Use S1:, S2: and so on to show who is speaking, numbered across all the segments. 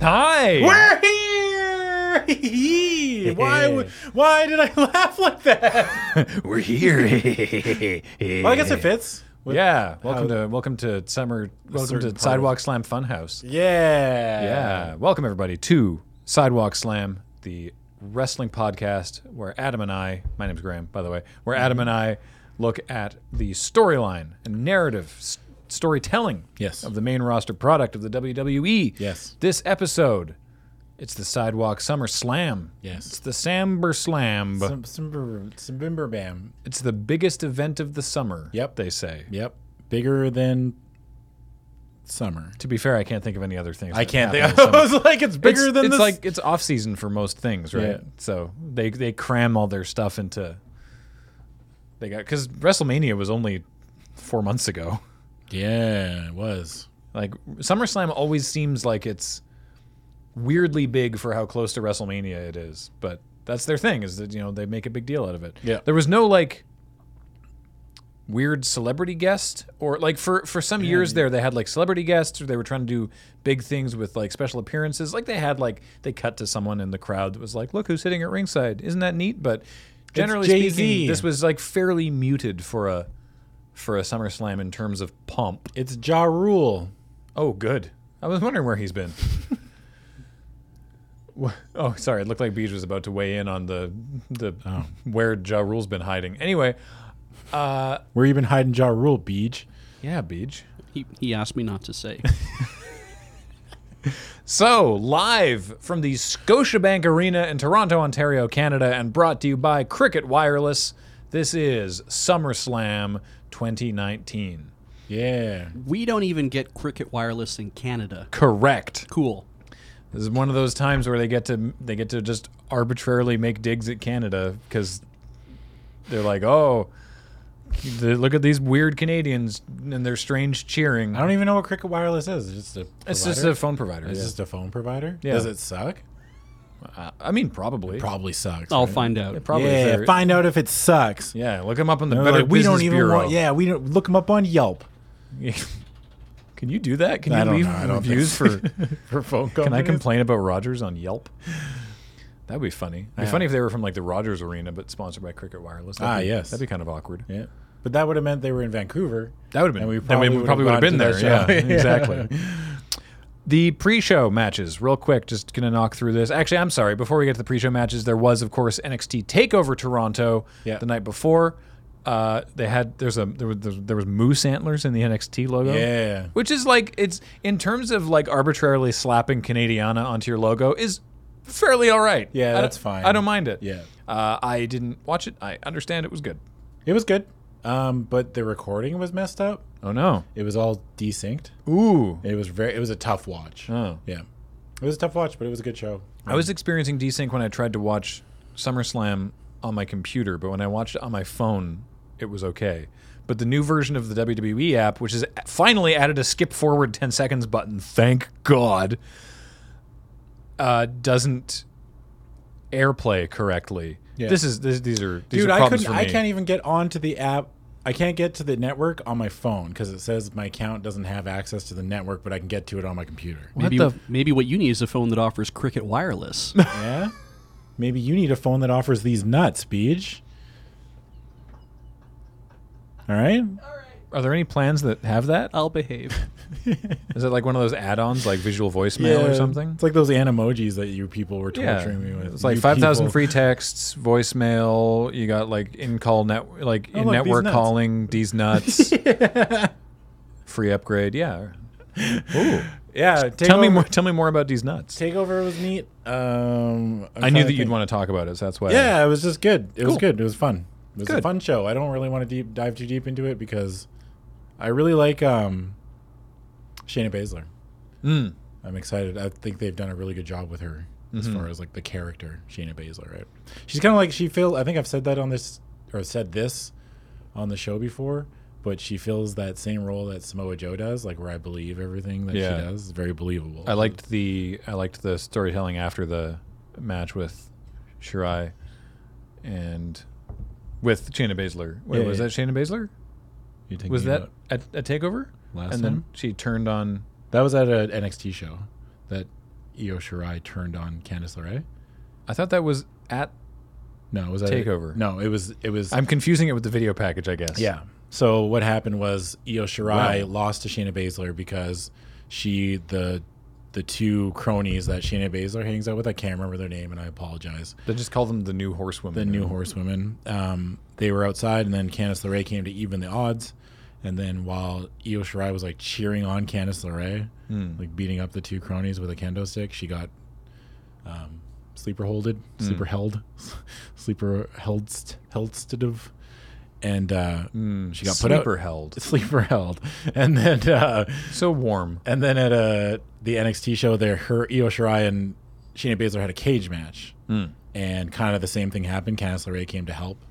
S1: Hi.
S2: We're here. why? w- Why did I laugh like that?
S3: We're here.
S2: Well, I guess it fits. With-
S1: Yeah. Welcome to welcome to summer. Welcome
S2: certain
S1: to
S2: part
S1: Sidewalk Slam Funhouse.
S2: Yeah.
S1: Yeah. Welcome everybody to Sidewalk Slam, the wrestling podcast where Adam and I, my name's Graham, by the way, where Adam and I look at the storyline and narrative s- storytelling
S2: Yes.
S1: of the main roster product of the WWE.
S2: Yes.
S1: This episode, it's the Sidewalk Summer Slam.
S2: Yes.
S1: It's the Samber Slam.
S2: Some some br- some bim br- bam.
S1: It's the biggest event of the summer.
S2: Yep.
S1: They say.
S2: Yep. Bigger than summer.
S1: To be fair, I can't think of any other things.
S2: I
S1: that
S2: can't
S1: happen
S2: think.
S1: in summer.
S2: I was like, it's bigger
S1: it's,
S2: than
S1: it's
S2: this.
S1: like it's off season for most things, right?
S2: Yeah.
S1: So they they cram all their stuff into. They got because WrestleMania was only four months ago.
S2: yeah, it was.
S1: Like SummerSlam always seems like it's weirdly big for how close to WrestleMania it is, but that's their thing is that you know they make a big deal out of it.
S2: Yeah.
S1: There was no like weird celebrity guest or like for for some years there they had like celebrity guests or they were trying to do big things with like special appearances. Like they had like they cut to someone in the crowd that was like, "Look who's sitting at ringside." Isn't that neat? But generally
S2: Jay-Z.
S1: speaking, this was like fairly muted for a for a SummerSlam in terms of pomp.
S2: It's Ja Rule.
S1: Oh, good. I was wondering where he's been. Wha- oh, sorry. It looked like Beach was about to weigh in on the the where Ja Rule's been hiding. Anyway,
S2: Where you been hiding Ja Rule, Beej?
S1: yeah, Beach.
S4: He, he asked me not to say.
S1: So live from the Scotiabank Arena in Toronto, Ontario, Canada, and brought to you by Cricket Wireless. This is SummerSlam 2019.
S2: Yeah.
S4: we don't even get Cricket Wireless in Canada.
S1: Correct.
S4: Cool.
S1: This is one of those times where they get to they get to just arbitrarily make digs at Canada because they're like, oh, the, look at these weird Canadians and their strange cheering.
S2: I don't even know what Cricket Wireless is. It's just a.
S1: it's
S2: provider?
S1: just a phone provider.
S2: It's
S1: yeah.
S2: just a phone provider.
S1: Yeah.
S2: Does it suck?
S1: I mean, probably.
S2: Probably sucks.
S4: I'll
S2: right?
S4: find out.
S1: probably.
S2: yeah,
S1: they're-
S2: find out if it sucks.
S1: Yeah, look them up on the
S2: They're
S1: Better
S2: like, we don't
S1: Business
S2: even
S1: Bureau.
S2: want. Yeah, we don't look them up on Yelp.
S1: Can you do that? Can you
S2: I don't
S1: leave
S2: know. I don't think
S1: reviews for?
S2: For phone
S1: Can I complain about Rogers on Yelp? That'd be funny. It'd be
S2: Yeah.
S1: funny if they were from like the Rogers Arena, but sponsored by Cricket Wireless. That'd
S2: Ah,
S1: be-
S2: yes.
S1: That'd be kind of awkward.
S2: Yeah, but that would have meant they were in Vancouver.
S1: That would have
S2: And
S1: been.
S2: we
S1: then we probably
S2: probably
S1: would
S2: would've
S1: have been there.
S2: gone to
S1: Yeah,
S2: that show.
S1: exactly. The pre-show matches, real quick, just gonna knock through this. Actually, I'm sorry. Before we get to the pre-show matches, there was, of course, NXT Takeover Toronto
S2: Yeah.
S1: the night before. Uh, they had there's a there was there was moose antlers in the NXT logo.
S2: Yeah.
S1: which is like it's in terms of like arbitrarily slapping Canadiana onto your logo is fairly all right.
S2: Yeah,
S1: I don't-
S2: that's fine.
S1: I don't mind it.
S2: Yeah.
S1: uh, I didn't watch it. I understand it was good.
S2: It was good, um, but the recording was messed up.
S1: Oh no.
S2: It was all desynced.
S1: Ooh.
S2: It was very. It was a tough watch.
S1: Oh.
S2: Yeah, it was a tough watch, but it was a good show.
S1: I was experiencing desync when I tried to watch SummerSlam on my computer, but when I watched it on my phone, it was okay. But the new version of the WWE app, which has finally added a skip forward 10 seconds button, thank God, uh, doesn't airplay correctly.
S2: Yeah.
S1: This is this, these are these
S2: Dude,
S1: are
S2: I
S1: problems
S2: couldn't.
S1: for
S2: I
S1: me.
S2: can't even get onto the app. I can't get to the network on my phone because it says my account doesn't have access to the network, but I can get to it on my computer.
S4: Maybe,
S1: the-
S4: maybe what you need is a phone that offers Cricket Wireless.
S2: yeah. Maybe you need a phone that offers these nuts, Beej. All right. e-
S1: Are there any plans that have that?
S4: I'll behave.
S1: Is it like one of those add-ons, like visual voicemail or something?
S2: It's like those animojis that you people were
S1: Yeah.
S2: torturing me with.
S1: It's like
S2: You
S1: five thousand
S2: people.
S1: free texts, voicemail. You got like in call net, like in
S2: Oh, look, these
S1: network
S2: nuts.
S1: calling. These nuts. Free upgrade. Yeah. Ooh.
S2: Yeah. Takeover,
S1: tell me more. Tell me more about these nuts.
S2: Takeover was neat. Um,
S1: I knew that you'd want to talk about it, so that's why.
S2: Yeah, it was just good. It was
S1: Cool.
S2: good. It was fun. It was a
S1: Good.
S2: fun show. I don't really want to deep dive too deep into it because I really like um, Shayna Baszler.
S1: Mm.
S2: I'm excited. I think they've done a really good job with her as
S1: Mm-hmm.
S2: far as like the character Shayna Baszler, right? She's kind of like she feels. I think I've said that on this or said this on the show before, but she fills that same role that Samoa Joe does, like where I believe everything that
S1: Yeah.
S2: she does. It's very believable.
S1: I liked the I liked the storytelling after the match with Shirai and with Shayna Baszler. Wait,
S2: Yeah,
S1: was
S2: yeah.
S1: that Shayna Baszler?
S2: You thinking
S1: Was that at
S2: about-
S1: a takeover?
S2: Last
S1: and then
S2: time?
S1: she turned on
S2: that was at an NXT show that Io Shirai turned on Candice LeRae?
S1: I thought that was at.
S2: No, was that
S1: Takeover.
S2: No, it was it was
S1: I'm confusing it with the video package, I guess.
S2: Yeah. So what happened was Io Shirai lost to Shayna Baszler because she the the two cronies that Shayna Baszler hangs out with. I can't remember their name, and I apologize.
S1: They just call them the new horsewomen.
S2: The new horsewomen. Um, they were outside, and then Candice LeRae came to even the odds. And then while Io Shirai was like cheering on Candice LeRae, like beating up the two cronies with a kendo stick, she got um, sleeper holded, sleeper held, sleeper held, held and uh, she got put out
S1: sleeper held.
S2: sleeper held. And then uh,
S1: So warm.
S2: and then at uh, the NXT show there, her Io Shirai and Shayna Baszler had a cage match, and kind of the same thing happened. Candice LeRae came to help,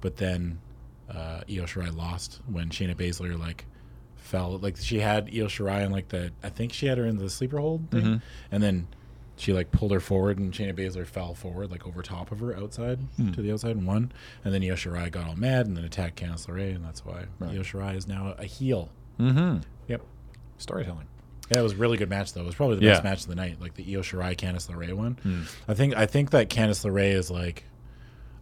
S2: but then uh, Io Shirai lost when Shayna Baszler like fell. Like she had Io Shirai in like the I think she had her in the sleeper hold thing, and then she like pulled her forward, and Shayna Baszler fell forward like over top of her outside to the outside and won. And then Io Shirai got all mad and then attacked Candice LeRae, and that's why Io Shirai is now a heel.
S1: Mm-hmm.
S2: Yep.
S1: Storytelling.
S2: Yeah, it was a really good match though. It was probably the best
S1: Yeah.
S2: match of the night, like the Io Shirai Candice LeRae one. I think I think that Candice LeRae is like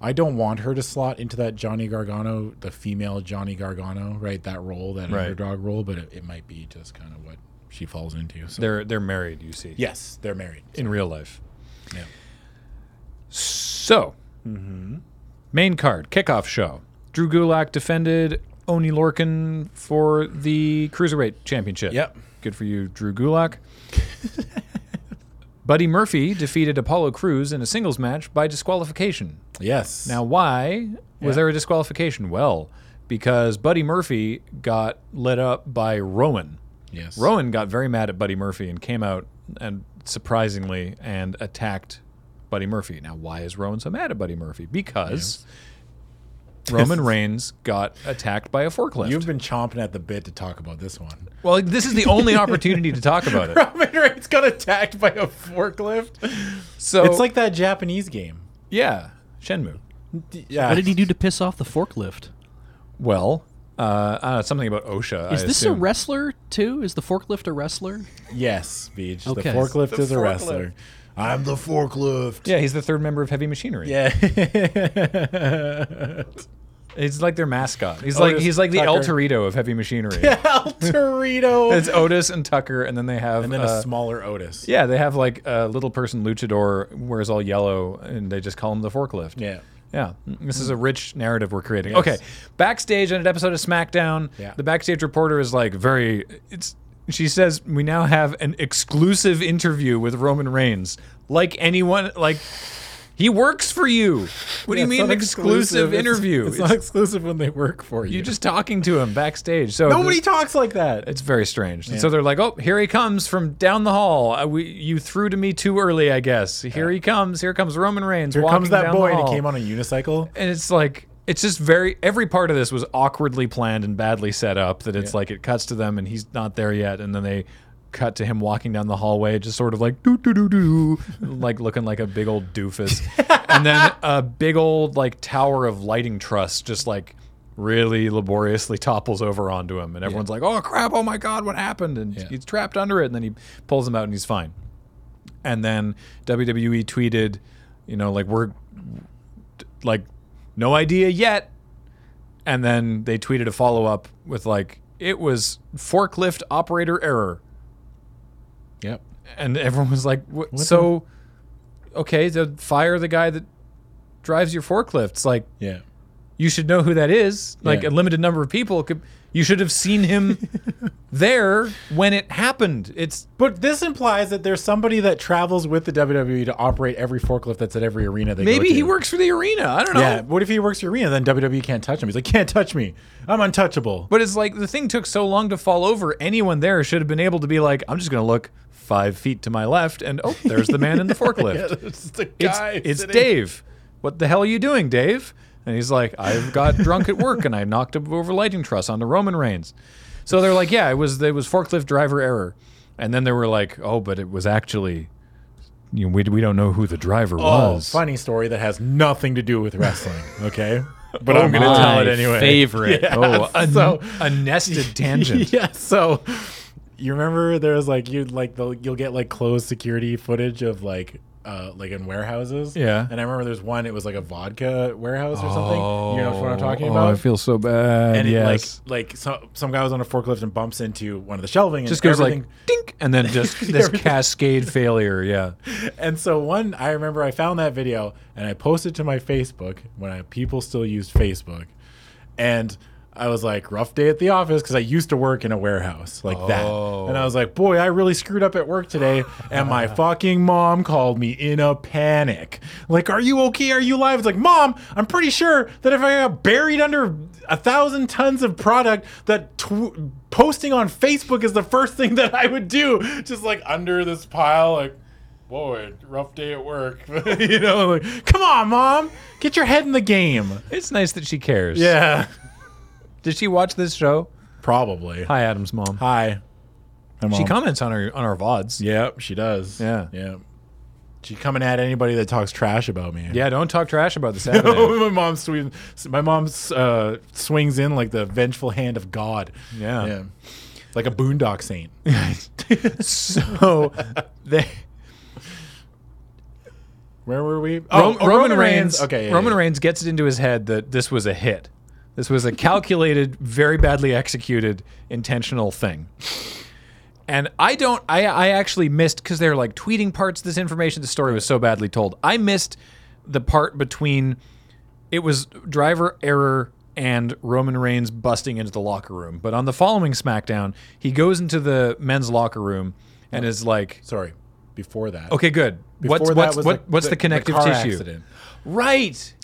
S2: I don't want her to slot into that Johnny Gargano, the female Johnny Gargano, right? That role, that
S1: Right.
S2: underdog role, but it, it might be just kind of what she falls into. So
S1: They're they're married. You see.
S2: yes, they're married.
S1: In real life.
S2: Yeah. Mm-hmm.
S1: So, main card kickoff show. Drew Gulak defended Oni Lorcan for the cruiserweight championship.
S2: Yep.
S1: Good for you, Drew Gulak. Buddy Murphy defeated Apollo Cruz in a singles match by disqualification.
S2: Yes.
S1: Now, why was
S2: Yeah.
S1: there a disqualification? Well, because Buddy Murphy got lit up by Rowan.
S2: yes.
S1: Rowan got very mad at Buddy Murphy and came out and surprisingly and attacked Buddy Murphy. Now, why is Rowan so mad at Buddy Murphy? Because Roman Reigns got attacked by a forklift.
S2: You've been chomping at the bit to talk about this one.
S1: well, this is the only opportunity to talk about it.
S2: Roman Reigns got attacked by a forklift.
S1: So
S2: It's like that Japanese game.
S1: yeah, Shenmue.
S2: Yeah.
S4: What did he do to piss off the forklift?
S1: Well, uh, uh, something about OSHA.
S4: Is
S1: I
S4: this a
S1: assume.
S4: wrestler too? Is the forklift a wrestler?
S2: Yes, Beach.
S4: Okay.
S2: The forklift
S1: The
S2: is a
S1: forklift.
S2: wrestler. I'm the forklift.
S1: Yeah, he's the third member of Heavy Machinery.
S2: Yeah.
S1: He's like their mascot. He's like
S2: Otis
S1: he's like the El
S2: Tucker.
S1: Torito of heavy machinery.
S2: El Torito.
S1: It's Otis and Tucker, and then they have
S2: and then
S1: uh,
S2: a smaller Otis.
S1: yeah, they have like a little person luchador wears all yellow, and they just call him the forklift.
S2: Yeah. Mm-hmm.
S1: Yeah, this is a rich narrative we're creating.
S2: Yes.
S1: Okay, backstage on an episode of SmackDown,
S2: Yeah.
S1: the backstage reporter is like very. It's she says we now have an exclusive interview with Roman Reigns. Like anyone, like he works for you. What do you mean exclusive, interview?
S2: It's,
S1: It's-
S2: not exclusive when they work for you.
S1: you're just talking to him backstage. So
S2: Nobody
S1: this-
S2: talks like that.
S1: it's very strange. And so they're like, "Oh, here he comes from down the hall. Uh, we, you threw to me too early, I guess. Here he comes. Here comes Roman Reigns.
S2: Here
S1: walking
S2: comes that
S1: down the
S2: boy, and
S1: hall."
S2: he came on a unicycle.
S1: And it's like it's just very every part of this was awkwardly planned and badly set up. That it's like it cuts to them and he's not there yet, and then they cut to him walking down the hallway, just sort of like doo doo doo doo, like looking like a big old doofus, and then a big old like tower of lighting truss just like really laboriously topples over onto him, and everyone's like, "Oh crap! Oh my god, what happened?" And he's trapped under it, and then he pulls him out, and he's fine. And then WWE tweeted, you know, like we're like no idea yet and then they tweeted a follow-up with like it was forklift operator error
S2: Yep.
S1: and everyone was like what so okay to fire the guy that drives your forklifts like
S2: Yeah.
S1: you should know who that is like a
S2: Yeah.
S1: limited number of people could you should have seen him there when it happened it's
S2: But this implies that there's somebody that travels with the WWE to operate every forklift that's at every arena they go
S1: maybe
S2: to.
S1: he works for the arena i don't know
S2: Yeah. What if he works for arena? Then WWE can't touch him. He's like, can't touch me. I'm untouchable.
S1: But it's like the thing took so long to fall over. Anyone there should have been able to be like, I'm just going to look five feet to my left, and oh, there's the man in the forklift.
S2: it's a
S1: it's it's Dave. What the hell are you doing, Dave? And he's like, I've got drunk at work and I knocked up over lighting truss onto Roman Reigns. So they're like, yeah, it was it was forklift driver error, and then they were like, oh, but it was actually, you know, we we don't know who the driver
S2: Oh,
S1: was.
S2: funny story that has nothing to do with wrestling. Okay, but I'm
S1: Oh my
S2: gonna tell it anyway.
S4: Favorite.
S1: Oh, a,
S2: so-
S1: a nested tangent.
S2: yeah. So you remember there was like you'd like the, you'll get like closed security footage of like uh like in warehouses.
S1: Yeah.
S2: And I remember there's one. It was like a vodka warehouse or something. you know what I'm talking
S1: Oh,
S2: about?
S1: I feel so bad.
S2: and
S1: yes.
S2: it like like so, some guy was on a forklift and bumps into one of the shelving and
S1: just goes
S2: everything-
S1: like dink, and then just this
S2: Everything.
S1: cascade failure. Yeah.
S2: and so one i remember i found that video and i posted to my facebook when I, people still used facebook and i was like rough day at the office because i used to work in a warehouse like that
S1: Oh.
S2: and i was like boy i really screwed up at work today and my fucking mom called me in a panic like are you okay are you alive it's like mom i'm pretty sure that if i got buried under a thousand tons of product that tw- posting on facebook is the first thing that i would do just like under this pile like boy, rough day at work. you know, like, come on, mom, get your head in the game.
S1: It's nice that she cares.
S2: Yeah,
S1: Did she watch this show?
S2: probably.
S1: Hi, Adam's mom.
S2: Hi. Hi,
S1: She
S2: Mom.
S1: comments on our on our vods.
S2: Yep, she does.
S1: Yeah.
S2: yep. She coming at anybody that talks trash about me.
S1: Yeah, don't talk trash about the Saturday.
S2: my mom swings. My mom uh, swings in like the vengeful hand of God.
S1: Yeah.
S2: like a boondock saint.
S1: so they
S2: Where were we? Oh,
S1: Ro- Roman, Reigns,
S2: Okay, yeah,
S1: Roman
S2: yeah.
S1: Reigns gets it into his head that this was a hit. This was a calculated, very badly executed, intentional thing. And I don't, I, I actually missed because they're like tweeting parts of this information. The story was so badly told. I missed the part between it was driver error and Roman Reigns busting into the locker room. But on the following SmackDown, he goes into the men's locker room and is like,
S2: Sorry, before that.
S1: okay, good.
S2: Before
S1: what's
S2: that
S1: what's,
S2: was
S1: what, what's the, connective
S2: car
S1: tissue?
S2: accident.
S1: Right.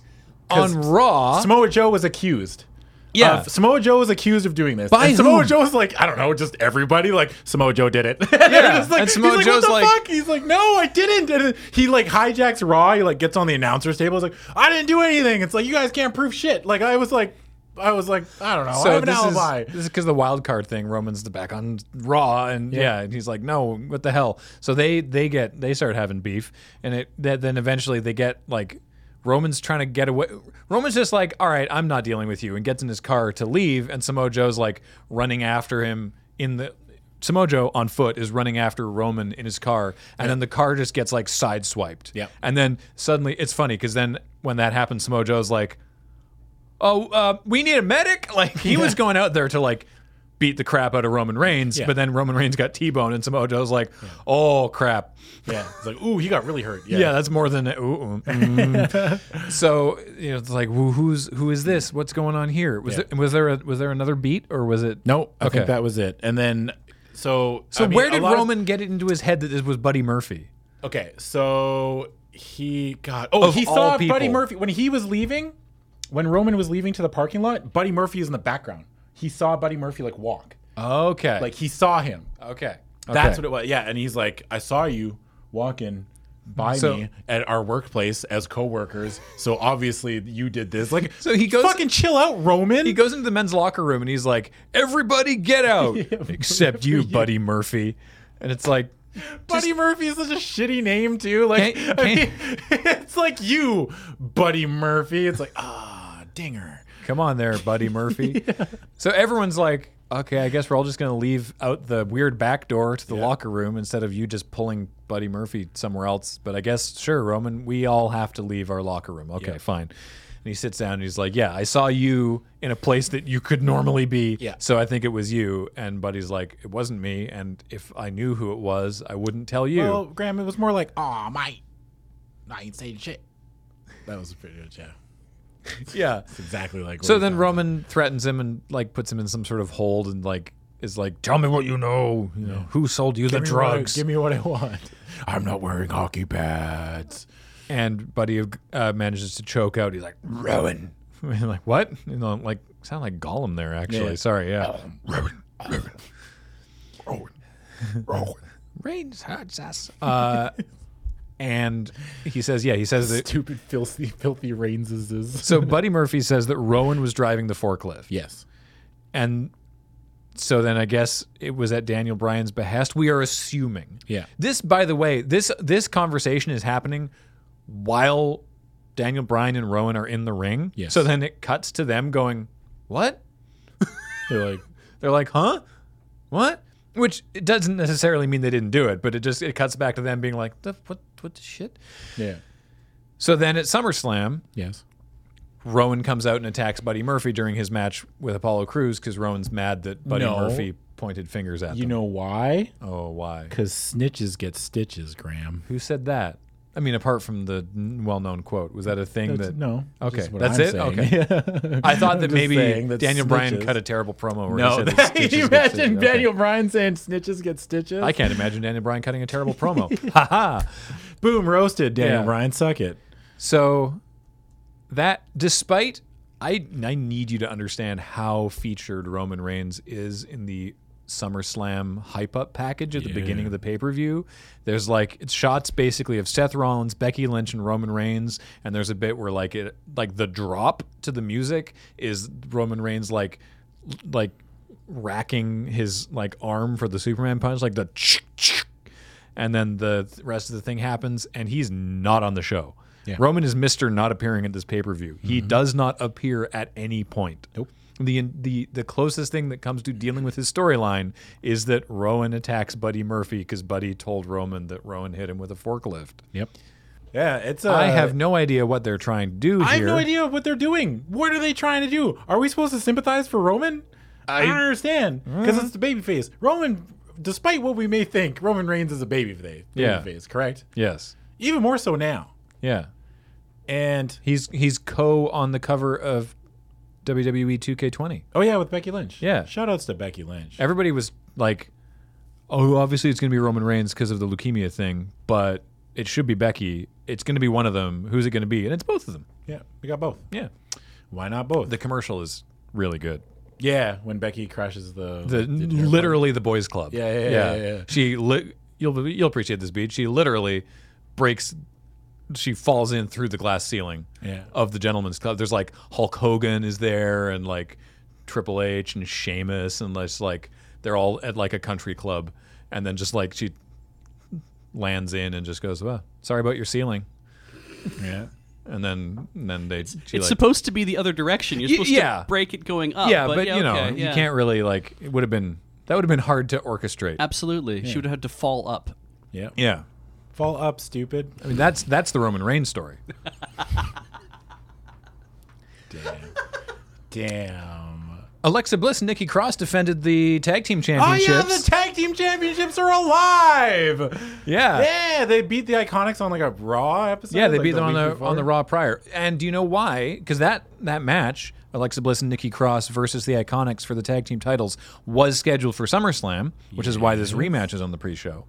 S2: 'Cause
S1: On Raw.
S2: Samoa Joe was accused.
S1: Yeah.
S2: of- Uh, Samoa Joe was accused of doing this.
S1: By
S2: and Samoa
S1: whom?
S2: Joe was like, I don't know, just everybody. Like Samoa Joe did it. and they're just like,
S1: and Samoa
S2: he's like,
S1: Joe's
S2: what the
S1: like-
S2: fuck? He's like, no, I didn't. And he like hijacks Raw. He like gets on the announcer's table. He's like, I didn't do anything. It's like you guys can't prove shit. Like I was like, I was like, I don't know. I have an
S1: this
S2: alibi.
S1: is this is because the wild card thing. Roman's the back on Raw, and yeah. and he's like, "No, what the hell?" So they they get they start having beef, and it that, then eventually they get like Roman's trying to get away. Roman's just like, "All right, I'm not dealing with you," and gets in his car to leave, and Samoa Joe's like running after him in the. Samoa Joe on foot is running after Roman in his car, and then the car just gets like sideswiped.
S2: Yep.
S1: And then suddenly it's funny because then when that happens, Samoa Joe's like, oh, uh, we need a medic. Like he was going out there to like beat the crap out of Roman Reigns,
S2: Yeah.
S1: but then Roman Reigns got T-boned, and Samoa Joe's like, oh crap.
S2: yeah. It's like, ooh, he got really hurt.
S1: Yeah, that's more than ooh, ooh, mm. so. You know, it's like who, who's who is this? What's going on here? Was
S2: Yeah.
S1: there, was there a, was there another beat or was it
S2: No, I
S1: Okay.
S2: think that was it. And then, so
S1: So
S2: I mean,
S1: where
S2: a
S1: did
S2: lot of-
S1: Roman get it into his head that this was Buddy Murphy?
S2: Okay, so he got oh
S1: Of
S2: he
S1: all
S2: saw
S1: people.
S2: Buddy Murphy when he was leaving, when Roman was leaving to the parking lot. Buddy Murphy is in the background. He saw Buddy Murphy like walk,
S1: Okay,
S2: like he saw him.
S1: okay,
S2: That's what it was. Yeah, and he's like, I saw you walking by
S1: So-
S2: me at our workplace as coworkers. So obviously you did this. Like,
S1: So he goes-
S2: fucking chill out, Roman.
S1: He goes into the men's locker room and he's like, "Everybody get out except you, Buddy Murphy," and it's like.
S2: Buddy Murphy is such a shitty name too. Like,
S1: Can't-
S2: I mean, it's like you, Buddy Murphy. It's like ah, dinger.
S1: Come on there, Buddy Murphy. So everyone's like, okay, I guess we're all just going to leave out the weird back door to the locker room instead of you just pulling Buddy Murphy somewhere else. But I guess, sure, Roman, we all have to leave our locker room. Okay, fine. And he sits down and he's like, yeah, I saw you in a place that you could normally be.
S2: Yeah.
S1: So I think it was you. And Buddy's like, it wasn't me. And if I knew who it was, I wouldn't tell you.
S2: Well, Graham, it was more like, "Aw, mate, I ain't saying shit." That was pretty much yeah.
S1: yeah.
S2: It's exactly like.
S1: So then Roman threatens him and like puts him in some sort of hold and like is like, tell me what you know. You know, who sold you the drugs?
S2: give me what I want. I'm not wearing hockey pads.
S1: and Buddy uh, manages to choke out. He's like, Rowan. And like, what? You know, like, sound like Gollum there, actually.
S2: Yeah.
S1: Sorry, yeah.
S2: Rowan, Rowan, Rowan, Rowan.
S1: Rains hurts us. Uh, and he says, yeah, he says that.
S2: Stupid, filthy, filthy Reigns is this.
S1: So Buddy Murphy says that Rowan was driving the forklift.
S2: Yes.
S1: And so then I guess it was at Daniel Bryan's behest. We are assuming.
S2: Yeah.
S1: This, by the way, this this conversation is happening while Daniel Bryan and Rowan are in the ring.
S2: Yes.
S1: So then it cuts to them going, What?
S2: They're like,
S1: They're like, huh? What? Which it doesn't necessarily mean they didn't do it, but it just it cuts back to them being like, the, what what the shit?
S2: Yeah.
S1: So then at SummerSlam,
S2: Yes.
S1: Rowan comes out and attacks Buddy Murphy during his match with Apollo Crews because Rowan's mad that Buddy
S2: No.
S1: Murphy pointed fingers at
S2: You
S1: them.
S2: know why?
S1: oh, why?
S2: Because snitches get stitches, Graham.
S1: Who said that? I mean, apart from the n- well-known quote, was that a thing
S2: That's-
S1: that?
S2: no.
S1: Okay,
S2: just what
S1: that's
S2: I'm
S1: it?
S2: saying.
S1: I thought that
S2: Just
S1: maybe
S2: saying that
S1: Daniel Bryan
S2: snitches-
S1: cut a terrible promo. Where he
S2: No,
S1: said that
S2: can you
S1: snitches get stitches.
S2: imagine
S1: Okay.
S2: Daniel Bryan saying snitches get stitches?
S1: I can't imagine Daniel Bryan cutting a terrible promo. ha ha.
S2: Boom, roasted Daniel
S1: Yeah.
S2: Bryan. Suck it.
S1: So that despite I I need you to understand how featured Roman Reigns is in the SummerSlam hype up package at the beginning of the pay per view. There's like it's shots basically of Seth Rollins, Becky Lynch, and Roman Reigns, and there's a bit where like it like the drop to the music is Roman Reigns like like racking his like arm for the Superman punch, like the and then the th- rest of the thing happens, and he's not on the show.
S2: Yeah. Mm-hmm.
S1: Roman is Mister not appearing at this pay per view. He does not appear at any point.
S2: Nope.
S1: The the the closest thing that comes to dealing with his storyline is that Rowan attacks Buddy Murphy because Buddy told Roman that Rowan hit him with a forklift.
S2: Yep. Yeah, it's. Uh,
S1: I have no idea what they're trying to do here.
S2: I have no idea what they're doing. What are they trying to do? Are we supposed to sympathize for Roman? I, don't understand because it's the babyface. Roman, despite what we may think, Roman Reigns is a baby face.
S1: Yeah.
S2: face, correct?
S1: Yes.
S2: Even more so now.
S1: Yeah.
S2: And
S1: He's he's co on the cover of E WWE 2K20.
S2: oh yeah, with Becky Lynch.
S1: Yeah.
S2: shout outs to Becky Lynch.
S1: everybody was like, "Oh, obviously it's going to be Roman Reigns because of the leukemia thing, but it should be Becky. It's going to be one of them. Who's it going to be?" And it's both of them.
S2: Yeah, we got both.
S1: Yeah,
S2: Why not both?
S1: the commercial is really good.
S2: yeah, when Becky crashes the
S1: The literally the boys' club.
S2: Yeah, yeah, yeah, yeah, yeah.
S1: She li- you'll you'll appreciate this beat. She literally breaks. She falls in through the glass ceiling
S2: Yeah.
S1: of the gentleman's club. There's like Hulk Hogan is there and like Triple H and Sheamus and just like they're all at like a country club and then just like she lands in and just goes, Well, sorry about your ceiling.
S2: yeah.
S1: And then and then they she
S4: it's
S1: like
S4: supposed to be the other direction. You're
S1: Y-
S4: supposed
S1: yeah.
S4: to break it going up.
S1: Yeah,
S4: but,
S1: Oh, but,
S4: yeah,
S1: you know,
S4: okay, yeah.
S1: you can't really like it would have been that would have been hard to orchestrate.
S4: Absolutely, she would have had to fall up.
S2: Yeah.
S1: yeah.
S2: Fall up, stupid.
S1: I mean that's that's the Roman Reigns story.
S2: Damn. Damn.
S1: Alexa Bliss and Nikki Cross defended the tag team
S2: Oh yeah, the
S1: championships.
S2: tag team championships are alive.
S1: yeah.
S2: Yeah, they beat the Iconics on like a Raw episode.
S1: Yeah, they
S2: like,
S1: beat them on
S2: week
S1: the
S2: before.
S1: on the Raw prior. And do you know why? Because that that match, Alexa Bliss and Nikki Cross versus the Iconics for the tag team titles, was scheduled for SummerSlam, which is why this rematch is on the pre-show.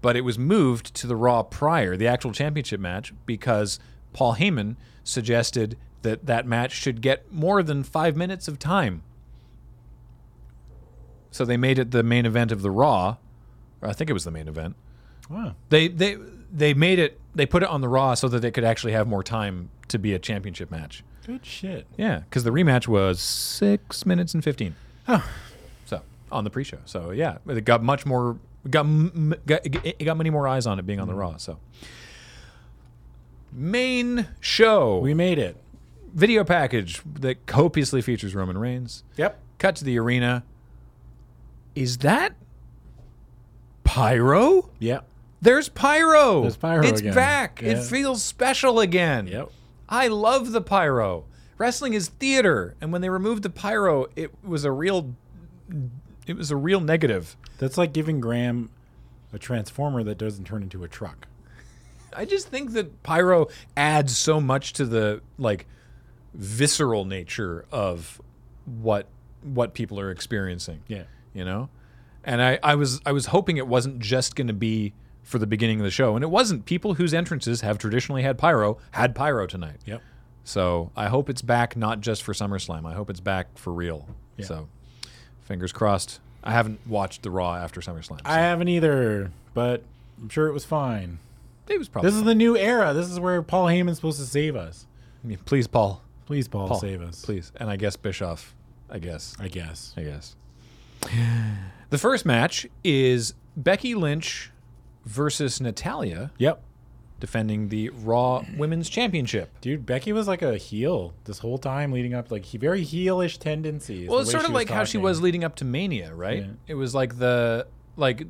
S1: But it was moved to the Raw prior, the actual championship match, because Paul Heyman suggested that that match should get more than five minutes of time. So they made it the main event of the Raw. Or I think it was the main event
S2: Wow.
S1: they they they made it they put it on the raw so that they could actually have more time to be a championship match
S2: Good shit.
S1: yeah because the rematch was six minutes and 15 so on the pre-show so yeah it got much more got, m- m- got it got many more eyes on it being on the raw so main show
S2: We made it.
S1: video package that copiously features roman reigns
S2: Yep.
S1: cut to the arena is that pyro
S2: Yep.
S1: there's Pyro.
S2: There's pyro
S1: It's
S2: again.
S1: back.
S2: Yeah.
S1: It feels special again.
S2: Yep.
S1: I love the Pyro. Wrestling is theater, and when they removed the Pyro, it was a real it was a real negative.
S2: That's like giving Graham a transformer that doesn't turn into a truck.
S1: I just think that Pyro adds so much to the like visceral nature of what what people are experiencing.
S2: Yeah.
S1: you know and I, I was i was hoping it wasn't just going to be for the beginning of the show and it wasn't people whose entrances have traditionally had pyro had pyro tonight
S2: Yep.
S1: so i hope it's back not just for summerslam i hope it's back for real
S2: Yeah.
S1: so fingers crossed i haven't watched the raw after summerslam so
S2: I haven't either, but I'm sure it was fine.
S1: it was probably
S2: This is the new era. This is where Paul Heyman's supposed to save us.
S1: I mean, please paul
S2: Please, Paul,
S1: paul
S2: save us.
S1: please and i guess bischoff i guess
S2: I guess.
S1: I guess. The first match is Becky Lynch versus Natalia,
S2: Yep.
S1: defending the Raw Women's Championship.
S2: Dude, Becky was like a heel this whole time leading up, like he very heelish tendencies.
S1: Well,
S2: the
S1: it's
S2: way
S1: sort of
S2: was
S1: like how she
S2: talking.
S1: was leading up to Mania, right?
S2: Yeah.
S1: It was like the like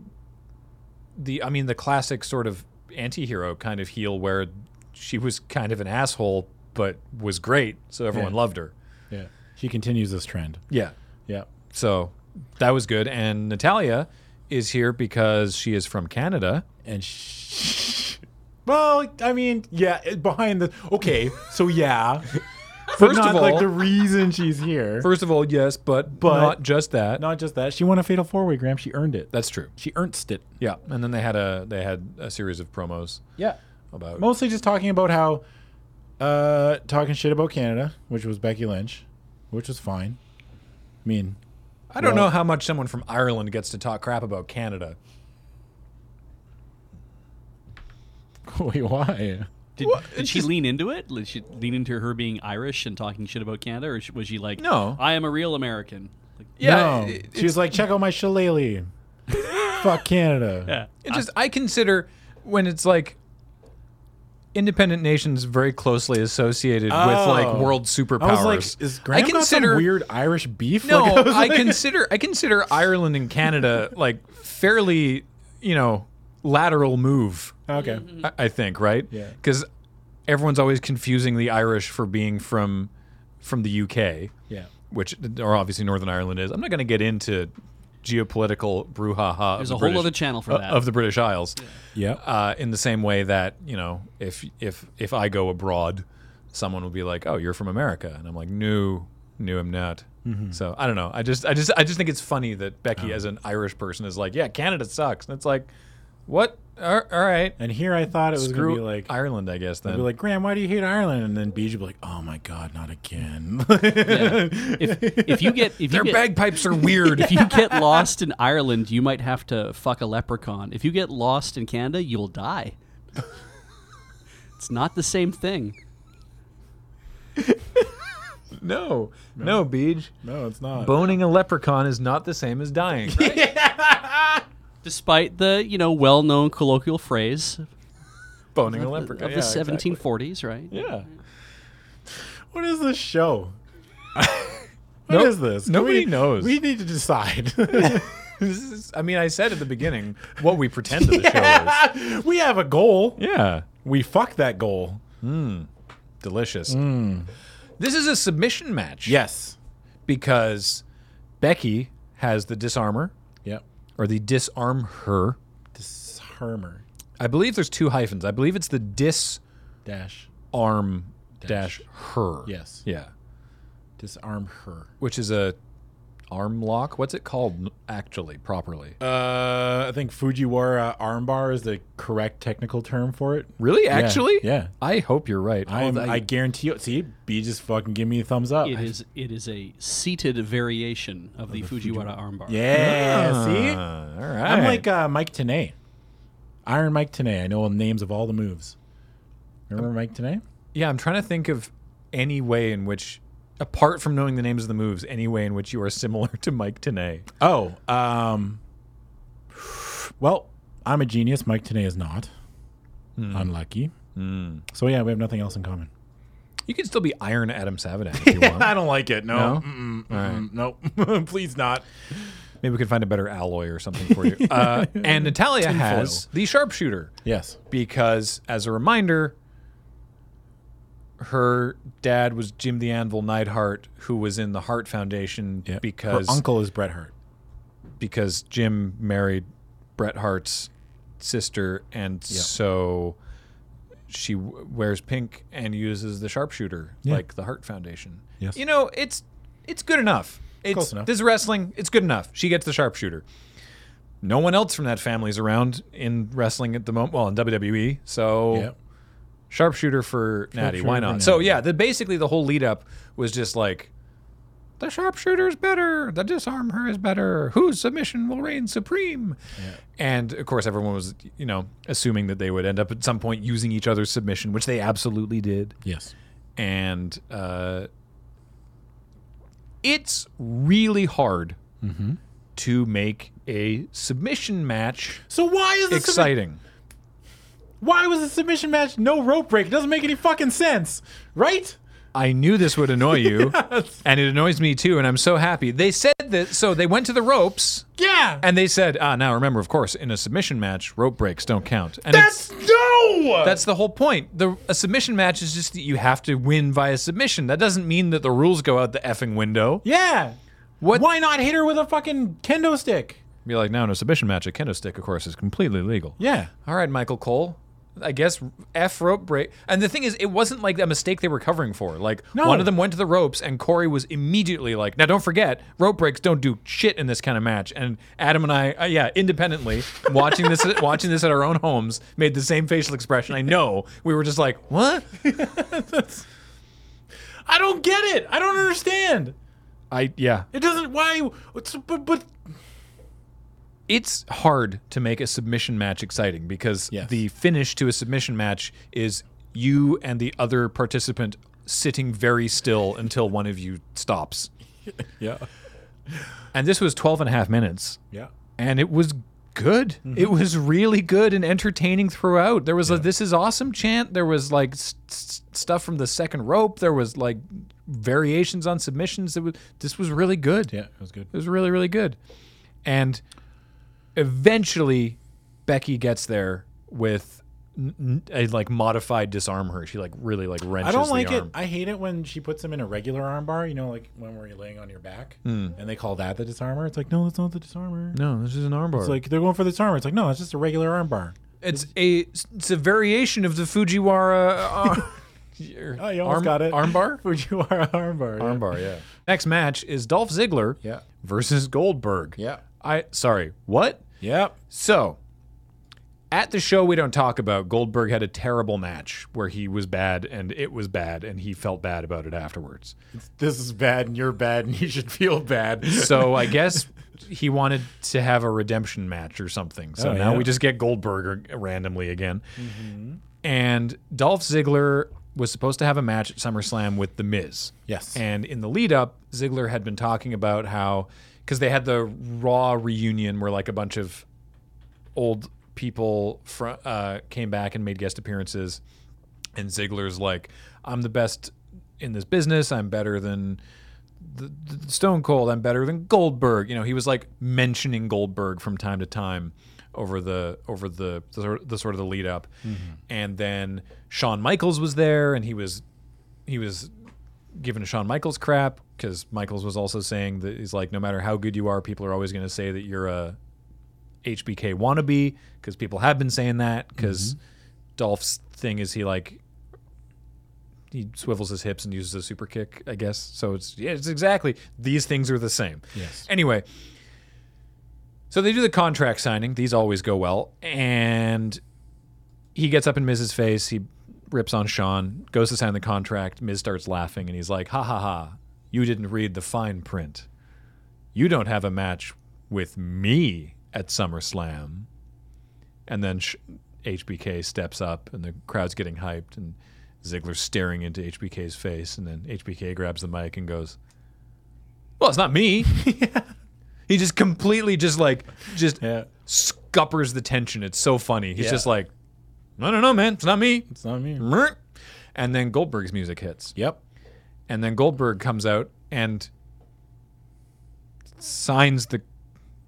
S1: the I mean the classic sort of anti-hero kind of heel where she was kind of an asshole but was great, so everyone
S2: Yeah.
S1: loved her.
S2: Yeah. She continues this trend.
S1: Yeah.
S2: Yeah.
S1: So that was good and Natalia is here because she is from Canada.
S2: And sh Well, I mean, yeah, it- behind the Okay, so yeah.
S1: First
S2: not
S1: of all,
S2: like the reason she's here.
S1: first of all, yes, but,
S2: But-
S1: not just that.
S2: not just that. She won a fatal four way, Graham. She earned it.
S1: That's true.
S2: She earned it.
S1: Yeah, and then they had a they had a series of promos
S2: Yeah.
S1: about
S2: Mostly just talking about how uh talking shit about Canada, which was Becky Lynch, which was fine. I mean,
S1: I don't
S2: Well-
S1: know how much someone from Ireland gets to talk crap about Canada.
S2: wait, why?
S4: Did, did she lean into it? Did she lean into her being Irish and talking shit about Canada, or sh- was she like,
S1: No.
S4: I am a real American"? Like,
S2: no. she was like, check out my shillelagh. Fuck Canada.
S4: yeah.
S1: It just I consider when it's like independent nations very closely associated with like
S2: Oh.
S1: world superpowers.
S2: I was like, is Graham
S1: I
S2: got
S1: consider
S2: some weird Irish beef?
S1: no,
S2: Like, was
S1: I
S2: like-
S1: consider I consider Ireland and Canada like fairly, you know, lateral move.
S2: Okay.
S1: I, I think right,
S2: Yeah.
S1: because everyone's always confusing the Irish for being from from the UK.
S2: Yeah.
S1: which or obviously Northern Ireland is. I'm not going to get into geopolitical brouhaha. of
S4: There's
S1: the
S4: a whole
S1: British-
S4: other channel for
S1: uh,
S4: that.
S1: of the British Isles.
S2: Yeah.
S1: Uh, in the same way that you know, if if if I go abroad, someone will be like, "Oh, you're from America," and I'm like, "No, no, I'm not." So I don't know. I just I just I just think it's funny that Becky, as an Irish person, is like, "Yeah, Canada sucks," and it's like, "What? All all right."
S2: and here I thought it was going to
S1: Screw
S2: be like, I'd
S1: Ireland, I guess. Then
S2: be like, Graham, why do you hate Ireland? And then Beej would be like, oh my God, not again.
S4: Yeah. If, if you get if
S1: their
S4: you get,
S1: bagpipes are weird.
S4: if you get lost in Ireland, you might have to fuck a leprechaun. If you get lost in Canada, you'll die. it's not the same thing.
S1: no, no, Beej.
S2: no, it's not.
S1: Boning a leprechaun is not the same as dying.
S4: Despite the you know well-known colloquial phrase
S1: Boning a
S4: of
S1: leprechaun.
S4: the 1740s, right?
S1: Yeah.
S2: what is this show? What
S1: Nope.
S2: is this? Can
S1: Nobody
S2: we-
S1: knows.
S2: We need to decide.
S1: This is- I mean, I said at the beginning what we pretend that the show
S2: we have a goal.
S1: is. Yeah.
S2: We fuck that goal.
S1: Delicious.
S2: Mm.
S1: This is a submission match.
S2: Yes.
S1: Because Becky has the disarmer
S2: Yep.
S1: or the disarm her.
S2: Disarmer.
S1: I believe there's two hyphens. I believe it's the disarm
S2: Dash.
S1: dash her.
S2: Yes.
S1: Yeah.
S2: Disarm her.
S1: Which is a arm lock. What's it called actually properly?
S2: Uh, I think Fujiwara armbar is the correct technical term for it.
S1: Really?
S2: Yeah,
S1: Actually?
S2: yeah.
S1: I hope you're right.
S2: I, am,
S1: Although-
S2: I, guarantee you. See, B just fucking give me a thumbs up.
S4: It is it is a seated variation of the, Fujiwara armbar.
S2: Yeah. see,
S1: Ah, all right.
S2: I'm like uh, Mike Tanay, Iron Mike Tanay. I know all the names of all the moves. Remember Mike Tanay?
S1: yeah, I'm trying to think of any way in which, apart from knowing the names of the moves, any way in which you are similar to Mike Tanay.
S2: Oh, um, well, I'm a genius. Mike Tanay is not. Hmm. Unlucky. So yeah, we have nothing else in common.
S1: You can still be Iron Adam Savage if you want.
S2: don't like it.
S1: No?
S2: Mm-mm,
S1: right.
S2: no. Please not.
S1: Maybe we can find a better alloy or something for you. Uh, and Natalia has the sharpshooter
S2: Yes.
S1: because, as a reminder, her dad was Jim the Anvil Neidhart, who was in the Hart Foundation
S2: Yeah.
S1: because
S2: her uncle is Bret Hart.
S1: because Jim married Bret Hart's sister, and so she w- wears pink and uses the sharpshooter,
S2: Yeah.
S1: like the Hart Foundation.
S2: Yes.
S1: You know, it's it's good enough. It's
S2: Close enough.
S1: this is wrestling. It's good enough. She gets the sharpshooter. No one else from that family's around in wrestling at the moment. Well, in WWE, so
S2: Yep.
S1: sharpshooter for Natty.
S2: Sharpshooter
S1: Why
S2: for
S1: not?
S2: Natty.
S1: So yeah, the basically the whole lead up was just like the sharpshooter is better, the disarm her is better, whose submission will reign supreme. And of course, everyone was you know assuming that they would end up at some point using each other's submission, which they absolutely did.
S2: Yes.
S1: And uh, it's really hard
S2: Mm-hmm.
S1: to make a submission match
S2: So why is the submi-
S1: exciting.
S2: why was the submission match no rope break? It doesn't make any fucking sense, right?
S1: I knew this would annoy you, and it annoys me too, and I'm so happy. They said that, so they went to the ropes,
S2: Yeah.
S1: and they said, ah, now remember, of course, in a submission match, rope breaks don't count. And it's-
S2: That's no.
S1: that's the whole point. The a submission match is just that you have to win via submission. That doesn't mean that the rules go out the effing window.
S2: yeah.
S1: What-
S2: Why not hit her with a fucking kendo stick?
S1: Be like, now in a submission match, a kendo stick, of course, is completely legal.
S2: Yeah.
S1: All right, Michael Cole. I guess F rope break. And the thing is, it wasn't like a mistake they were covering for. Like,
S2: No.
S1: one of them went to the ropes, and Corey was immediately like, now don't forget, rope breaks don't do shit in this kind of match. And Adam and I, uh, yeah, independently, watching this watching this at our own homes, made the same facial expression. I know. We were just like, what?
S2: I don't get it. I don't understand.
S1: I, yeah.
S2: It doesn't. Why? It's, but but
S1: it's hard to make a submission match exciting because
S2: Yes.
S1: the finish to a submission match is you and the other participant sitting very still until one of you stops.
S2: yeah.
S1: And this was 12 and a half minutes,
S2: Yeah.
S1: and it was good.
S2: Mm-hmm.
S1: It was really good and entertaining throughout. There was a this is awesome chant, there was like s- s- stuff from the second rope, there was like variations on submissions. It was this was really good.
S2: Yeah. It was good.
S1: It was really, really good. And eventually, Becky gets there with n- n- a like modified disarm her. She like really like wrenches
S2: I don't like
S1: the
S2: it.
S1: arm.
S2: I hate it when she puts him in a regular armbar. You know, like when we're laying on your back,
S1: Hmm.
S2: and they call that the disarmer. It's like, no, that's not the disarmer.
S1: No, this is an armbar.
S2: It's like they're going for the disarmer. It's like, no, it's just a regular armbar.
S1: it's a it's a variation of the Fujiwara. Uh, your
S2: Oh, you almost
S1: arm-
S2: got it.
S1: Armbar.
S2: Fujiwara armbar.
S1: Armbar. Yeah. Next match is Dolph Ziggler
S2: Yeah.
S1: versus Goldberg.
S2: Yeah.
S1: I sorry. What?
S2: Yeah.
S1: So, at the show we don't talk about, Goldberg had a terrible match where he was bad and it was bad and he felt bad about it afterwards.
S2: This is bad, and you're bad, and you should feel bad.
S1: So, I guess he wanted to have a redemption match or something. So
S2: Oh,
S1: now
S2: yeah. Mm-hmm.
S1: we just get Goldberg r- randomly again. And Dolph Ziggler was supposed to have a match at SummerSlam with The Miz.
S2: yes.
S1: And in the lead up, Ziggler had been talking about how because they had the Raw reunion where like a bunch of old people fr- uh, came back and made guest appearances, and Ziggler's like, "I'm the best in this business. I'm better than." The, the Stone Cold, I'm better than Goldberg. You know, he was like mentioning Goldberg from time to time over the over the the, sort- the sort of the lead up, and then Shawn Michaels was there, and he was he was given Shawn Michaels crap because Michaels was also saying that he's like, no matter how good you are, people are always going to say that you're a HBK wannabe because people have been saying that because Dolph's thing is he like he swivels his hips and uses a super kick, I guess. So it's yeah, it's exactly these things are the same.
S2: Yes.
S1: Anyway, so they do the contract signing. These always go well, and he gets up in Miz's face. He rips on Sean, goes to sign the contract. Miz starts laughing, and he's like, "Ha ha ha! You didn't read the fine print. You don't have a match with me at SummerSlam." And then Sh- HBK steps up, and the crowd's getting hyped, and Ziggler's staring into HBK's face, and then HBK grabs the mic and goes, "Well, it's not me." He just completely just like just
S2: Yeah.
S1: scuppers the tension. It's so funny. He's
S2: Yeah.
S1: just like, no, no, no, man, it's not me.
S2: It's not me.
S1: Merp. And then Goldberg's music hits.
S2: Yep.
S1: And then Goldberg comes out and signs the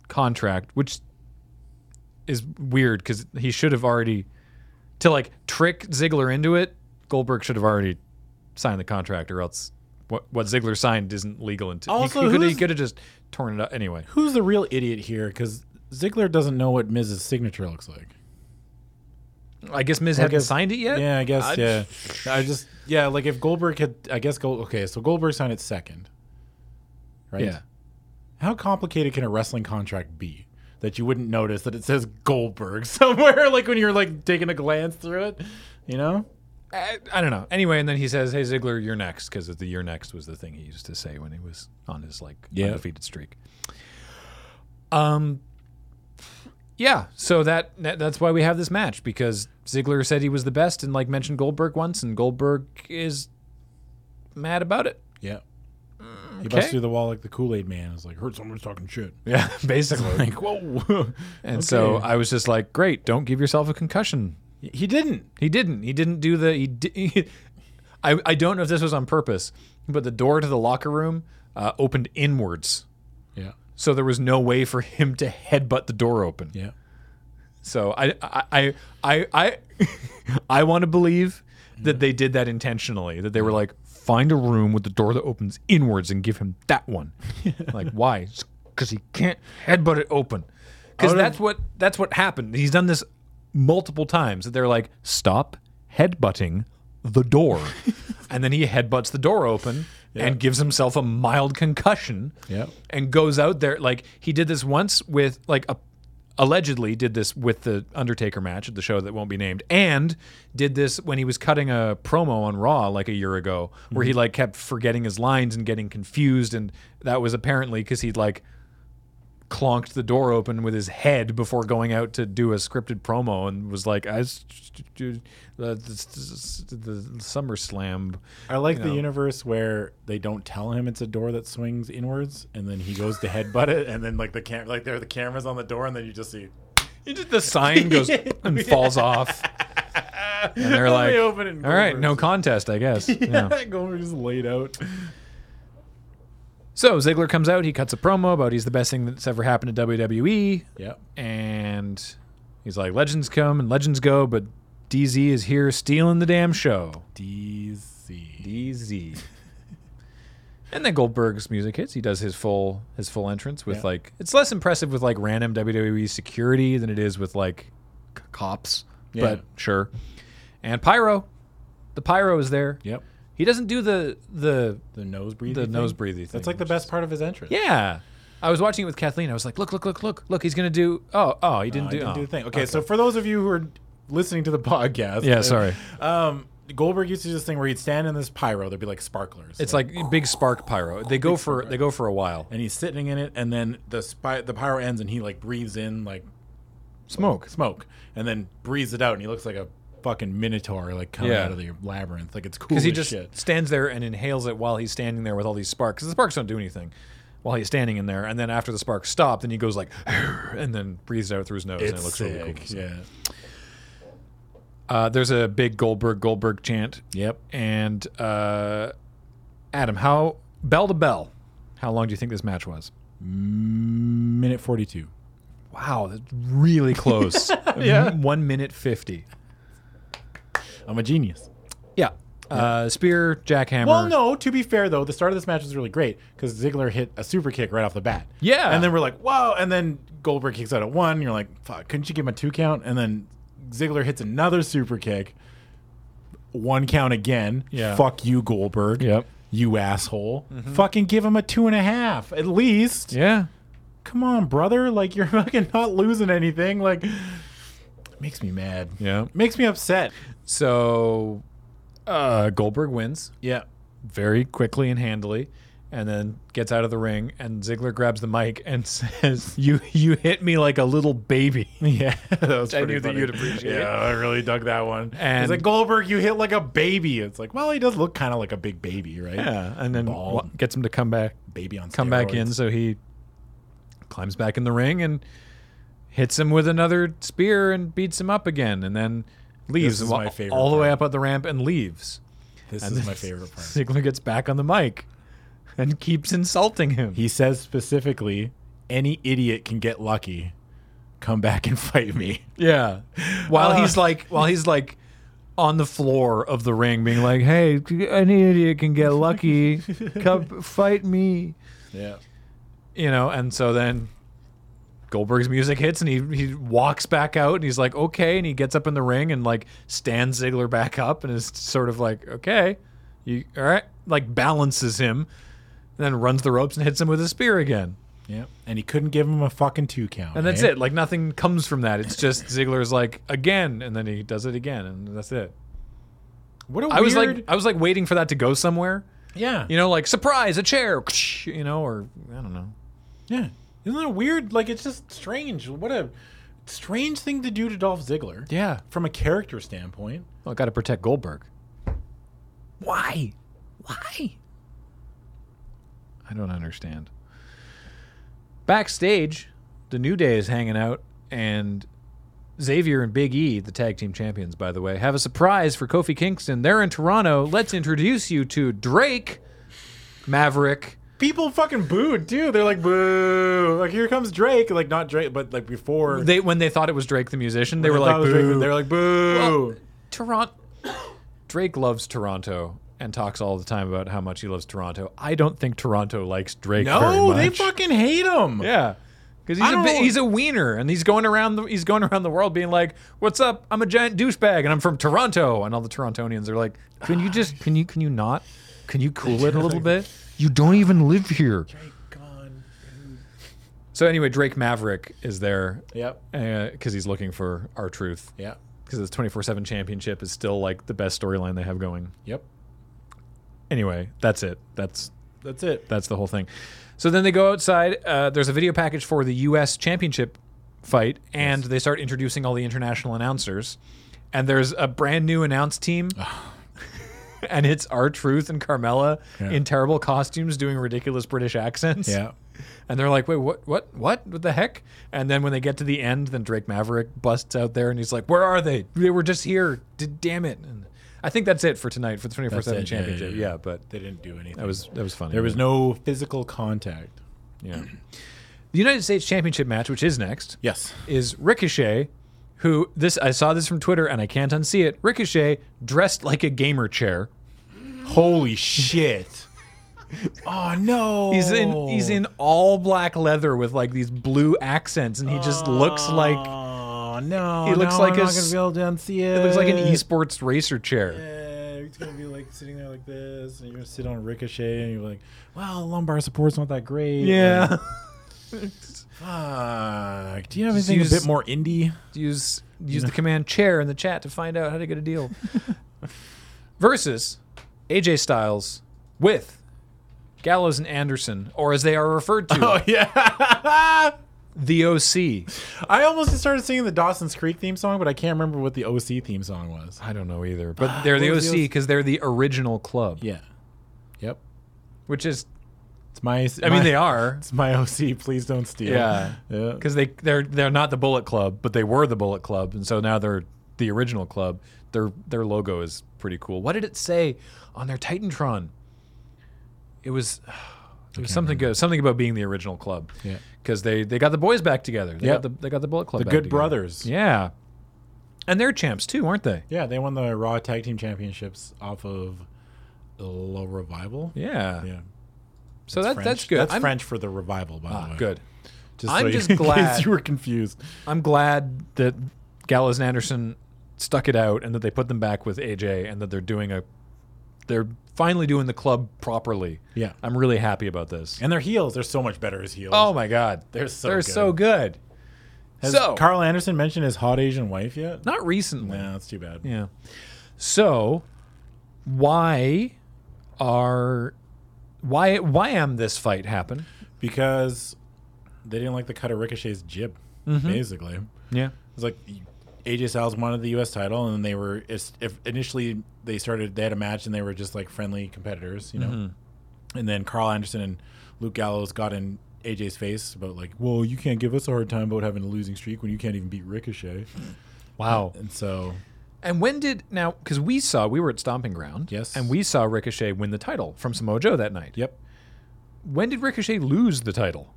S1: contract, which is weird because he should have already, to like trick Ziggler into it, Goldberg should have already signed the contract or else. What, what Ziggler signed isn't legal until
S2: Also,
S1: he, he could- he
S2: who's-
S1: could have just torn it up anyway.
S2: Who's the real idiot here? Because Ziggler doesn't know what Miz's signature looks like.
S1: I guess Miz
S2: I
S1: hadn't
S2: guess-
S1: signed it yet.
S2: Yeah, I guess.
S1: I-
S2: yeah, I just yeah, like if Goldberg had, I guess Gold. Okay, so Goldberg signed it second, right?
S1: Yeah.
S2: How complicated can a wrestling contract be that you wouldn't notice that it says Goldberg somewhere? Like when you're like taking a glance through it, you know?
S1: I, I don't know. Anyway, and then he says, "Hey Ziggler, you're next," because the "you're next" was the thing he used to say when he was on his like
S2: Yeah.
S1: undefeated streak. Um, yeah. So that that- that's why we have this match because Ziggler said he was the best and like mentioned Goldberg once, and Goldberg is mad about it.
S2: Yeah. He
S1: Okay.
S2: busts through the wall like the Kool Aid Man. It's like heard someone's talking shit.
S1: Yeah, basically.
S2: Like whoa.
S1: and so
S2: okay.
S1: I was just like, "Great, don't give yourself a concussion."
S2: he didn't.
S1: He didn't. He didn't do the. He, di- I, I don't know if this was on purpose, but the door to the locker room uh, opened inwards.
S2: Yeah.
S1: So there was no way for him to headbutt the door open.
S2: Yeah.
S1: So I I I I I, I want to believe that they did that intentionally. That they were like, find a room with the door that opens inwards and give him that one. like why? Because he can't headbutt it open. Because
S2: would've-
S1: that's what that's what happened. He's done this multiple times. That they're like, stop headbutting the door, and then he headbutts the door open and gives himself a mild concussion
S2: Yeah.
S1: and goes out there like he did this once with like a allegedly did this with the Undertaker match at the show that won't be named and did this when he was cutting a promo on Raw like a year ago where he like kept forgetting his lines and getting confused and that was apparently cuz he'd like clonked the door open with his head before going out to do a scripted promo and was like I s- the, the, the Summer Slam
S2: I like the
S1: know.
S2: universe where they don't tell him it's a door that swings inwards, and then he goes to headbutt it, and then like the cam- like there are the cameras on the door, and then you just see
S1: the sign goes and falls off. And they're like,
S2: They open it and
S1: all right,
S2: Goldberg's
S1: no
S2: just-
S1: contest, I guess. Yeah.
S2: Goldberg just laid out.
S1: So Ziggler comes out, he cuts a promo about he's the best thing that's ever happened to WWE,
S2: Yeah.
S1: and he's like, legends come and legends go, but DZ is here stealing the damn show.
S2: DC.
S1: DZ. and then Goldberg's music hits. He does his full his full entrance with
S2: Yeah.
S1: like it's less impressive with like random WWE security than it is with like c- cops.
S2: Yeah.
S1: But sure. And Pyro. The Pyro is there.
S2: Yep.
S1: He doesn't do the the
S2: The nose breathing.
S1: the
S2: thing?
S1: nose breathy thing.
S2: That's like the
S1: which-
S2: best part of his entrance.
S1: Yeah. I was watching it with Kathleen. I was like, look, look, look, look, look. He's gonna do. Oh, oh, he didn't
S2: I
S1: do.
S2: didn't
S1: oh.
S2: do the thing. Okay, so for those of you who are listening to the podcast, uh,
S1: Yeah, sorry.
S2: Um, Goldberg used to do this thing where he'd stand in this pyro. There'd be like sparklers.
S1: it's like big spark pyro. They go for they go for a while.
S2: and he's sitting in it, and then the spy- the pyro ends, and he like breathes in like
S1: Smoke.
S2: smoke, and then breathes it out, and he looks like a fucking minotaur like coming
S1: Yeah.
S2: out of the labyrinth. Like it's cool
S1: because
S2: as
S1: he just
S2: shit.
S1: stands there and inhales it while he's standing there with all these sparks. 'Cause the sparks don't do anything while he's standing in there. And then after the sparks stop, then he goes like, and then breathes out through his nose, and it
S2: It's
S1: looks
S2: sick.
S1: really cool.
S2: yeah.
S1: Uh, there's a big Goldberg Goldberg chant,
S2: Yep.
S1: and uh, Adam, how bell to bell, how long do you think this match was?
S2: Minute forty-two.
S1: Wow, that's really close. yeah, one minute fifty.
S2: I'm a genius.
S1: Yeah, uh, spear, jackhammer.
S2: Well, no. To be fair, though, the start of this match was really great because Ziggler hit a super kick right off the bat.
S1: Yeah.
S2: and then we're like, whoa! And then Goldberg kicks out at one. You're like, fuck! Couldn't you give him a two count? And then Ziggler hits another super kick, one count again.
S1: Yeah.
S2: Fuck you, Goldberg.
S1: Yep. Mm-hmm.
S2: You asshole. Fucking give him a two and a half at least.
S1: Yeah.
S2: Come on, brother. Like you're fucking not losing anything. Like, makes me mad.
S1: Yeah.
S2: Makes me upset.
S1: So, uh, Goldberg wins.
S2: Yeah.
S1: very quickly and handily and then gets out of the ring and Ziggler grabs the mic and says, "You you hit me like a little baby."
S2: Yeah, that was
S1: I
S2: pretty
S1: knew that
S2: funny.
S1: you'd appreciate it.
S2: Yeah, I really dug that one. And
S1: And-
S2: He's like Goldberg, you hit like a baby. It's like, well, he does look kind of like a big baby, right?
S1: Yeah, and then
S2: Bald.
S1: wa- gets him to come back
S2: baby on
S1: come back in
S2: steroids.
S1: so he climbs back in the ring and hits him with another spear and beats him up again and then leaves
S2: This is
S1: wa-
S2: my favorite
S1: all the way
S2: part.
S1: up on the ramp and leaves.
S2: This
S1: And
S2: is
S1: then
S2: my favorite part.
S1: Ziggler gets back on the mic and keeps insulting him.
S2: He says specifically, any idiot can get lucky. Come back and fight me.
S1: Yeah. While
S2: Uh.
S1: he's like, while he's like on the floor of the ring, being like, "Hey, any idiot can get lucky. Come fight me,"
S2: Yeah.
S1: you know. And so then Goldberg's music hits, and he he walks back out, and he's like, "Okay," and he gets up in the ring and like stands Ziggler back up, and is sort of like, "Okay, you all right?" Like balances him, and then runs the ropes and hits him with a spear again.
S2: Yeah. And he couldn't give him a fucking two count.
S1: And that's
S2: eh?
S1: it. Like nothing comes from that. It's just Ziggler's like again, and then he does it again, and that's it.
S2: What a
S1: I
S2: weird.
S1: was like, I was like waiting for that to go somewhere.
S2: yeah.
S1: You know, like surprise, a chair. You know, or I don't know.
S2: Yeah. Isn't that weird? Like, it's just strange. What a strange thing to do to Dolph Ziggler.
S1: Yeah,
S2: From a character standpoint.
S1: well, got to protect Goldberg. Why? Why? I don't understand. Backstage, the New Day is hanging out, and Xavier and Big E, the tag team champions, by the way, have a surprise for Kofi Kingston. They're in Toronto. Let's introduce you to Drake Maverick.
S2: People fucking booed too. They're like, "Boo!" Like, here comes Drake. Like, not Drake, but like before
S1: They when they thought it was Drake the musician, they were like,
S2: thought it was Drake,
S1: "Boo!"
S2: they were like, "Boo!"
S1: Toronto. Drake loves Toronto and talks all the time about how much he loves Toronto. I don't think Toronto likes Drake very
S2: no,
S1: much.
S2: they fucking hate him.
S1: yeah. Because
S2: I
S1: he's a
S2: don't
S1: bi-
S2: know.
S1: he's a wiener and he's going around the he's going around the world being like, "What's up? I'm a giant douchebag and I'm from Toronto." And all the Torontonians are like, "Can you just can you can you not? Can you cool it a little bit? You don't even live here."
S2: Come on.
S1: So anyway, Drake Maverick is there
S2: Yep.
S1: because he's looking for our truth
S2: Yeah.
S1: because this 24/7 championship is still like the best storyline they have going.
S2: Yep.
S1: anyway, that's it. That's
S2: That's it.
S1: that's the whole thing. So then they go outside. Uh, there's a video package for the U.S. Championship fight, and they start introducing all the international announcers. And there's a brand new announce team, and it's our Truth and Carmella
S2: Yeah.
S1: in terrible costumes doing ridiculous British accents.
S2: Yeah.
S1: And they're like, wait, what, what, what, what the heck? And then when they get to the end, then Drake Maverick busts out there and he's like, where are they? They were just here. D- damn it. And I think that's it for tonight for the 24 7
S2: That's it. Yeah, yeah,
S1: championship.
S2: yeah.
S1: yeah, but
S2: They didn't do anything.
S1: that was that was funny.
S2: there was no physical contact.
S1: yeah. The United States Championship match, which is next,
S2: Yes.
S1: is Ricochet, who this I saw this from Twitter and I can't unsee it. Ricochet dressed like a gamer chair.
S2: Holy shit. oh no.
S1: He's in
S2: Oh.
S1: he's in all black leather with like these blue accents, and he just looks like
S2: Oh no.
S1: He looks
S2: no,
S1: like
S2: I'm
S1: a
S2: not gonna
S1: s-
S2: be able to unsee it.
S1: it looks like an esports racer chair.
S2: Yeah, It's gonna be like sitting there like this, and you're gonna sit on ricochet, and you're like, "Well, lumbar support's not that great." Like, Fuck. Do you have
S1: Just
S2: anything
S1: use-
S2: a bit more indie?
S1: use use the command chair in the chat to find out how to get a deal. Versus AJ Styles with Gallows and Anderson, or as they are referred
S2: Oh,
S1: to,
S2: yeah.
S1: the OC.
S2: I almost started singing the Dawson's Creek theme song, but I can't remember what the OC theme song was.
S1: I don't know either, but they're the
S2: What was
S1: OC
S2: the
S1: because they're the original club,
S2: Yeah. Yep.
S1: which is
S2: It's my.
S1: I mean they are
S2: It's my OC. Please don't steal.
S1: Yeah.
S2: Yeah.
S1: because they they're they're not the Bullet Club, but they were the Bullet Club, and so now they're the original club. Their their logo is pretty cool. What did it say on their Titantron? It was it was something good, something about being the original club.
S2: Yeah.
S1: because they they got the boys back together. They
S2: Yep.
S1: got the they got the Bullet Club.
S2: The
S1: back
S2: Good
S1: together.
S2: Brothers.
S1: Yeah, and they're champs too, aren't they?
S2: Yeah, They won the Raw Tag Team Championships off of La Revival.
S1: Yeah.
S2: Yeah.
S1: so that
S2: French.
S1: that's good.
S2: That's
S1: I'm,
S2: French for the revival, by
S1: Ah,
S2: the way.
S1: good.
S2: Just
S1: I'm
S2: so you-
S1: just
S2: in case
S1: glad-
S2: you were confused.
S1: I'm glad that Gallows and Anderson stuck it out and that they put them back with AJ and that they're doing a they're finally doing the club properly.
S2: Yeah.
S1: I'm really happy about this.
S2: Uh, And their heels, they're so much better as heels.
S1: Oh my god.
S2: They're so
S1: they're
S2: good.
S1: so good.
S2: Has
S1: so
S2: Carl Anderson mentioned his hot Asian wife yet?
S1: not recently.
S2: Nah, that's too bad.
S1: Yeah. So why are why why am this fight happen?
S2: Because they didn't like the cut of Ricochet's jib,
S1: Mm-hmm.
S2: basically.
S1: Yeah.
S2: It's like AJ Styles wanted the U.S. title, and they were it's, if initially they started they had a match and they were just like friendly competitors, you know.
S1: Mm-hmm.
S2: And then Carl Anderson and Luke Gallows got in AJ's face about like, well, you can't give us a hard time about having a losing streak when you can't even beat Ricochet.
S1: Wow.
S2: And so
S1: And when did now cuz we saw we were at Stomping Ground.
S2: Yes.
S1: And we saw Ricochet win the title from Samoa Joe that night.
S2: yep,
S1: When did Ricochet lose the title?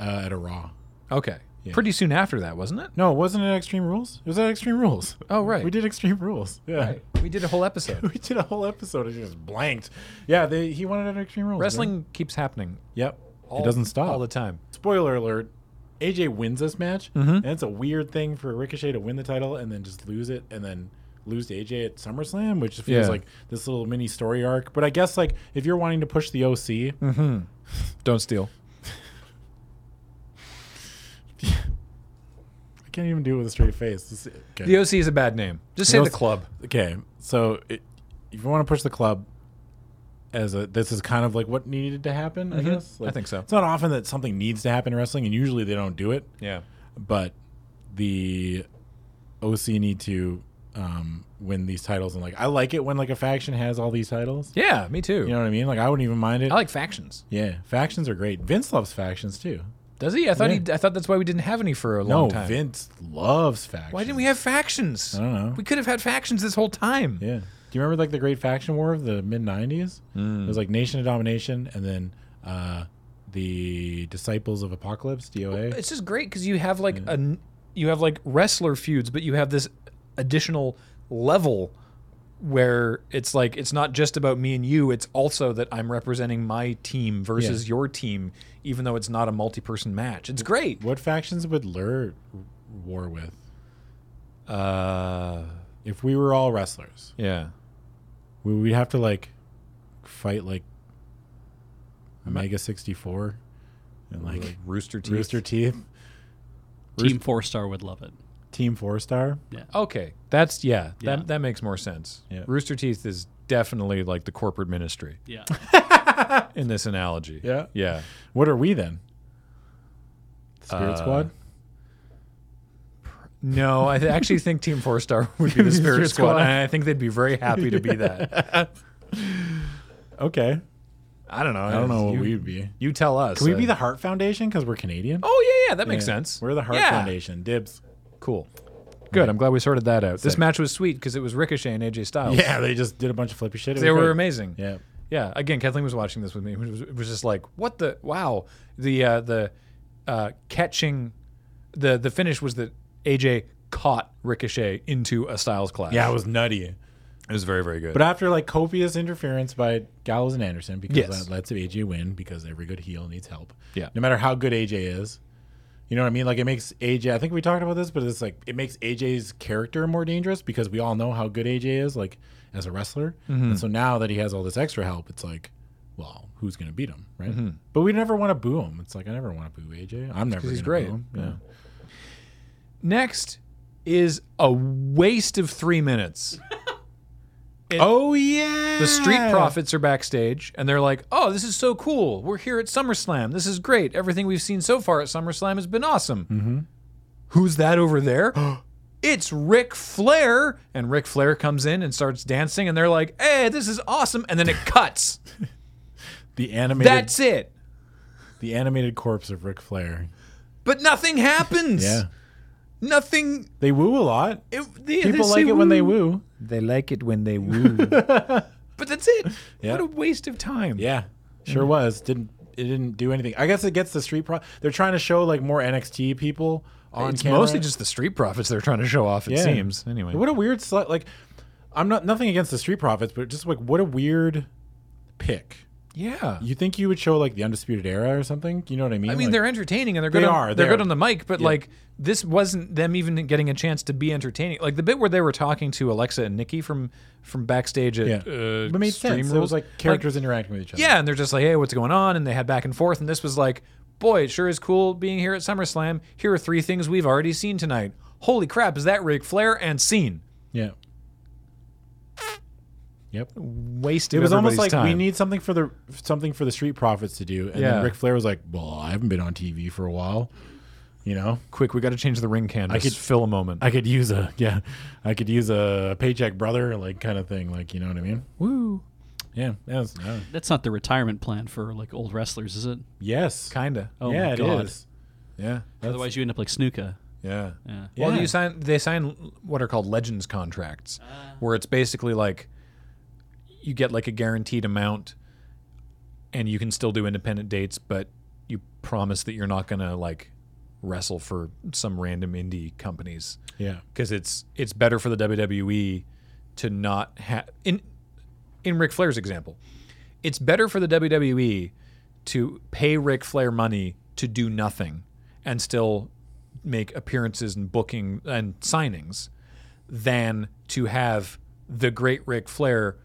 S2: uh, at a Raw.
S1: Okay.
S2: Yeah.
S1: Pretty soon after that, wasn't it?
S2: No, it wasn't at Extreme Rules. It was at Extreme Rules.
S1: Oh, right.
S2: we did Extreme Rules. Yeah.
S1: Right. We did a whole episode.
S2: We did a whole episode and it just blanked. Yeah, they, he wanted an Extreme Rules. right?
S1: Wrestling keeps happening.
S2: Yep.
S1: all-
S2: it doesn't stop.
S1: all the time.
S2: spoiler alert AJ wins this match,
S1: Mm-hmm.
S2: and it's a weird thing for Ricochet to win the title and then just lose it and then lose to AJ at SummerSlam, which feels
S1: Yeah.
S2: like this little mini story arc. But I guess like if you're wanting to push the OC,
S1: Don't steal.
S2: I can't even do it with a straight face. This- okay.
S1: The OC is a bad name. Just say
S2: No,
S1: the
S2: it's-
S1: club.
S2: okay, so it, if you want to push the club. As a, this is kind of like what needed to happen, I guess.
S1: Mm-hmm. I
S2: Like,
S1: think so.
S2: It's not often that something needs to happen in wrestling, and usually they don't do it.
S1: Yeah.
S2: but the OC need to um, win these titles. And like, I like it when like a faction has all these titles.
S1: Yeah, me too.
S2: You know what I mean? Like, I wouldn't even mind it.
S1: I like factions.
S2: yeah, factions are great. Vince loves factions too.
S1: Does he? I thought
S2: Yeah.
S1: he. I thought that's why we didn't have any for a long
S2: No,
S1: time.
S2: Vince loves factions.
S1: Why didn't we have factions?
S2: I don't know.
S1: We could have had factions this whole time.
S2: Yeah. Do you remember like the Great Faction War of the mid '90s?
S1: Mm.
S2: It was like Nation of Domination, and then uh, the Disciples of Apocalypse (DOA).
S1: It's just great because you have like a n- you have like wrestler feuds, but you have this additional level where it's like it's not just about me and you. It's also that I'm representing my team versus your team, even though it's not a multi-person match. It's great.
S2: what factions would Lur war with
S1: Uh,
S2: if we were all wrestlers?
S1: yeah.
S2: We would have to like fight like Omega sixty four and like,
S1: Rooster Teeth.
S2: Rooster Teeth,
S4: Team Four Star would love it.
S2: Team Four Star.
S1: Okay, that's yeah,
S4: Yeah.
S1: That that makes more sense.
S2: Yeah.
S1: Rooster Teeth is definitely like the corporate ministry
S4: Yeah.
S1: in this analogy.
S2: Yeah.
S1: Yeah.
S2: What are we then? Spirit
S1: Uh,
S2: Squad.
S1: No, I th- actually think Team Four Star would be the Spirit
S2: Spirit
S1: Squad,
S2: Squad.
S1: and I think they'd be very happy to be that.
S2: Okay.
S1: I don't know.
S2: I don't know what
S1: you,
S2: we'd be.
S1: You tell us.
S2: Can we
S1: Uh,
S2: be the Heart Foundation because we're Canadian?
S1: Oh yeah, yeah, that makes
S2: Yeah.
S1: sense.
S2: We're the Heart
S1: Yeah.
S2: Foundation. Dibs.
S1: Cool. Good. I'm glad we sorted that out. This
S2: Sick.
S1: match was sweet because it was Ricochet and AJ Styles.
S2: Yeah, they just did a bunch of flippy shit. It
S1: They
S2: was
S1: were
S2: great.
S1: amazing.
S2: Yeah.
S1: Yeah, again, Kathleen was watching this with me. It was, it was just like, what the wow, the uh, the uh, catching, the the finish was that AJ caught Ricochet into a Styles clash.
S2: Yeah, it was nutty.
S1: it was very very good.
S2: But after like copious interference by Gallows and Anderson, because
S1: Yes.
S2: that lets AJ win because every good heel needs help.
S1: Yeah.
S2: No matter how good AJ is. You know what I mean? Like it makes AJ I think we talked about this, but it's like it makes AJ's character more dangerous because we all know how good AJ is, like as a wrestler.
S1: Mm-hmm.
S2: And so now that he has all this extra help, it's like, well, who's gonna beat him, right?
S1: Mm-hmm.
S2: But we never want to boo him. It's like I never want to boo AJ. I'm never
S1: he's
S2: gonna
S1: great.
S2: boo him. Yeah.
S1: Next is a waste of three minutes.
S2: Oh yeah.
S1: The Street Profits are backstage, and they're like, "Oh, this is so cool! We're here at SummerSlam. This is great. Everything we've seen so far at SummerSlam has been awesome." Mm-hmm. Who's that over there? it's Ric Flair, and Ric Flair comes in and starts dancing, and they're like, "Hey, this is awesome!" And then it cuts.
S2: The animated
S1: That's it.
S2: the animated corpse of Ric Flair.
S1: But nothing happens.
S2: Yeah.
S1: Nothing.
S2: They woo a lot.
S1: It, they, they
S2: People
S1: say
S2: like it when they
S1: woo.
S2: woo.
S1: They like it when they woo. but that's it.
S2: Yeah.
S1: What a waste of time.
S2: Yeah.
S1: Mm.
S2: Sure was. Didn't it didn't do anything. I guess it gets the street pro they're trying to show like more NXT people on
S1: It's
S2: camera.
S1: mostly just the street profits they're trying to show off. It
S2: Yeah.
S1: seems anyway.
S2: What a weird sli- like I'm not nothing against the street profits, but just like what a weird pick.
S1: Yeah.
S2: You think you would show like the Undisputed Era or something? You know what I mean?
S1: I mean,
S2: Like,
S1: they're entertaining and they're good.
S2: They
S1: on,
S2: are,
S1: They're
S2: they're-
S1: good on the mic, but like this wasn't them even getting a chance to be entertaining. Like the bit where they were talking to Alexa and Nikki from from backstage at
S2: yeah.
S1: uh,
S2: but it made
S1: Extreme
S2: sense. It
S1: Rules.
S2: was like characters interacting with each other.
S1: yeah, and they're just like, hey, what's going on? And they had back and forth, and this was like, boy, it sure is cool being here at SummerSlam. Here are three things we've already seen tonight. Holy crap, is that Ric Flair and scene?
S2: Yeah. Yep.
S1: Wasted.
S2: It was almost like
S1: everybody's time.
S2: we need something for the something for the street profits to do, and
S1: Yeah.
S2: then Ric Flair was like, "Well, I haven't been on TV for a while, you know.
S1: quick. We got to change the ring canvas. I could
S2: could-
S1: fill a moment.
S2: I could use a yeah, I could use a paycheck, brother, like kind of thing, like you know what I mean?
S1: Woo.
S2: Yeah, that was- uh,
S4: That's not the retirement plan for like old wrestlers, is it?
S2: yes,
S1: Kinda.
S4: Oh
S2: yeah,
S4: my
S2: it
S4: god.
S2: is. Yeah,
S4: Otherwise you end up like Snuka.
S1: Yeah.
S4: Yeah.
S1: Well,
S2: Yeah.
S1: you sign. They sign what are called legends contracts, where it's basically like you get like a guaranteed amount, and you can still do independent dates, but you promise that you're not gonna like wrestle for some random indie companies
S2: yeah,
S1: because it's it's better for the WWE to not have in in Ric Flair's example, it's better for the WWE to pay Ric Flair money to do nothing and still make appearances and booking and signings than to have the great Ric Flair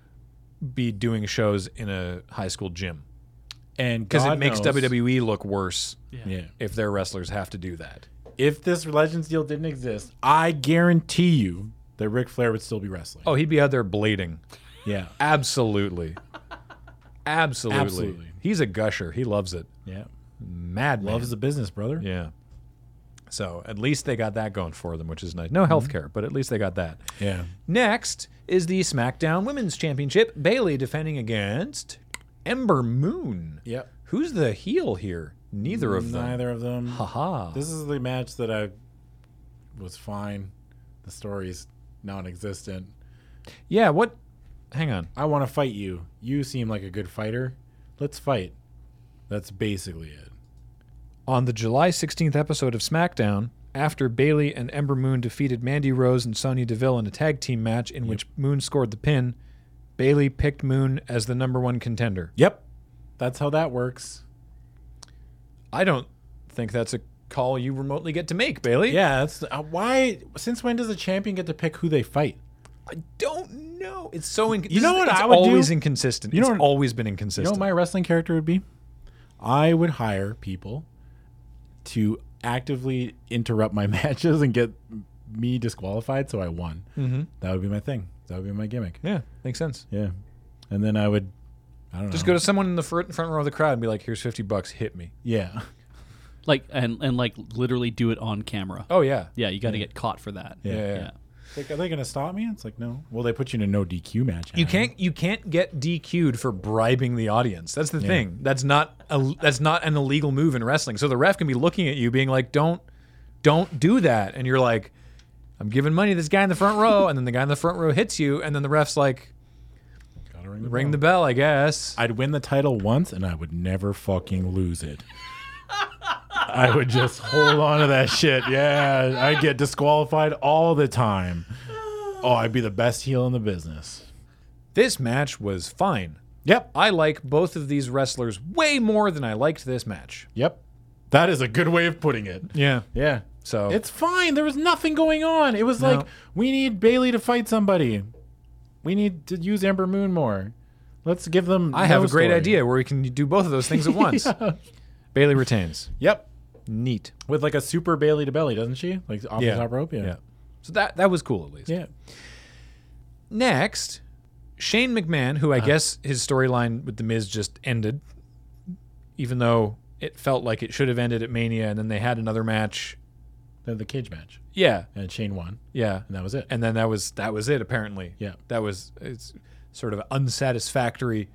S1: be doing shows in a high school gym
S2: and
S1: because it
S2: God
S1: makes
S2: knows-
S1: WWE look worse
S2: Yeah,
S1: if their wrestlers have to do that.
S2: if this Legends deal didn't exist, I guarantee you that Ric Flair would still be wrestling.
S1: Oh, he'd be out there bleeding.
S2: yeah,
S1: Absolutely. Absolutely.
S2: Absolutely.
S1: He's a gusher. He loves it.
S2: yeah,
S1: Madman.
S2: loves the business, brother.
S1: Yeah. So at least they got that going for them, which is nice. No
S2: Mm-hmm.
S1: health care, but at least they got that.
S2: yeah.
S1: Next is the SmackDown Women's Championship. Bailey defending against Ember Moon.
S2: Yep.
S1: Who's the heel here? Neither of them.
S2: Neither of them.
S1: Haha.
S2: This is the match that I was fine. The story's non-existent.
S1: Yeah, what? Hang on.
S2: I want to fight you. You seem like a good fighter. Let's fight. That's basically it.
S1: On the July 16th episode of SmackDown, after Bailey and Ember Moon defeated Mandy Rose and Sonya Deville in a tag team match in which Moon scored the pin, Bailey picked Moon as the number one contender.
S2: Yep. That's how that works.
S1: I don't think that's a call you remotely get to make, Bailey.
S2: Yeah, that's uh, why. Since when does a champion get to pick who they fight?
S1: I don't know. It's so inc-
S2: You know
S1: this is-
S2: what
S1: it's
S2: I would do?
S1: always inconsistent.
S2: You know
S1: it's
S2: what-
S1: always been
S2: You know
S1: inconsistent.
S2: what my wrestling character would be? I would hire people to actively interrupt my matches and get me disqualified so I won. Mm-hmm. That would be my thing. That would be my gimmick.
S1: yeah, makes sense.
S2: Yeah. And then I would, I don't
S1: Just go
S2: know.
S1: to someone in the front, front row of the crowd and be like, "Here's fifty bucks. Hit me."
S2: Yeah.
S4: Like and and like literally do it on camera.
S1: Oh yeah.
S4: Yeah, you got to get caught for that.
S1: Yeah, yeah.
S2: Like, are they going to stop me? It's like, no. Well, they put you in a no DQ match.
S1: You
S2: Adam.
S1: can't you can't get DQ'd for bribing the audience. That's the thing. That's not a, that's not an illegal move in wrestling. So the ref can be looking at you, being like, "Don't don't do that," and you're like, "I'm giving money to this guy in the front row," and then the guy in the front row hits you, and then the ref's like,
S2: Gotta ring the
S1: "Ring
S2: bell.
S1: the bell, I guess."
S2: I'd win the title once and I would never fucking lose it. I would just hold on to that shit. Yeah, I'd get disqualified all the time. Oh, I'd be the best heel in the business.
S1: This match was fine.
S2: Yep.
S1: I like both of these wrestlers way more than I liked this match.
S2: Yep. That is a good way of putting it.
S1: Yeah.
S2: Yeah.
S1: So
S2: It's fine. There was nothing going on. It was
S1: No.
S2: like, we need Bailey to fight somebody. We need to use Amber Moon more. Let's give them.
S1: I have
S2: no
S1: a great
S2: story.
S1: idea where we can do both of those things at once. Bailey retains.
S2: Yep.
S1: Neat.
S2: With like a super Bailey to belly, doesn't she? Like off
S1: Yeah.
S2: the top rope?
S1: Yeah. So that that was cool at least.
S2: Yeah.
S1: Next, Shane McMahon, who I guess his storyline with The Miz just ended, even though it felt like it should have ended at Mania, and then they had another match.
S2: the, the cage match,
S1: Yeah,
S2: and Shane won,
S1: yeah,
S2: and that was it.
S1: and then that was that was it. Apparently,
S2: Yeah.
S1: that was it's sort of unsatisfactory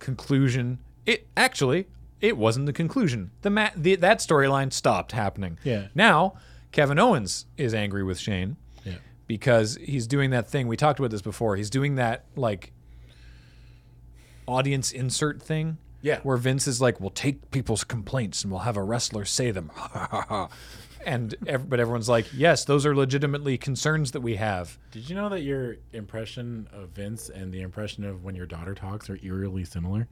S1: conclusion. It actually it wasn't the conclusion. The, ma- the that storyline stopped happening.
S2: Yeah.
S1: Now Kevin Owens is angry with Shane.
S2: yeah,
S1: because he's doing that thing. We talked about this before. He's doing that like audience insert thing.
S2: Yeah.
S1: Where Vince is like, we'll take people's complaints and we'll have a wrestler say them. and ev- but everyone's like, yes, those are legitimately concerns that we have.
S2: Did you know that your impression of Vince and the impression of when your daughter talks are eerily similar?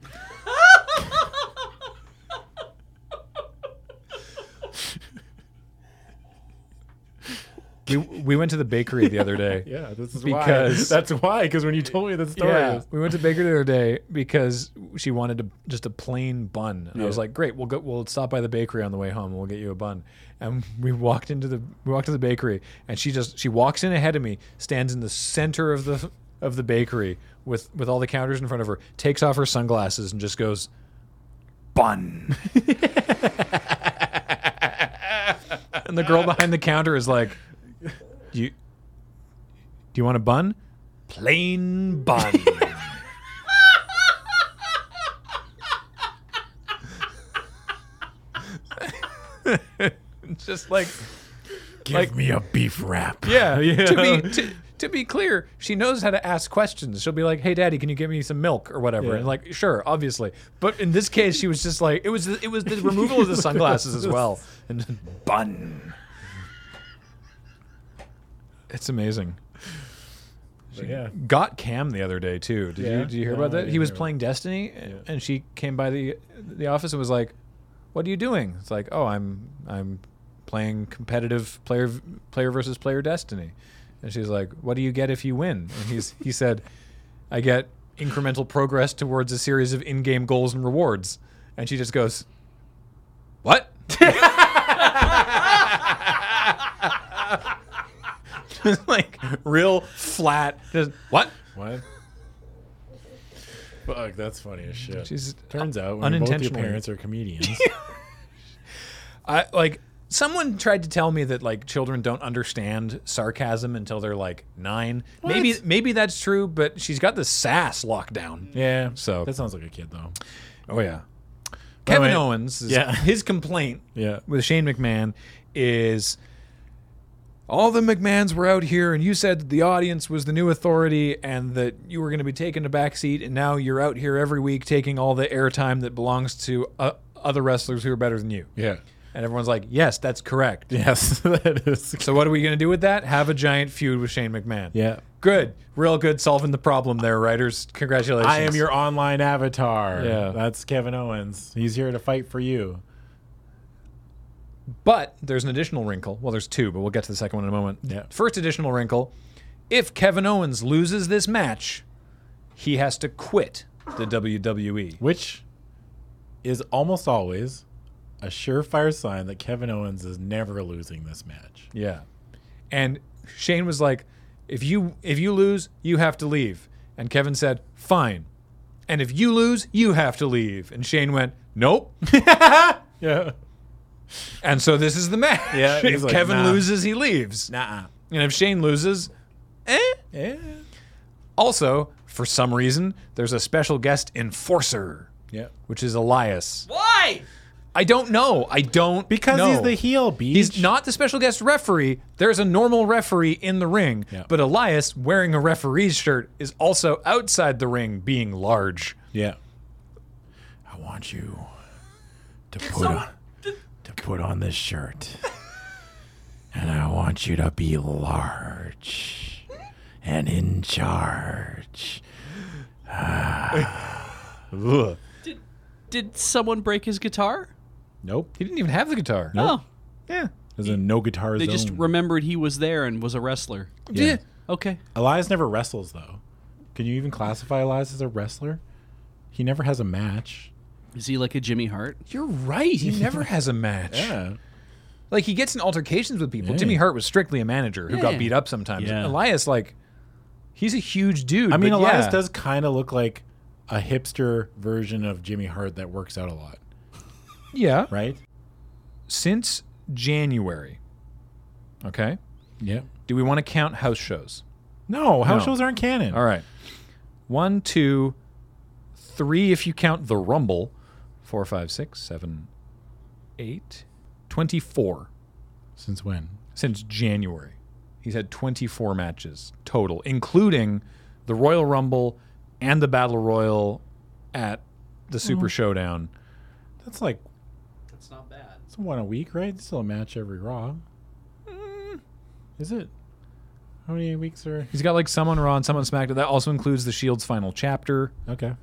S1: We, we went to the bakery the other day.
S2: Yeah, this is
S1: Because-
S2: That's why. Because when you told me the story, I
S1: Yeah,
S2: was-
S1: we went to Baker the other day because she wanted to, just a plain bun, and I was like, "Great, we'll go. We'll stop by the bakery on the way home, and we'll get you a bun." And we walked into the we walked to the bakery, and she just she walks in ahead of me, stands in the center of the of the bakery with with all the counters in front of her, takes off her sunglasses, and just goes, "Bun." and the girl behind the counter is like, "You." Do you want a bun? Plain bun. Just like
S2: give
S1: like-
S2: me a beef wrap.
S1: yeah, yeah. To be to, to be clear, she knows how to ask questions. She'll be like, "Hey, Daddy, can you get me some milk or whatever?"
S2: Yeah.
S1: And like, sure, obviously. But in this case, she was just like, it was the, it was the removal of the sunglasses as well, and just bun. It's amazing.
S2: But yeah.
S1: got Cam the other day too. Did
S2: Yeah?
S1: you did you hear
S2: No,
S1: about
S2: I
S1: that?
S2: didn't
S1: He was
S2: hear about
S1: playing Destiny, and she came by the the office and was like, "What are you doing?" It's like, "Oh, I'm I'm playing competitive player v- player versus player Destiny," and she's like, "What do you get if you win?" And he's he said, "I get incremental progress towards a series of in-game goals and rewards," and she just goes, "What?" Just like real flat. Just what?
S2: What? Fuck, that's funny as shit.
S1: She's
S2: Turns out, when both your
S1: unintentionally.
S2: parents are comedians.
S1: I like someone tried to tell me that like children don't understand sarcasm until they're like nine. Maybe
S2: What?
S1: maybe that's true, but she's got the sass locked down.
S2: yeah.
S1: So-
S2: that sounds like a kid though.
S1: Oh yeah. Kevin
S2: wait.
S1: Owens, is-
S2: Yeah.
S1: his complaint
S2: Yeah.
S1: with Shane McMahon is all the McMahons were out here, and you said that the audience was the new authority, and that you were going to be taking a back seat, and now you're out here every week taking all the airtime that belongs to uh, other wrestlers who are better than you.
S2: Yeah.
S1: And everyone's like, "Yes, that's correct."
S2: Yes, that is.
S1: So what are we going to do with that? Have a giant feud with Shane McMahon.
S2: Yeah.
S1: Good, real good, solving the problem there, writers. Congratulations.
S2: I am your online avatar.
S1: Yeah.
S2: That's Kevin Owens. He's here to fight for you.
S1: But there's an additional wrinkle. Well, there's two, but we'll get to the second one in a moment.
S2: Yeah.
S1: First additional wrinkle if Kevin Owens loses this match, he has to quit the E. WWE.
S2: Which is almost always a surefire sign that Kevin Owens is never losing this match.
S1: Yeah. And Shane was like, if you if you lose, you have to leave. And Kevin said, "Fine." And if you lose, you have to leave. And Shane went, "Nope."
S2: Yeah.
S1: and so this is the match.
S2: Yeah, he's
S1: if
S2: like,
S1: Kevin
S2: nah.
S1: loses, he leaves.
S2: Nah.
S1: And if Shane loses, eh?
S2: Yeah.
S1: Also, for some reason, there's a special guest enforcer,
S2: Yeah.
S1: which is Elias.
S4: Why?
S1: I don't know. I don't
S2: Because
S1: know.
S2: he's the heel, beach.
S1: He's not the special guest referee. There's a normal referee in the ring,
S2: Yeah.
S1: but Elias, wearing a referee's shirt, is also outside the ring, being large.
S2: Yeah. I want you to put on to put on this shirt. and I want you to be large and in charge.
S1: Ugh.
S4: Did someone break his guitar?
S2: Nope.
S1: He didn't even have the guitar.
S4: No.
S1: Yeah.
S2: There's a no guitar
S4: They
S2: zone.
S4: just remembered he was there and was a wrestler.
S1: Yeah.
S4: Okay.
S2: Elias never wrestles though. Can you even classify Elias as a wrestler? He never has a match.
S4: Is he like a Jimmy Hart?
S1: You're right. He never has a match. Like he gets in altercations with people.
S2: Yeah.
S1: Jimmy Hart was strictly a manager who got
S4: Yeah.
S1: beat up sometimes.
S2: Yeah.
S1: Elias, like, he's a huge dude.
S2: I mean,
S1: but
S2: Elias
S1: yeah.
S2: does kind of look like a hipster version of Jimmy Hart that works out a lot,
S1: Yeah.
S2: right?
S1: Since January, okay,
S2: Yeah.
S1: do we want to count house shows?
S2: No, house
S1: No.
S2: shows aren't canon.
S1: All right. One, two, three, if you count the Rumble. Four, five, six, seven, eight, 24
S2: Since when?
S1: since January. He's had 24 matches total, including the Royal Rumble and the Battle Royal at the Super
S2: Oh.
S1: Showdown.
S2: That's like
S4: That's not bad.
S2: it's one a week, right? It's still a match every Raw. Mm. Is it? How many weeks are?
S1: He's got like some on Raw and some on SmackDown. That also includes the Shield's final chapter.
S2: Okay.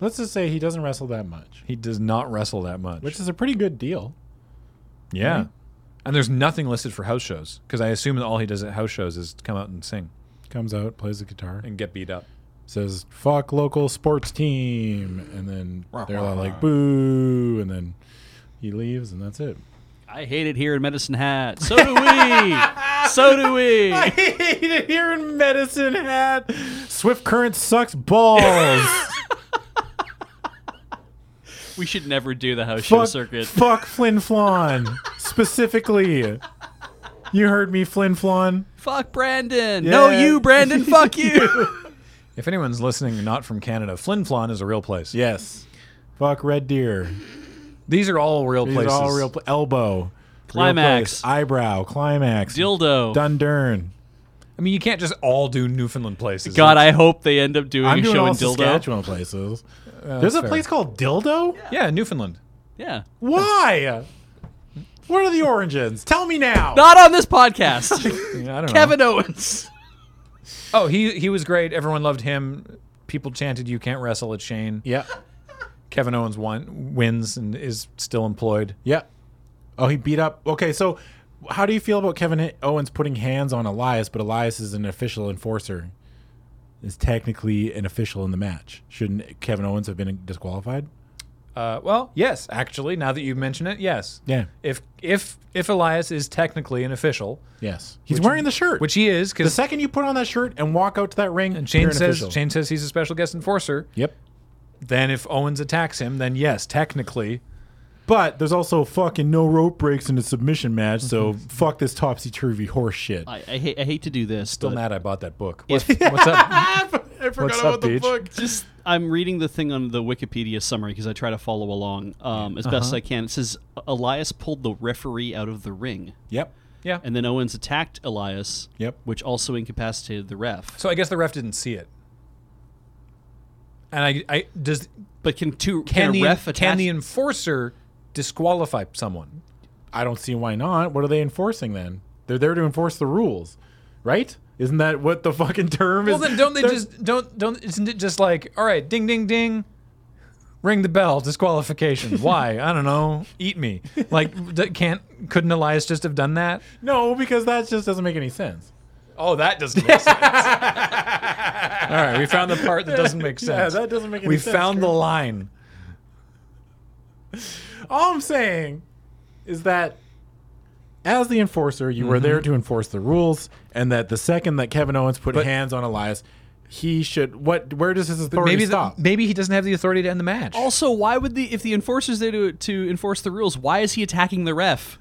S2: Let's just say he doesn't wrestle that much,
S1: He does not wrestle that much.
S2: which is a pretty good deal.
S1: yeah.
S2: Right?
S1: And there's nothing listed for house shows because I assume that all he does at house shows is come out and sing
S2: Comes out, plays the guitar.
S1: and get beat up.
S2: says "fuck local sports team," and then
S1: Rah,
S2: they're
S1: rah,
S2: all
S1: rah.
S2: like "boo," and then he leaves, and that's it.
S4: I hate it here in Medicine Hat. So do we. so do we.
S2: hate it here in Medicine Hat. Swift Current sucks balls.
S4: We should never do the house show
S2: fuck,
S4: circuit.
S2: fuck Flin Flon specifically. You heard me, Flin Flon.
S4: Fuck Brandon. No,
S2: Yeah.
S4: you, Brandon. Fuck you.
S1: If anyone's listening and not from Canada, Flin Flon is a real place.
S2: Yes. Fuck Red Deer.
S1: These are all real
S2: These are
S1: places.
S2: all real pla- elbow. Real
S4: Climax.
S2: place. eyebrow. Climax.
S4: Dildo.
S2: Dundurn.
S1: I mean, you can't just all do Newfoundland places.
S4: God, I hope they end up doing
S2: I'm
S4: a
S2: doing
S4: show
S2: all
S4: in Dildo.
S2: Saskatchewan places. There's a
S1: fair.
S2: place called Dildo.
S1: Yeah, Newfoundland.
S4: Yeah.
S2: Why? What are the origins? Tell me now.
S4: Not on this podcast.
S1: Yeah, I don't
S4: Kevin Owens.
S1: know. Oh, he he was great. Everyone loved him. People chanted, "You can't wrestle at Shane."
S2: Yeah.
S1: Kevin Owens won, wins and is still employed.
S2: Yeah. Oh, he beat up. Okay, so how do you feel about Kevin Owens putting hands on Elias, but Elias is an official enforcer? Is technically an official in the match. Shouldn't Kevin Owens have been disqualified?
S1: Uh, well, yes, actually, now that you mention it, yes.
S2: Yeah.
S1: If if if Elias is technically an official,
S2: Yes. He's wearing the shirt.
S1: which he is,
S2: the
S1: because
S2: second you put on that shirt and walk out to that ring, and
S1: Shane says Shane says he's a special guest enforcer.
S2: Yep.
S1: Then if Owens attacks him, then yes, technically.
S2: But there's also fucking no rope breaks in a submission match, so fuck this topsy turvy horse shit.
S4: I, I, hate, I hate to do this.
S1: Still
S4: but
S1: mad I bought that book.
S4: If-
S1: What's up?
S2: I forgot
S1: What's
S2: about
S1: up,
S2: the
S1: bitch?
S2: book.
S4: just I'm reading the thing on the Wikipedia summary because I try to follow along um, as best I can. It says Elias pulled the referee out of the ring,
S2: Yep.
S1: Yeah.
S4: and then Owens attacked Elias.
S2: Yep.
S4: Which also incapacitated the ref.
S1: so I guess the ref didn't see it. And I, I does
S4: But can two
S1: can,
S4: can,
S1: the
S4: a ref attack?
S1: can the enforcer disqualify someone?
S2: I don't see why not. What are they enforcing then? They're there to enforce the rules, right? Isn't that what the fucking term
S1: Well,
S2: is?
S1: then don't they
S2: They're-
S1: just don't don't isn't it just like all right, ding ding ding, ring the bell, disqualification? Why? I don't know. Eat me. Like d- can't couldn't Elias just have done that?
S2: No, because that just doesn't make any sense.
S1: Oh, that doesn't make sense. all right, we found the part that doesn't make
S2: Yeah,
S1: sense.
S2: that doesn't make any
S1: we
S2: sense.
S1: found the
S2: Kurt.
S1: line.
S2: All I'm saying is that as the enforcer, you
S1: Mm-hmm.
S2: were there to enforce the rules, and that the second that Kevin Owens put
S1: But-
S2: hands on Elias, he should. What? Where does his authority
S1: Maybe the,
S2: stop?
S1: maybe he doesn't have the authority to end the match.
S4: also, why would the if the enforcer's there to to enforce the rules? Why is he attacking the ref?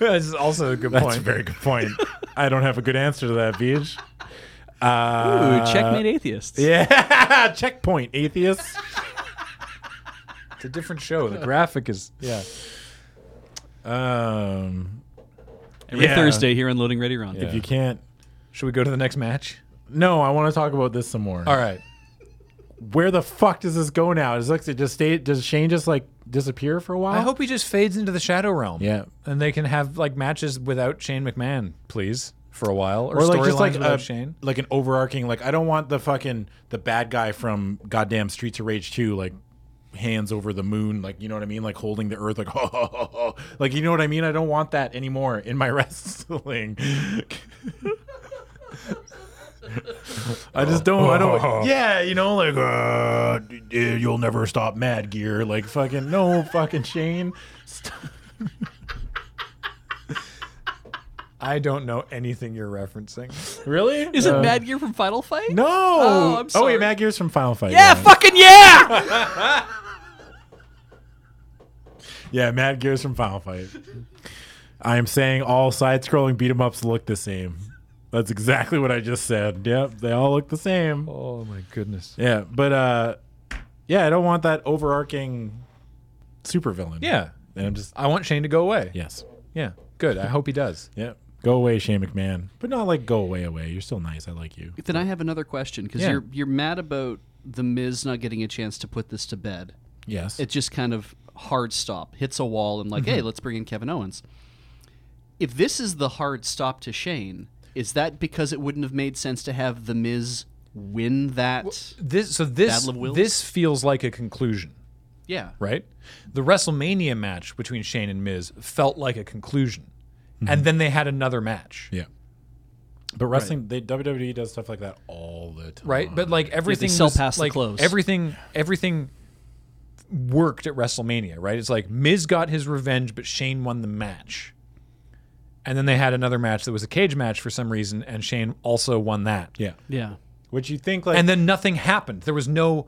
S1: That's also a good
S2: That's
S1: point.
S2: a very good point. I don't have a good answer to that, Beach.
S4: Ooh,
S2: Uh,
S4: checkmate atheists.
S2: Yeah, checkpoint, atheists.
S1: it's a different show. The graphic is
S2: Yeah. Um,
S4: Every
S2: yeah.
S4: Thursday here on Loading Ready Run.
S2: if you can't,
S1: Should we go to the next match?
S2: no, I want to talk about this some more.
S1: All right.
S2: Where the fuck does this go now? Does like it just stay? Does Shane just like disappear for a while?
S1: I hope he just fades into the shadow realm.
S2: Yeah.
S1: and they can have like matches without Shane McMahon, please, for a while, or,
S2: or like
S1: storylines
S2: just like
S1: without
S2: a,
S1: Shane.
S2: like an overarching like I don't want the fucking the bad guy from goddamn Streets of Rage 2 like hands over the moon like you know what I mean like holding the earth like like you know what I mean I don't want that anymore in my wrestling I just don't I don't yeah you know like uh, d- d- you'll never stop mad gear like fucking no fucking Shane Stop.
S1: I don't know anything you're referencing.
S2: really
S4: Is it
S2: Uh,
S4: Mad Gear from Final Fight?
S2: no
S4: Oh, I'm
S2: wait
S4: sorry.
S2: Mad Gear's from Final Fight
S4: Yeah, fucking yeah.
S2: Yeah, Mad Gears from Final Fight. I am saying all side-scrolling beat 'em ups look the same. That's exactly what I just said. Yep, they all look the same.
S1: Oh my goodness.
S2: Yeah, but uh yeah, I don't want that overarching supervillain.
S1: Yeah,
S2: and I'm just
S1: I want Shane to go away.
S2: yes,
S1: yeah. good. I hope he does.
S2: yep. Go away, Shane McMahon, but not like go away, away. You're still nice. I like you.
S4: then I have another question because
S1: Yeah.
S4: you're you're mad about the Miz not getting a chance to put this to bed.
S2: Yes.
S4: It just kind of hard stop hits a wall and like, hey, let's bring in Kevin Owens. If this is the hard stop to Shane, is that because it wouldn't have made sense to have the Miz win that?
S1: This so this
S4: Battle of Wills?
S1: this feels like a conclusion,
S4: yeah,
S1: right? The WrestleMania match between Shane and Miz felt like a conclusion,
S4: Mm-hmm.
S1: and then they had another match.
S2: yeah. But wrestling, they WWE does stuff like that all the time.
S1: right? But like everything
S4: sell
S1: was-
S4: past the
S1: like,
S4: close.
S1: Everything everything worked at WrestleMania, right? It's like Miz got his revenge, but Shane won the match. And then they had another match that was a cage match for some reason, and Shane also won that.
S2: yeah.
S4: yeah.
S2: Which you think like
S1: And then nothing happened. There was no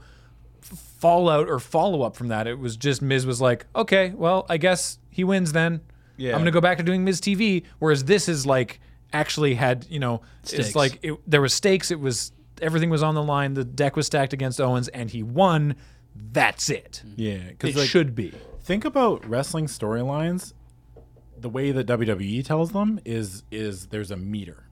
S1: f- fallout or follow up from that. It was just Miz was like, okay, well, I guess he wins then.
S2: Yeah.
S1: I'm gonna go back to doing Miz TV. Whereas this is like actually had you know
S4: Stakes.
S1: it's like it, there was stakes. It was everything was on the line. The deck was stacked against Owens, and he won. That's it.
S2: yeah, because
S1: It should be.
S2: think about wrestling storylines the way that WWE tells them is is there's a meter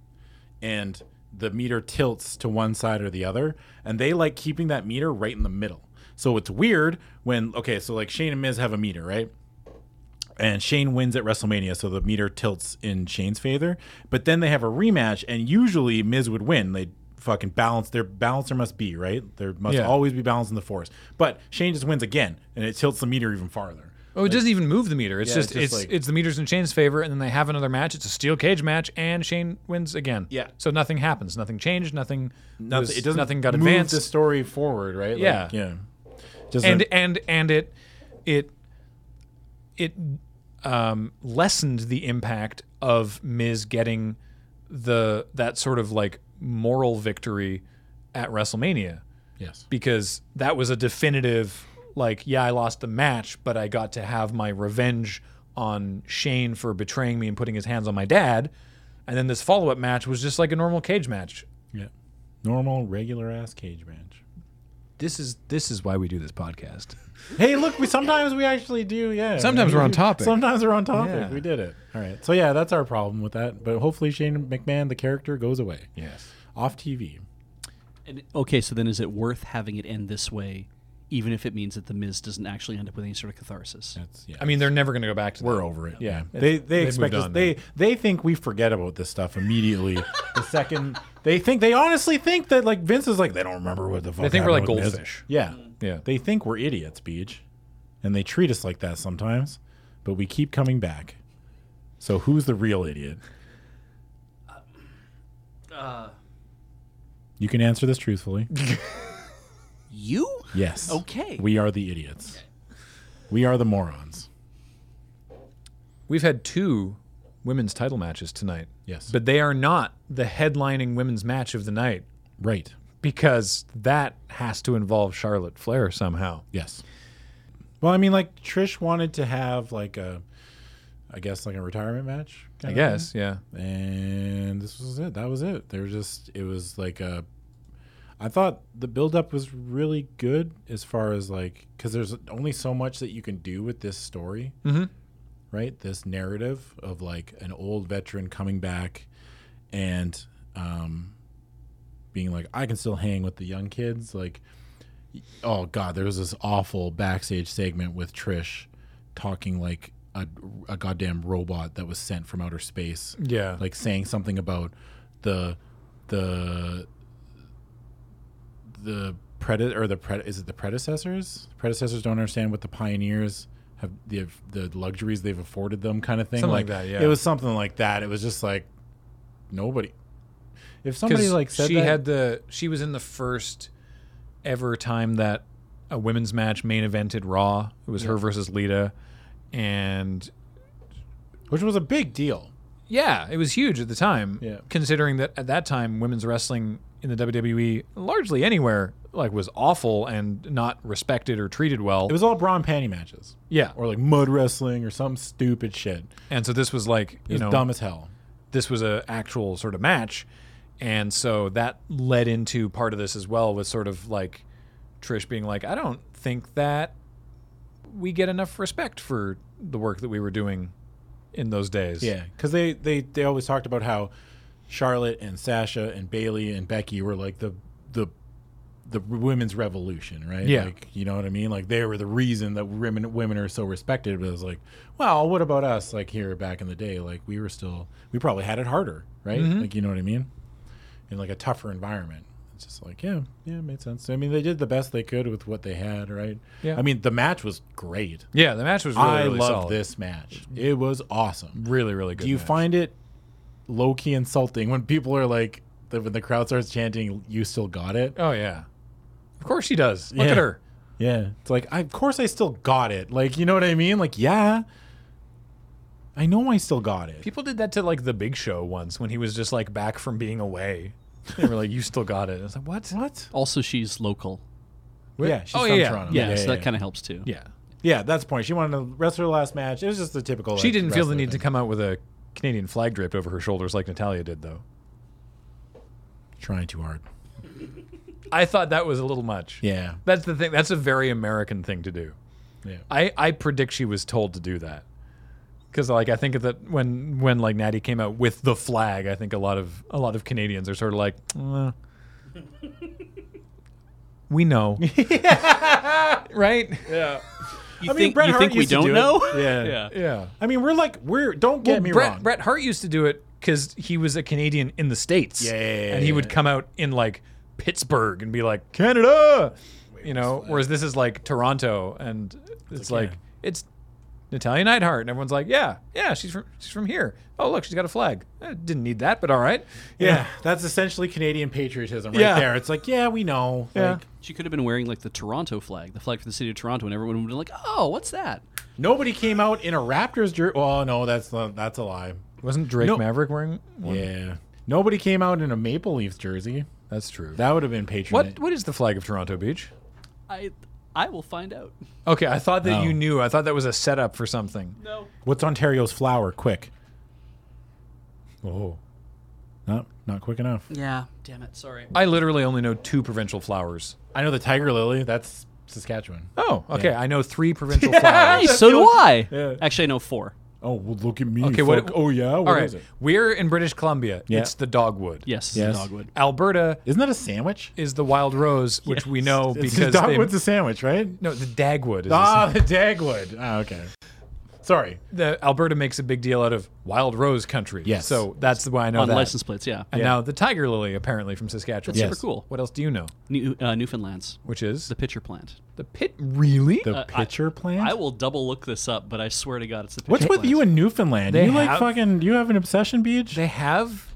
S2: and the meter tilts to one side or the other and they like keeping that meter right in the middle so it's weird when okay so like Shane and Miz have a meter right and Shane wins at WrestleMania, so the meter tilts in Shane's favor. But then they have a rematch, and usually Miz would win. They fucking balance their balancer must be right. There must
S1: Yeah.
S2: always be balance in the force. But Shane just wins again, and it tilts the meter even farther.
S1: Oh, it doesn't even move the meter. It's
S2: Yeah,
S1: just
S2: it's just
S1: it's
S2: like-
S1: it's the meters in Shane's favor, and then they have another match. It's a steel cage match, and Shane wins again.
S2: Yeah.
S1: So nothing happens. Nothing changed. Nothing.
S2: Nothing.
S1: was-
S2: it doesn't.
S1: Nothing got
S2: move
S1: advanced.
S2: the story forward, right? Like,
S1: Yeah.
S2: yeah. Just
S1: and
S2: an-
S1: and and it it it um, lessened the impact of Miz getting the that sort of like moral victory at WrestleMania
S2: yes.
S1: because that was a definitive like yeah I lost the match but I got to have my revenge on Shane for betraying me and putting his hands on my dad and then this follow up match was just like a normal cage match
S2: Yeah. Normal, regular ass cage match.
S1: This is this is why we do this podcast.
S2: Hey, look, we sometimes we actually do, yeah.
S1: Sometimes we're on topic.
S2: Sometimes we're on topic.
S1: Yeah.
S2: We did it. All right. So yeah, that's our problem with that. But hopefully Shane McMahon, the character, goes away.
S1: Yes.
S2: Off TV.
S4: And, okay, so then is it worth having it end this way, even if it means that the Miz doesn't actually end up with any sort of catharsis?
S2: That's yeah.
S1: I mean, they're never going to go back to
S2: we're
S1: that.
S2: over it. Yeah. They they
S1: they've
S2: expect
S1: moved
S2: us
S1: on
S2: they they think we forget about this stuff immediately. the second they think they honestly think that like Vince is like they don't remember what the fuck.
S1: They think we're like
S2: happened with Miz."
S1: goldfish.
S2: Yeah.
S1: Yeah.
S2: They think we're idiots, Beach. And they treat us like that sometimes, but we keep coming back. So who's the real idiot? you can answer this truthfully.
S4: You?
S2: Yes.
S4: Okay.
S2: We are the idiots. We are the morons.
S1: We've had two women's title matches tonight.
S2: Yes.
S1: But they are not the headlining women's match of the night
S2: Right.
S1: because that has to involve Charlotte Flair somehow.
S2: Yes. Well, I mean, like Trish wanted to have like a, I guess like a retirement match.
S1: I
S2: kinda
S1: guess, yeah.
S2: thing. And this was it. That was it. They were just. It was like a. I thought the buildup was really good as far as like because there's only so much that you can do with this story,
S1: Mhm.
S2: right? This narrative of like an old veteran coming back, and um, being like, I can still hang with the young kids, like oh god there was this awful backstage segment with trish talking like a, a goddamn robot that was sent from outer space
S1: Yeah.
S2: like saying something about the the the predator or the pred is it the predecessors predecessors don't understand what the pioneers have the the luxuries they've afforded them kind of thing
S1: Something like that, yeah.
S2: it was something like that it was just like nobody if somebody
S1: 'Cause
S2: like said
S1: she
S2: that,
S1: had the she was in the first ever time that a women's match main evented Raw. It was her versus Lita, and
S2: which was a big deal
S1: yeah, it was huge at the time.
S2: Yeah.
S1: considering that at that time women's wrestling in the WWE, largely anywhere, like was awful and not respected or treated well.
S2: it was all bra and panty matches
S1: yeah,
S2: or like mud wrestling or some stupid shit. It
S1: and so this was like you
S2: was
S1: know
S2: dumb as hell.
S1: this was a actual sort of match and so that led into part of this as well with sort of like trish being like i don't think that we get enough respect for the work that we were doing in those days
S2: Yeah, because they, they they always talked about how Charlotte and Sasha and Bailey and Becky were like the the the women's revolution, right?
S1: Yeah.
S2: like, you know what I mean. Like they were the reason that women women are so respected. But it was like, well, what about us? Like here back in the day, like we were still we probably had it harder, right? Like you know what I mean, in like a tougher environment. It's just like yeah, yeah, it made sense. I mean, they did the best they could with what they had, right?
S1: Yeah.
S2: I mean, the match was great.
S1: yeah the match was really
S2: I
S1: really
S2: loved
S1: solid.
S2: this match. It was awesome.
S1: really really good
S2: Do you
S1: match.
S2: find it low key insulting when people are like, the- when the crowd starts chanting, "You still got it"?
S1: oh yeah of course she does look
S2: Yeah.
S1: at her
S2: Yeah, it's like, I, of course I still got it. Like, you know what I mean? Like, yeah, I know I still got it.
S1: people did that to like the big show once when he was just like back from being away they were like you still got it i was like what
S2: What?
S4: Also, she's local.
S2: Yeah, she's
S1: Oh,
S2: from
S1: yeah, yeah.
S2: Toronto.
S4: Yeah, so that kind of helps too.
S1: yeah
S2: yeah, that's the point. She wanted to wrestle her last match. It was just the typical.
S1: She
S2: like,
S1: didn't feel the
S2: wrestler
S1: need to
S2: thing.
S1: come out with a Canadian flag draped over her shoulders like Natalia did, though.
S2: Trying too hard.
S1: I thought that was a little much.
S2: Yeah,
S1: That's the thing. That's a very American thing to do.
S2: yeah.
S1: I, I predict she was told to do that. Because like I think that when when like Natty came out with the flag, I think a lot of a lot of Canadians are sort of like, "Uh, we know, right? Yeah,
S4: You think, you think we
S2: used to
S4: don't
S2: do it.
S4: know?
S2: Yeah,
S4: Yeah.
S1: yeah.
S2: I mean, we're like, we're don't get me
S1: Bret,
S2: wrong.
S1: Bret Hart used to do it because he was a Canadian in the states.
S2: Yeah, yeah, yeah,
S1: and he
S2: yeah,
S1: would
S2: yeah.
S1: come out in like Pittsburgh and be like Canada, you know. Whereas this is like Toronto, and it's,
S2: like,
S1: like it's Natalia Neidhart, and everyone's like, yeah, yeah, she's from she's from here. Oh look, she's got a flag. Eh, didn't need that, but all right. You
S2: Yeah,
S1: know?
S2: that's essentially Canadian patriotism right
S1: Yeah.
S2: there. It's like, yeah, we know.
S1: Yeah.
S2: Like,
S4: She could have been wearing like the Toronto flag, the flag for the city of Toronto, and everyone would have been like, "Oh, what's that?"
S2: nobody came out in a Raptors jersey. Well, no, that's not, that's a lie.
S1: Wasn't Drake
S2: No.
S1: Maverick wearing? One?
S2: Yeah. Nobody came out in a Maple Leafs jersey.
S1: that's true.
S2: That would have been patriotic.
S1: what what is the flag of Toronto Beach?
S4: I I will find out.
S1: Okay, I thought that
S2: No.
S1: you knew. I thought that was a setup for something.
S4: No.
S2: What's Ontario's flower? Quick. Oh. Not not quick enough.
S4: Yeah. Damn it. Sorry.
S1: I literally only know two provincial flowers.
S2: I know the tiger lily. That's Saskatchewan.
S1: Oh, okay. I know three provincial flowers.
S4: Hey, so do I. Actually, I know four.
S2: Oh, well, look at me.
S1: Okay, what-
S2: oh yeah.
S1: All
S2: What
S1: right.
S2: is it?
S1: We're in British Columbia.
S2: Yeah.
S1: It's the dogwood.
S4: Yes.
S2: Yes.
S4: Dogwood.
S1: Alberta
S2: Isn't that a sandwich?
S1: is the wild rose, which we know
S2: It's-
S1: because
S2: dogwood's
S1: they,
S2: a sandwich, right?
S1: no, the dagwood is
S2: Ah, the dagwood. Ah, okay. Sorry.
S1: the Alberta makes a big deal out of wild rose country.
S2: Yes.
S1: So that's why I know
S4: On
S1: that.
S4: license plates, yeah.
S1: And now the tiger lily, apparently from Saskatchewan.
S4: That's
S2: Yes.
S4: super cool.
S1: What else do you know?
S4: New, uh, Newfoundlands,
S1: Which is
S4: the pitcher plant.
S1: the pit. Really?
S2: The
S4: I-
S2: pitcher plant.
S4: I will double look this up, but I swear to God, it's the pitcher
S2: What's with
S4: plant.
S2: you in Newfoundland?
S1: They
S2: you like
S1: have-
S2: fucking. You have an obsession, Beach.
S1: they have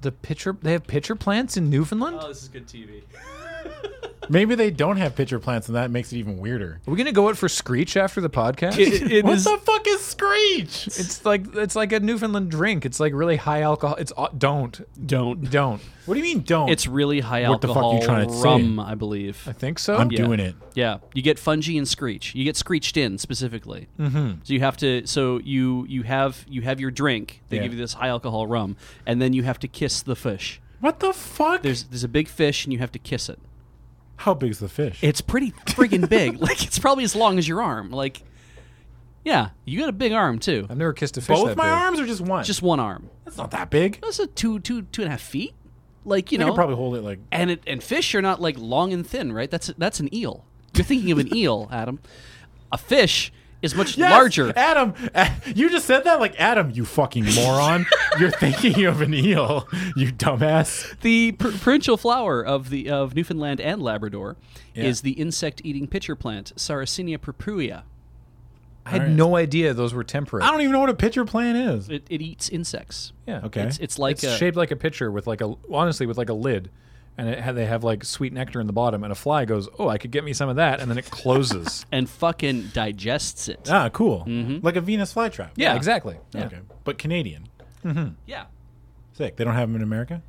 S1: the pitcher. They have pitcher plants in Newfoundland.
S2: Uh,
S4: Oh, this is good TV.
S2: Maybe they don't have pitcher plants, and that makes it even weirder.
S1: Are we gonna go out for Screech after the podcast?
S2: what the fuck is screech?
S1: it's like it's like a Newfoundland drink. It's like really high alcohol. It's au- don't
S4: Don't.
S1: don't.
S2: what do you mean don't?
S4: It's really high
S2: What the fuck you
S4: alcohol
S2: trying to say?
S4: rum, I believe.
S1: I think so.
S2: I'm
S4: yeah.
S2: doing it.
S4: Yeah, you get fungi and screech. You get screeched in specifically. Mm-hmm. So you have to. So you you have you have your drink. They
S2: Yeah.
S4: give you this high alcohol rum, and then you have to kiss the fish.
S2: What the fuck?
S4: There's there's a big fish, and you have to kiss it.
S2: How big's the fish?
S4: It's pretty friggin' big. Like it's probably as long as your arm. Like, yeah, you got a big arm too.
S1: I've never kissed a fish.
S2: Both
S1: that
S2: my
S1: big.
S2: arms or just one?
S4: Just one arm.
S2: that's not that big.
S4: That's a two two two and a half feet. Like you
S2: I
S4: know,
S2: could probably hold it like.
S4: and it, and fish are not like long and thin, right? That's that's an eel. You're thinking of an eel, Adam. A fish is much
S2: Yes,
S4: larger.
S2: Adam, A- you just said that like Adam, you fucking moron. You're thinking of an eel, you dumbass.
S4: The pr- provincial flower of the of Newfoundland and Labrador is the insect-eating pitcher plant Sarracenia purpurea.
S1: I had
S2: All right.
S1: no idea those were temperate.
S2: I don't even know what a pitcher plant is.
S4: It, it eats insects.
S1: yeah.
S2: Okay.
S4: It's, it's like
S1: It's
S4: a,
S1: shaped like a pitcher with like a honestly with like a lid, and it had, they have like sweet nectar in the bottom, and a fly goes, "Oh, I could get me some of that," and then it closes.
S4: and fucking digests it.
S2: Ah, cool. Like a Venus flytrap.
S1: yeah,
S4: Yeah.
S1: exactly. Yeah.
S2: Okay. But Canadian.
S4: yeah.
S2: Sick. They don't have them in America?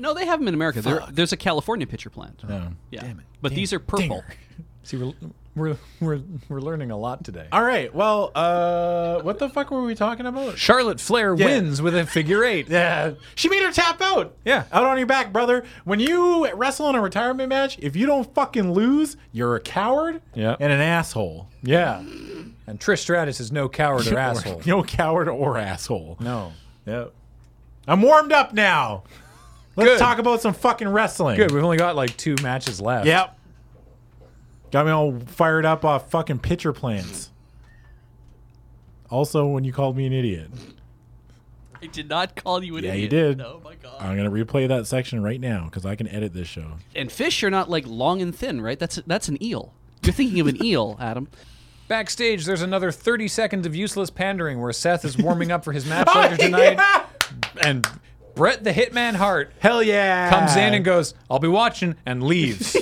S4: No, they have them in America. There, there's a California pitcher plant.
S2: No.
S4: Yeah.
S1: Oh, Damn it.
S4: But these are purple.
S2: Dinger.
S1: See, we're, we're we're we're learning a lot today.
S2: All right. Well, uh, what the fuck were we talking about?
S1: Charlotte Flair
S2: Yeah.
S1: wins with a figure eight.
S2: Yeah, she made her tap out.
S1: Yeah.
S2: out on your back, brother. When you wrestle in a retirement match, if you don't fucking lose, you're a coward.
S1: Yeah.
S2: and an asshole.
S1: Yeah. And Trish Stratus is no coward or asshole.
S2: No coward or asshole.
S1: No.
S2: Yep. I'm warmed up now. Let's
S1: Good.
S2: talk about some fucking wrestling.
S1: Good. We've only got like two matches left.
S2: Yep. Got me all fired up off fucking pitcher plants. Also, when you called me an idiot,
S4: I did not call you an
S2: Yeah, you
S4: idiot.
S2: did.
S4: Oh my god.
S2: I'm gonna replay that section right now because I can edit this show.
S4: and fish are not like long and thin, right? That's that's an eel. You're thinking of an eel, Adam.
S1: Backstage, there's another 30 seconds of useless pandering where Seth is warming up for his match later tonight.
S2: Oh, Yeah!
S1: And Brett the Hitman Hart
S2: Hell yeah!
S1: comes in and goes, I'll be watching, and leaves.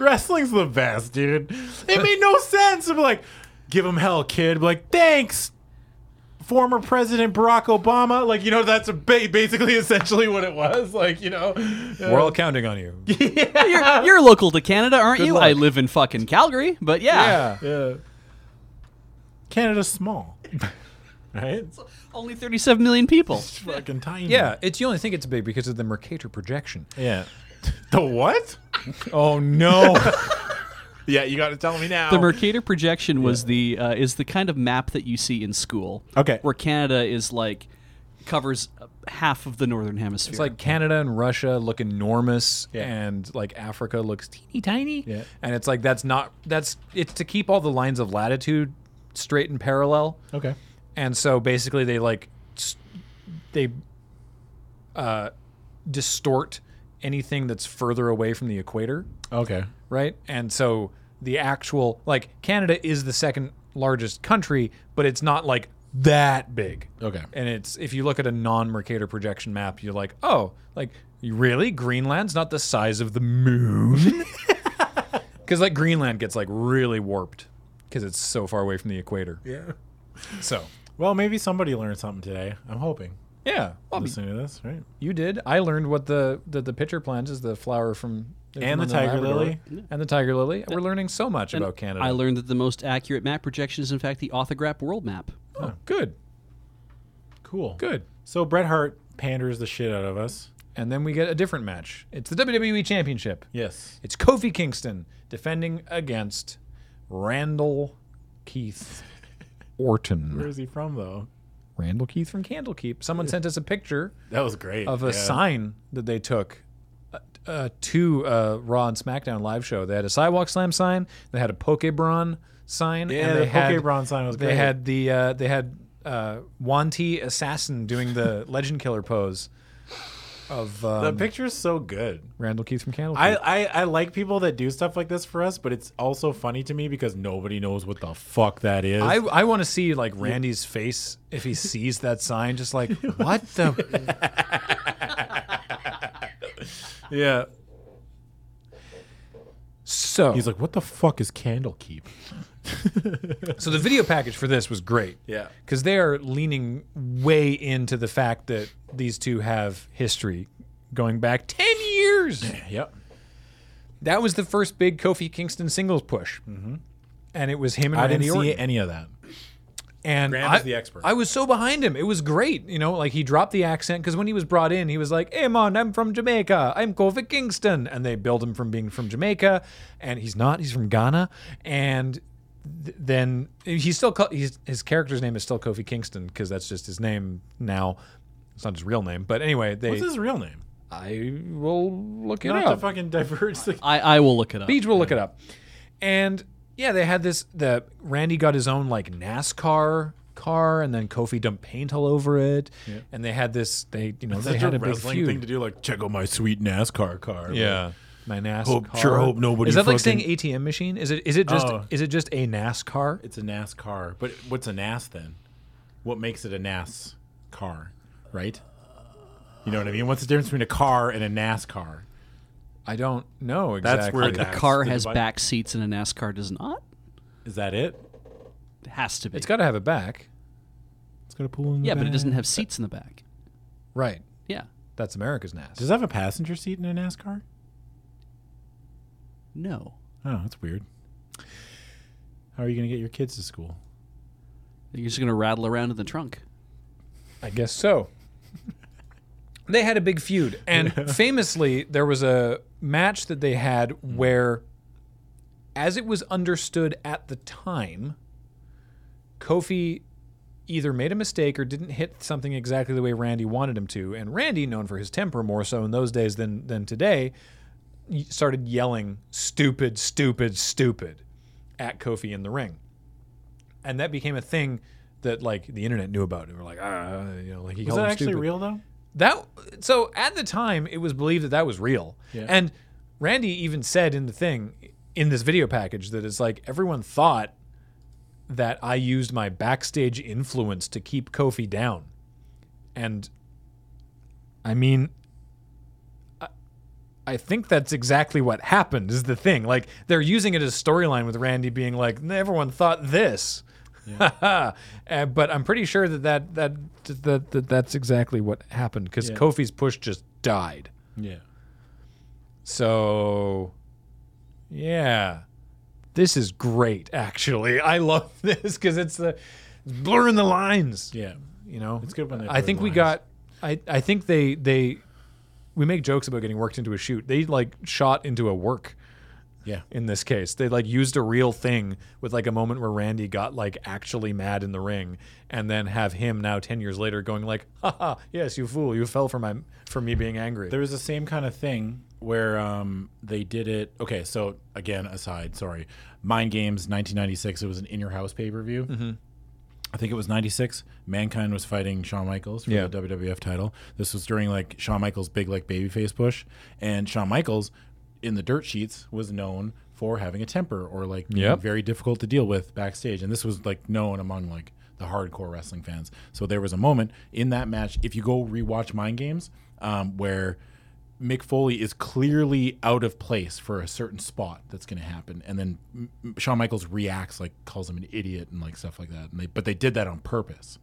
S2: Wrestling's the best, dude. It made no sense to be like, give him hell, kid. Be like, thanks, former President Barack Obama. Like, you know, that's a ba- basically essentially what it was. Like, you know, uh,
S1: We're all counting on you.
S4: You're, you're local to Canada, aren't you?
S1: luck.
S4: I live in fucking Calgary, but yeah.
S1: Yeah.
S2: yeah. Canada's small, right? It's
S4: Only 37 million people.
S2: fucking tiny.
S1: Yeah, it's you only think it's big because of the Mercator projection.
S2: yeah. The what?
S1: Oh no!
S2: Yeah, you got to tell me now.
S4: The Mercator projection was the uh, is the kind of map that you see in school.
S2: Okay.
S4: where Canada is like covers uh, half of the northern hemisphere.
S1: it's like Canada and Russia look enormous,
S2: Yeah.
S1: and like Africa looks teeny tiny.
S2: Yeah.
S1: and it's like that's not that's it's to keep all the lines of latitude straight and parallel.
S2: okay.
S1: and so basically they like s- they uh, distort anything that's further away from the equator
S2: Okay.
S1: right and so the actual like canada is the second largest country but it's not like that big
S2: Okay.
S1: and it's if you look at a non-mercator projection map you're like oh like really greenland's not the size of the moon because like greenland gets like really warped because it's so far away from the equator
S2: Yeah.
S1: so
S2: Well, maybe somebody learned something today. I'm hoping.
S1: yeah I'll be-
S2: Listening to this, right?
S1: You did. I learned what the the, the pitcher plant is the flower from from
S2: And the tiger
S1: Labrador.
S2: lily.
S1: and the tiger lily. We're learning so much about Canada.
S4: I learned that the most accurate map projection is in fact the orthograph world map.
S1: oh, good.
S2: Cool.
S1: Oh, Good.
S2: So Bret Hart panders the shit out of us.
S1: And then we get a different match. It's the WWE Championship.
S2: Yes.
S1: It's Kofi Kingston defending against Randall Keith
S2: Where
S1: Orton.
S2: is he from though?
S1: Randall Keith from Candlekeep. Someone sent us a picture
S2: That was great.
S1: of a
S2: Yeah.
S1: sign that they took uh, uh, to uh, Raw and SmackDown live show. They had a Sidewalk Slam sign. They had a Pokebron sign.
S2: Yeah,
S1: and they
S2: the
S1: had,
S2: Pokebron sign was
S1: They
S2: great.
S1: had the uh, they had uh, Wanty Assassin doing the Legend Killer pose of
S2: The
S1: um,
S2: picture's so good.
S1: Randall Keith from Candlekeep.
S2: I, I, I like people that do stuff like this for us, but it's also funny to me because nobody knows what the fuck that is.
S1: I, I want to see like Randy's face if he sees that sign, just like what the
S2: yeah.
S1: so.
S2: He's like, what the fuck is candle keep?
S1: so the video package for this was great.
S2: Yeah.
S1: because they are leaning way into the fact that these two have history going back ten years.
S2: Yep.
S1: That was the first big Kofi Kingston singles push, mm-hmm. and it was him and
S2: I
S1: Randy
S2: didn't
S1: Orton.
S2: see any of that.
S1: And
S2: Graham
S1: I,
S2: is the expert.
S1: I was so behind him. It was great. You know, like he dropped the accent because when he was brought in, he was like, "Hey, man, I'm from Jamaica. I'm Kofi Kingston," and they billed him from being from Jamaica, and he's not. He's from Ghana, and th- then he's still co- he's, his character's name is still Kofi Kingston because that's just his name now. It's not his real name, but anyway, they.
S2: What's his real name?
S1: I will look it
S2: Not
S1: up.
S2: to fucking diverge. The-
S4: I, I will look it up.
S1: Beach will look it up. And yeah, they had this. The Randy got his own like NASCAR car, and then Kofi dumped paint all over it. And they had this. They you know
S2: It's
S1: they
S2: such
S1: had
S2: a
S1: a big
S2: wrestling
S1: feud.
S2: thing to do. Like, check out my sweet NASCAR car.
S1: yeah. My NASCAR.
S2: Hope- sure hope nobody
S1: Is that like saying
S2: fucking-
S1: ATM machine? Is it is it just
S2: Oh.
S1: is it just a NASCAR?
S2: It's a NAS car. But what's a NAS then? What makes it a NAS car, right? You know what I mean? What's the difference between a car and a NAS car?
S1: I don't know exactly.
S2: That's where
S4: a
S2: that-
S4: car
S2: the
S4: has
S2: devi-
S4: back seats and a NASCAR does not.
S2: Is that it?
S4: It has to be.
S1: it's got to have it back,
S2: It's got a pool in the
S4: yeah, but it
S2: back.
S4: doesn't have seats in the back.
S1: right?
S4: Yeah.
S1: That's America's NAS.
S2: Does it have a passenger seat in a NAS car?
S4: No.
S2: Oh, that's weird. How are you going to get your kids to school?
S4: You're just gonna rattle around in the trunk.
S1: I guess so. they had a big feud, and famously, there was a match that they had where, as it was understood at the time, Kofi either made a mistake or didn't hit something exactly the way Randy wanted him to, and Randy, known for his temper more so in those days than than today, y- started yelling "stupid, stupid, stupid" at Kofi in the ring and that became a thing that like the internet knew about. And we're like, ah, you know, like he
S2: Is
S1: called
S2: that
S1: him
S2: actually
S1: stupid.
S2: real though?
S1: That so at the time it was believed that that was real,
S2: Yeah.
S1: and Randy even said in the thing in this video package that it's like everyone thought that I used my backstage influence to keep Kofi down, and I mean. I- I think that's exactly what happened. Is the thing like they're using it as storyline with Randy being like, everyone thought this, uh, but I'm pretty sure that that, that that that that's exactly what happened because
S2: Yeah.
S1: Kofi's push just died.
S2: Yeah.
S1: So, yeah, this is great. Actually, I love this because it's the it's blurring the lines.
S2: Yeah.
S1: You know,
S2: It's good when they
S1: I
S2: blur
S1: think
S2: the
S1: we
S2: lines.
S1: got. I I think they they we make jokes about getting worked into a shoot. They like shot into a work
S2: Yeah.
S1: in this case. They like used a real thing with like a moment where Randy got like actually mad in the ring and then have him now 10 years later going like, "Haha, yes, you fool, you fell for my for me being angry."
S2: There was the same kind of thing where um, they did it. Okay, so again, aside, sorry. Mind Games 1996. It was an in your house pay per view.
S1: Mm-hmm.
S2: I think it was 96. Mankind was fighting Shawn Michaels for
S1: Yeah.
S2: the WWF title. This was during like Shawn Michaels' big like babyface push. And Shawn Michaels in the dirt sheets was known for having a temper or like being
S1: Yep.
S2: very difficult to deal with backstage. And this was like known among like the hardcore wrestling fans. So there was a moment in that match, if you go rewatch Mind Games, um, where Mick Foley is clearly out of place for a certain spot that's going to happen, and then M- M- Shawn Michaels reacts like calls him an idiot and like stuff like that. And they but they did that on purpose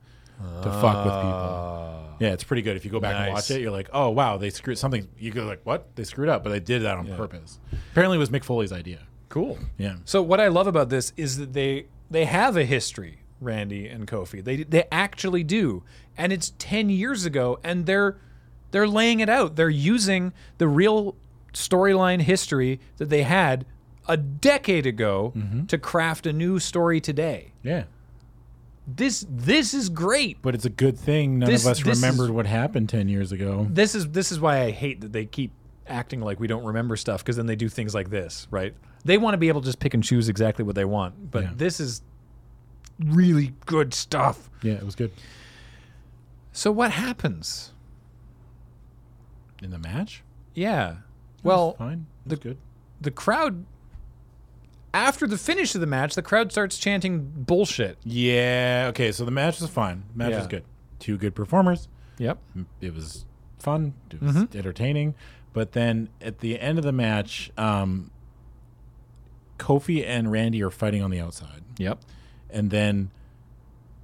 S2: to fuck with people. Yeah, it's pretty good. If you go back and
S1: Ah. Nice.
S2: watch it, you're like, oh wow, they screwed something. You go like, what? They screwed up, but they did that on purpose. Apparently, it was Mick Foley's idea.
S1: cool.
S2: Yeah.
S1: So what I love about this is that they they have a history Randy and Kofi. They they actually do, and it's ten years ago, and they're they're laying it out. They're using the real storyline history that they had a decade ago to craft a new story today.
S2: Yeah.
S1: This this is great.
S2: But it's a good thing none
S1: This-
S2: of us
S1: this is-
S2: remembered what happened 10 years ago.
S1: This is this is why I hate that they keep acting like we don't remember stuff because then they do things like this, right? They want to be able to just pick and choose exactly what they want, but
S2: Yeah.
S1: this is really good stuff.
S2: Yeah, it was good.
S1: So what happens?
S2: In the match?
S1: Yeah. Well,
S2: Fine. It was good.
S1: the crowd after the finish of the match, the crowd starts chanting bullshit.
S2: Yeah. Okay. So the match was fine. Match
S1: Yeah.
S2: was good. Two good performers.
S1: Yep.
S2: It was fun. It was
S1: Mm-hmm.
S2: entertaining. But then at the end of the match, um, Kofi and Randy are fighting on the outside,
S1: Yep.
S2: and then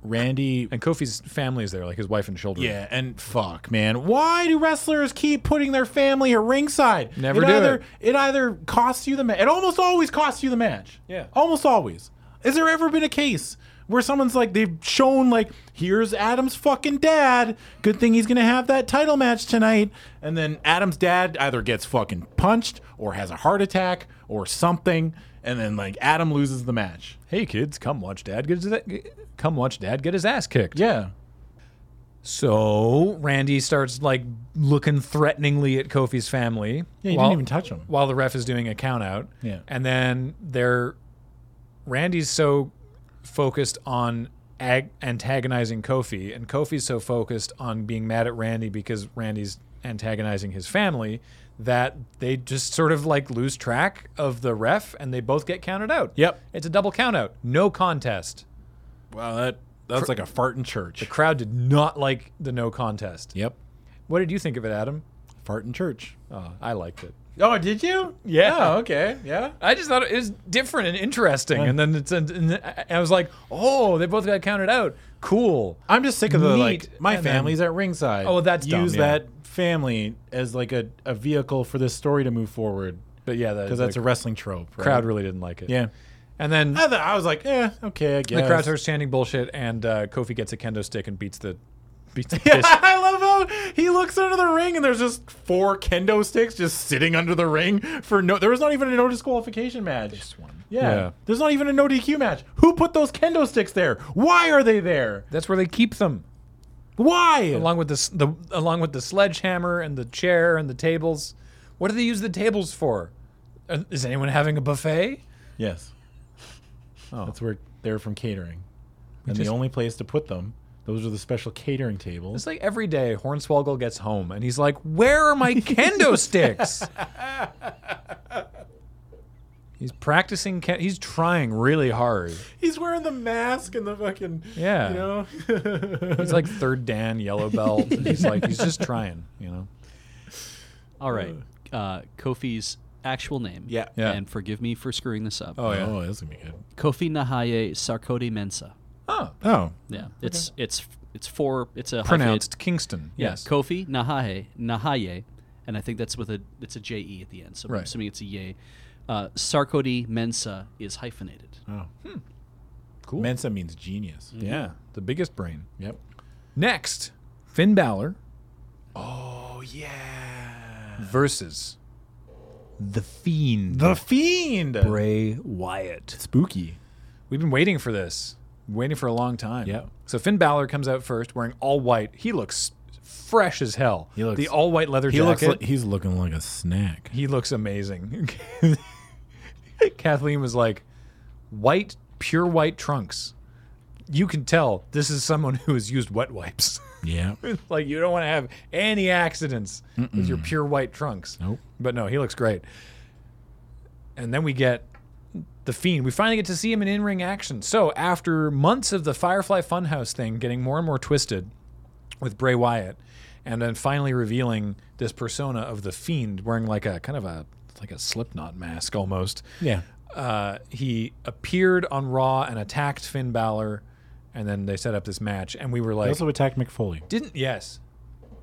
S2: Randy.
S1: And Kofi's family is there, like his wife and children.
S2: Yeah, and fuck, man, why do wrestlers keep putting their family at ringside?
S1: Never
S2: it
S1: do
S2: either,
S1: it.
S2: either costs you the match. It almost always costs you the match.
S1: Yeah.
S2: almost always. Has there ever been a case where someone's like they've shown like here's Adam's fucking dad. Good thing he's gonna have that title match tonight, and then Adam's dad either gets fucking punched or has a heart attack or something, and then like Adam loses the match.
S1: Hey kids, come watch dad get his come watch dad get his ass kicked.
S2: Yeah.
S1: So Randy starts like looking threateningly at Kofi's family.
S2: Yeah, you didn't even touch him.
S1: While the ref is doing a count out.
S2: Yeah.
S1: And then they're Randy's so focused on ag- antagonizing Kofi, and Kofi's so focused on being mad at Randy because Randy's antagonizing his family that they just sort of like lose track of the ref and they both get counted out.
S2: Yep.
S1: It's a double count out. No contest.
S2: Wow, that that's like a fart in church.
S1: Crowd did not like the no contest.
S2: Yep.
S1: What did you think of it, Adam?
S2: Fart in church.
S1: Oh, I liked it.
S2: Oh, did you?
S1: Yeah.
S2: Oh, okay. Yeah.
S1: I just thought it was different and interesting. And then it's and, and I was like, oh, they both got counted out. Cool.
S2: I'm just sick of the
S1: Neat.
S2: like. My
S1: And then-
S2: family's at ringside.
S1: Oh, that's dumb,
S2: use
S1: yeah.
S2: that family as like a, a vehicle for this story to move forward
S1: But yeah, that,
S2: because that's a wrestling trope. Right?
S1: crowd really didn't like it.
S2: Yeah.
S1: And then
S2: I, thought- I was like, eh, okay, I guess.
S1: the crowd starts chanting bullshit, and uh, Kofi gets a kendo stick and beats the beats the
S2: Yeah,
S1: piss.
S2: I love how he looks under the ring and there's just four kendo sticks just sitting under the ring for no. There was not even a no disqualification match. This
S1: one.
S2: Yeah.
S1: Yeah.
S2: There's not even a no DQ match. Who put those kendo sticks there? Why are they there?
S1: That's where they keep them,
S2: Why?
S1: along with the, s- the along with the sledgehammer and the chair and the tables. What do they use the tables for? Uh, Is anyone having a buffet?
S2: Yes.
S1: Oh.
S2: That's where they're from catering. and
S1: just-
S2: the only place to put them, those are the special catering tables.
S1: It's like every day Hornswoggle gets home and he's like, Where are my kendo sticks? he's practicing, ke- he's trying really hard.
S2: He's wearing the mask and the fucking
S1: Yeah.
S2: You know?
S1: He's like third Dan, yellow belt. and He's like, He's just trying, you know?
S4: All right. Uh, Kofi's actual name.
S2: Yeah.
S1: Yeah.
S4: And forgive me for screwing this up.
S1: yeah.
S2: Oh, that's gonna be good.
S4: Kofi Nahaye Sarkodie Mensa.
S1: Oh,
S2: Oh.
S4: Yeah. It's it's it's four. It's a hyphenate-
S1: pronounced Kingston.
S4: Yeah,
S1: Yes.
S4: Kofi Nahaye Nahaye, and I think that's with a it's a J E at the end. So I'm
S1: Right.
S4: assuming it's a yay. Uh, Sarkodie Mensa is hyphenated.
S2: Oh. Mm.
S1: Cool.
S2: Mensa means genius.
S1: Yeah. The biggest brain.
S2: Yep.
S1: Next, Finn Balor
S2: Oh yeah.
S1: versus The Fiend.
S2: The fiend.
S1: Bray Wyatt.
S2: Spooky.
S1: We've been waiting for this, waiting for a long time.
S2: Yeah.
S1: So Finn Balor comes out first, wearing all white. He looks fresh as hell.
S2: He looks-
S1: the all white leather
S2: He looks
S1: jacket.
S2: like he's looking like a snack.
S1: he looks amazing. Kathleen was like, "White, pure white trunks. You can tell this is someone who has used wet wipes.
S2: Yeah.
S1: like you don't want to have any accidents with your pure white trunks."
S2: Nope.
S1: But no, he looks great. And then we get the Fiend. We finally get to see him in in-ring action. So after months of the Firefly Funhouse thing getting more and more twisted with Bray Wyatt, and then finally revealing this persona of the Fiend wearing like a kind of a like a Slipknot mask almost.
S2: Yeah.
S1: Uh, he appeared on Raw and attacked Finn Balor, and then they set up this match. And we were
S2: He
S1: like,
S2: also attacked McFoley.
S1: didn't yes,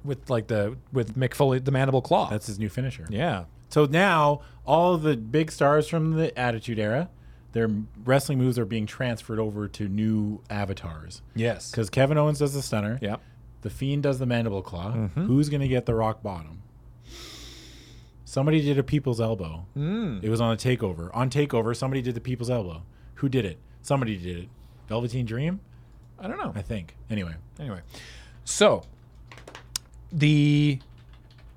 S1: with like the with Mick Foley the Mandible Claw.
S2: That's his new finisher.
S1: yeah.
S2: So now all the big stars from the Attitude Era, their wrestling moves are being transferred over to new avatars.
S1: Yes.
S2: Because Kevin Owens does the stunner.
S1: Yep.
S2: The Fiend does the mandible claw.
S1: Mm-hmm.
S2: Who's going to get the rock bottom? Somebody did a people's elbow. Mm. It was on a takeover. On takeover, somebody did the people's elbow. Who did it? Somebody did it. Velveteen Dream,
S1: I don't know.
S2: I think. Anyway,
S1: Anyway, so the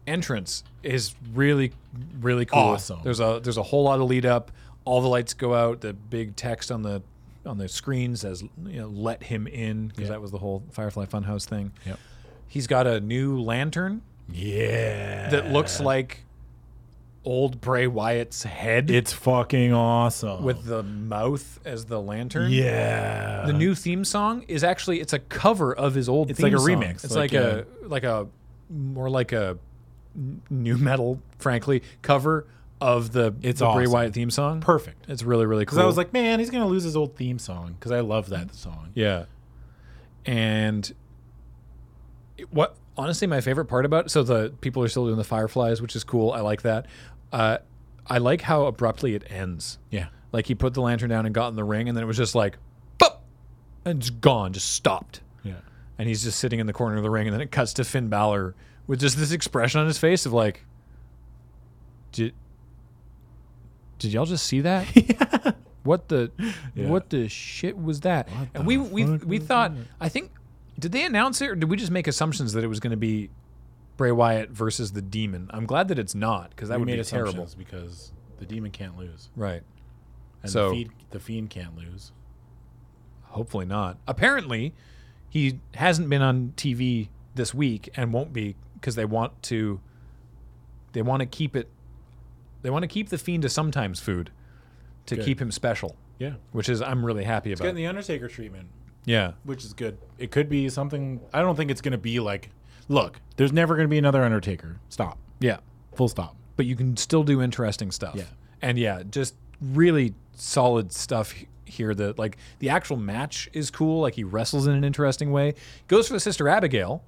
S1: entrance is really, really cool.
S2: Awesome.
S1: There's a there's a whole lot of lead up. All the lights go out. The big text on the on the screen says, you know, "Let him in," because that was the whole Firefly Funhouse thing.
S2: Yep.
S1: He's got a new lantern
S2: yeah,
S1: that looks like old Bray Wyatt's head
S2: it's fucking awesome.
S1: with the mouth as the lantern.
S2: yeah,
S1: The new theme song is actually it's a cover of his old.
S2: It's
S1: theme
S2: like a
S1: song.
S2: remix,
S1: It's like,
S2: like
S1: a, like a more like a n- new metal, frankly, cover of the
S2: It's
S1: the Bray
S2: awesome.
S1: Wyatt theme song.
S2: perfect.
S1: It's really really
S2: Because
S1: cool.
S2: I was like, man, he's gonna lose his old theme song. Because I love that song.
S1: yeah, and it- what honestly my favorite part about so the people are still doing the fireflies, which is cool. I like that. Uh, I like how abruptly it ends.
S2: Yeah,
S1: Like he put the lantern down and got in the ring, and then it was just like, boop, and it's gone, just stopped.
S2: yeah.
S1: and he's just sitting in the corner of the ring, and then it cuts to Finn Balor with just this expression on his face of like, did did y'all just see that? What the
S2: Yeah.
S1: what the shit was that? and
S2: the
S1: we we
S2: fuck
S1: we
S2: was
S1: thought I think did they announce it or did we just make assumptions that it was going to be Bray Wyatt versus the Demon? I'm glad that it's not because that
S2: we
S1: would
S2: made
S1: be
S2: assumptions
S1: terrible.
S2: because the demon can't lose,
S1: Right.
S2: and
S1: So-
S2: the, fiend, the fiend can't lose.
S1: Hopefully not. Apparently, he hasn't been on TV this week and won't be because they want to. They want to keep it. They want to keep the fiend to sometimes food, to
S2: Good.
S1: keep him special,
S2: Yeah,
S1: which is I'm really happy
S2: getting
S1: about.
S2: the Undertaker treatment,
S1: yeah,
S2: which is good. It could be something. I don't think it's gonna be like. Look, there's never gonna be another Undertaker. Stop.
S1: yeah.
S2: Full stop.
S1: But you can still do interesting stuff.
S2: Yeah.
S1: and yeah, just really solid stuff he- here. That like the actual match is cool. Like he wrestles in an interesting way. Goes for the sister Abigail,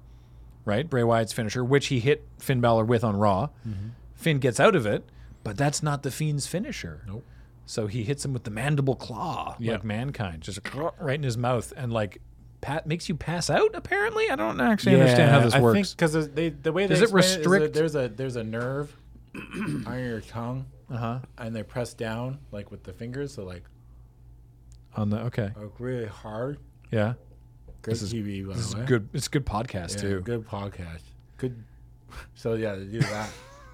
S1: right? Bray Wyatt's finisher, which he hit Finn Balor with on Raw.
S2: Mm-hmm.
S1: Finn gets out of it, but that's not the Fiend's finisher.
S2: Nope.
S1: So he hits him with the mandible claw,
S2: Yeah.
S1: like mankind, just right in his mouth, and like pat makes you pass out. Apparently, I don't actually understand how this
S2: I
S1: works.
S2: because they the way they
S1: Does it
S2: explain is that
S1: restrict-
S2: there's a there's a nerve on your tongue,
S1: uh huh.
S2: and they press down like with the fingers, so like
S1: On the okay,
S2: like really hard.
S1: yeah,
S2: Good TV, by
S1: this is
S2: the way.
S1: good. It's good podcast
S2: Yeah,
S1: too.
S2: Good podcast. Good. So yeah, they do that.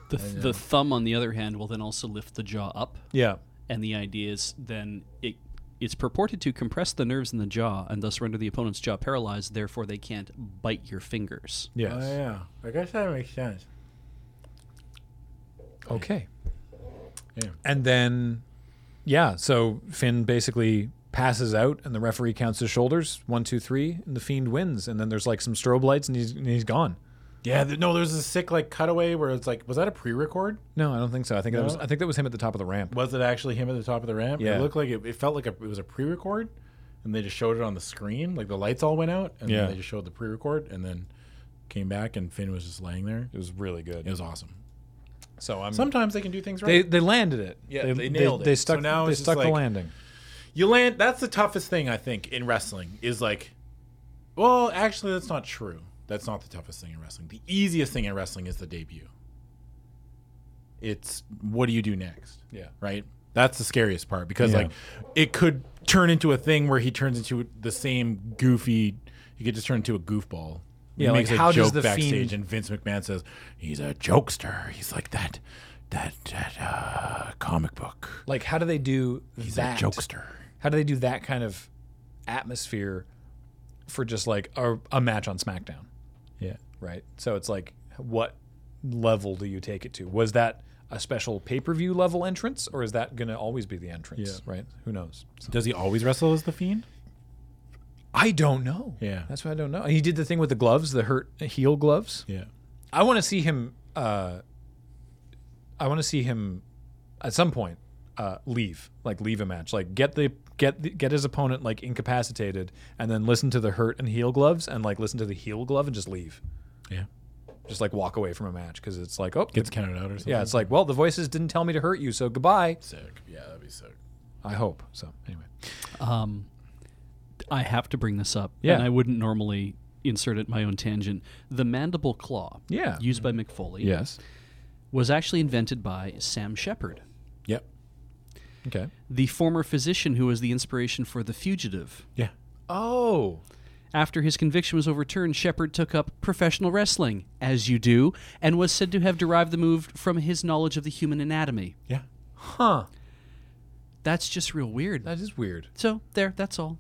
S4: The,
S1: uh,
S4: the thumb, on the other hand, will then also lift the jaw up,
S1: Yeah,
S4: and the idea is then it it's purported to compress the nerves in the jaw and thus render the opponent's jaw paralyzed. Therefore, they can't bite your fingers.
S1: yes.
S2: Oh yeah, I guess that makes sense.
S1: Okay.
S2: Yeah.
S1: And then, yeah, so Finn basically passes out, and the referee counts his shoulders one, two, three, and the Fiend wins. And then there's like some strobe lights, and he's, and he's gone.
S2: Yeah, th- no, there's a sick like cutaway where it's like, was that a pre-record?
S1: No, I don't think so. I think that was
S2: No?
S1: I think that was him at the top of the ramp.
S2: Was it actually him at the top of the ramp?
S1: Yeah.
S2: It looked like it, it felt like a, it was a pre-record, and they just showed it on the screen. Like the lights all went out, and
S1: Yeah.
S2: then they just showed the pre-record, and then came back, and Finn was just laying there.
S1: It was really good.
S2: It was awesome.
S1: So I'm.
S2: Sometimes they can do things
S1: they
S2: right.
S1: they landed it.
S2: Yeah,
S1: they,
S2: they nailed it.
S1: They
S2: So
S1: stuck.
S2: now
S1: they
S2: it's just
S1: stuck the
S2: like-
S1: landing.
S2: you land. That's the toughest thing I think in wrestling is like, well, actually, that's not true. That's not the toughest thing in wrestling. The easiest thing in wrestling is the debut. It's what do you do next?
S1: Yeah.
S2: right? That's the scariest part because
S1: Yeah.
S2: like it could turn into a thing where he turns into the same goofy. He could just turn into a goofball. He
S1: Yeah, like,
S2: makes a
S1: how does
S2: joke
S1: the
S2: backstage,
S1: Fiend-
S2: and Vince McMahon says he's a jokester. He's like that, that that uh, comic book.
S1: Like, how do they do
S2: He's
S1: that?
S2: a jokester.
S1: How do they do that kind of atmosphere for just like a, a match on SmackDown?
S2: Yeah,
S1: right? So it's like, what level do you take it to? Was that a special pay per view level entrance, or is that going to always be the entrance? Right? Who knows?
S2: Does he always wrestle as the fiend?
S1: I don't know.
S2: Yeah.
S1: that's what I don't know. He did the thing with the gloves, the hurt heel gloves.
S2: Yeah.
S1: I want to see him. Uh, I want to see him at some point uh, leave, like leave a match, like get the get the, get his opponent like incapacitated, and then listen to the hurt and heel gloves, and like listen to the heel glove and just leave,
S2: Yeah.
S1: just like walk away from a match because it's like oh
S2: Gets counted out or something.
S1: Yeah, it's like, well, the voices didn't tell me to hurt you, so goodbye.
S2: sick. Yeah, that'd be sick.
S1: I hope. So anyway,
S4: Um, I have to bring this up,
S1: Yeah.
S4: and I wouldn't normally insert it in my own tangent. The mandible claw,
S1: Yeah.
S4: used by McFoley,
S1: yes.
S4: was actually invented by Sam Shepard,
S2: Yep.
S1: Okay.
S4: the former physician who was the inspiration for The Fugitive.
S2: Yeah.
S1: Oh,
S4: After his conviction was overturned, Shepard took up professional wrestling, as you do, and was said to have derived the move from his knowledge of the human anatomy.
S2: Yeah.
S1: huh.
S4: That's just real weird.
S1: That is weird.
S4: so there, that's all.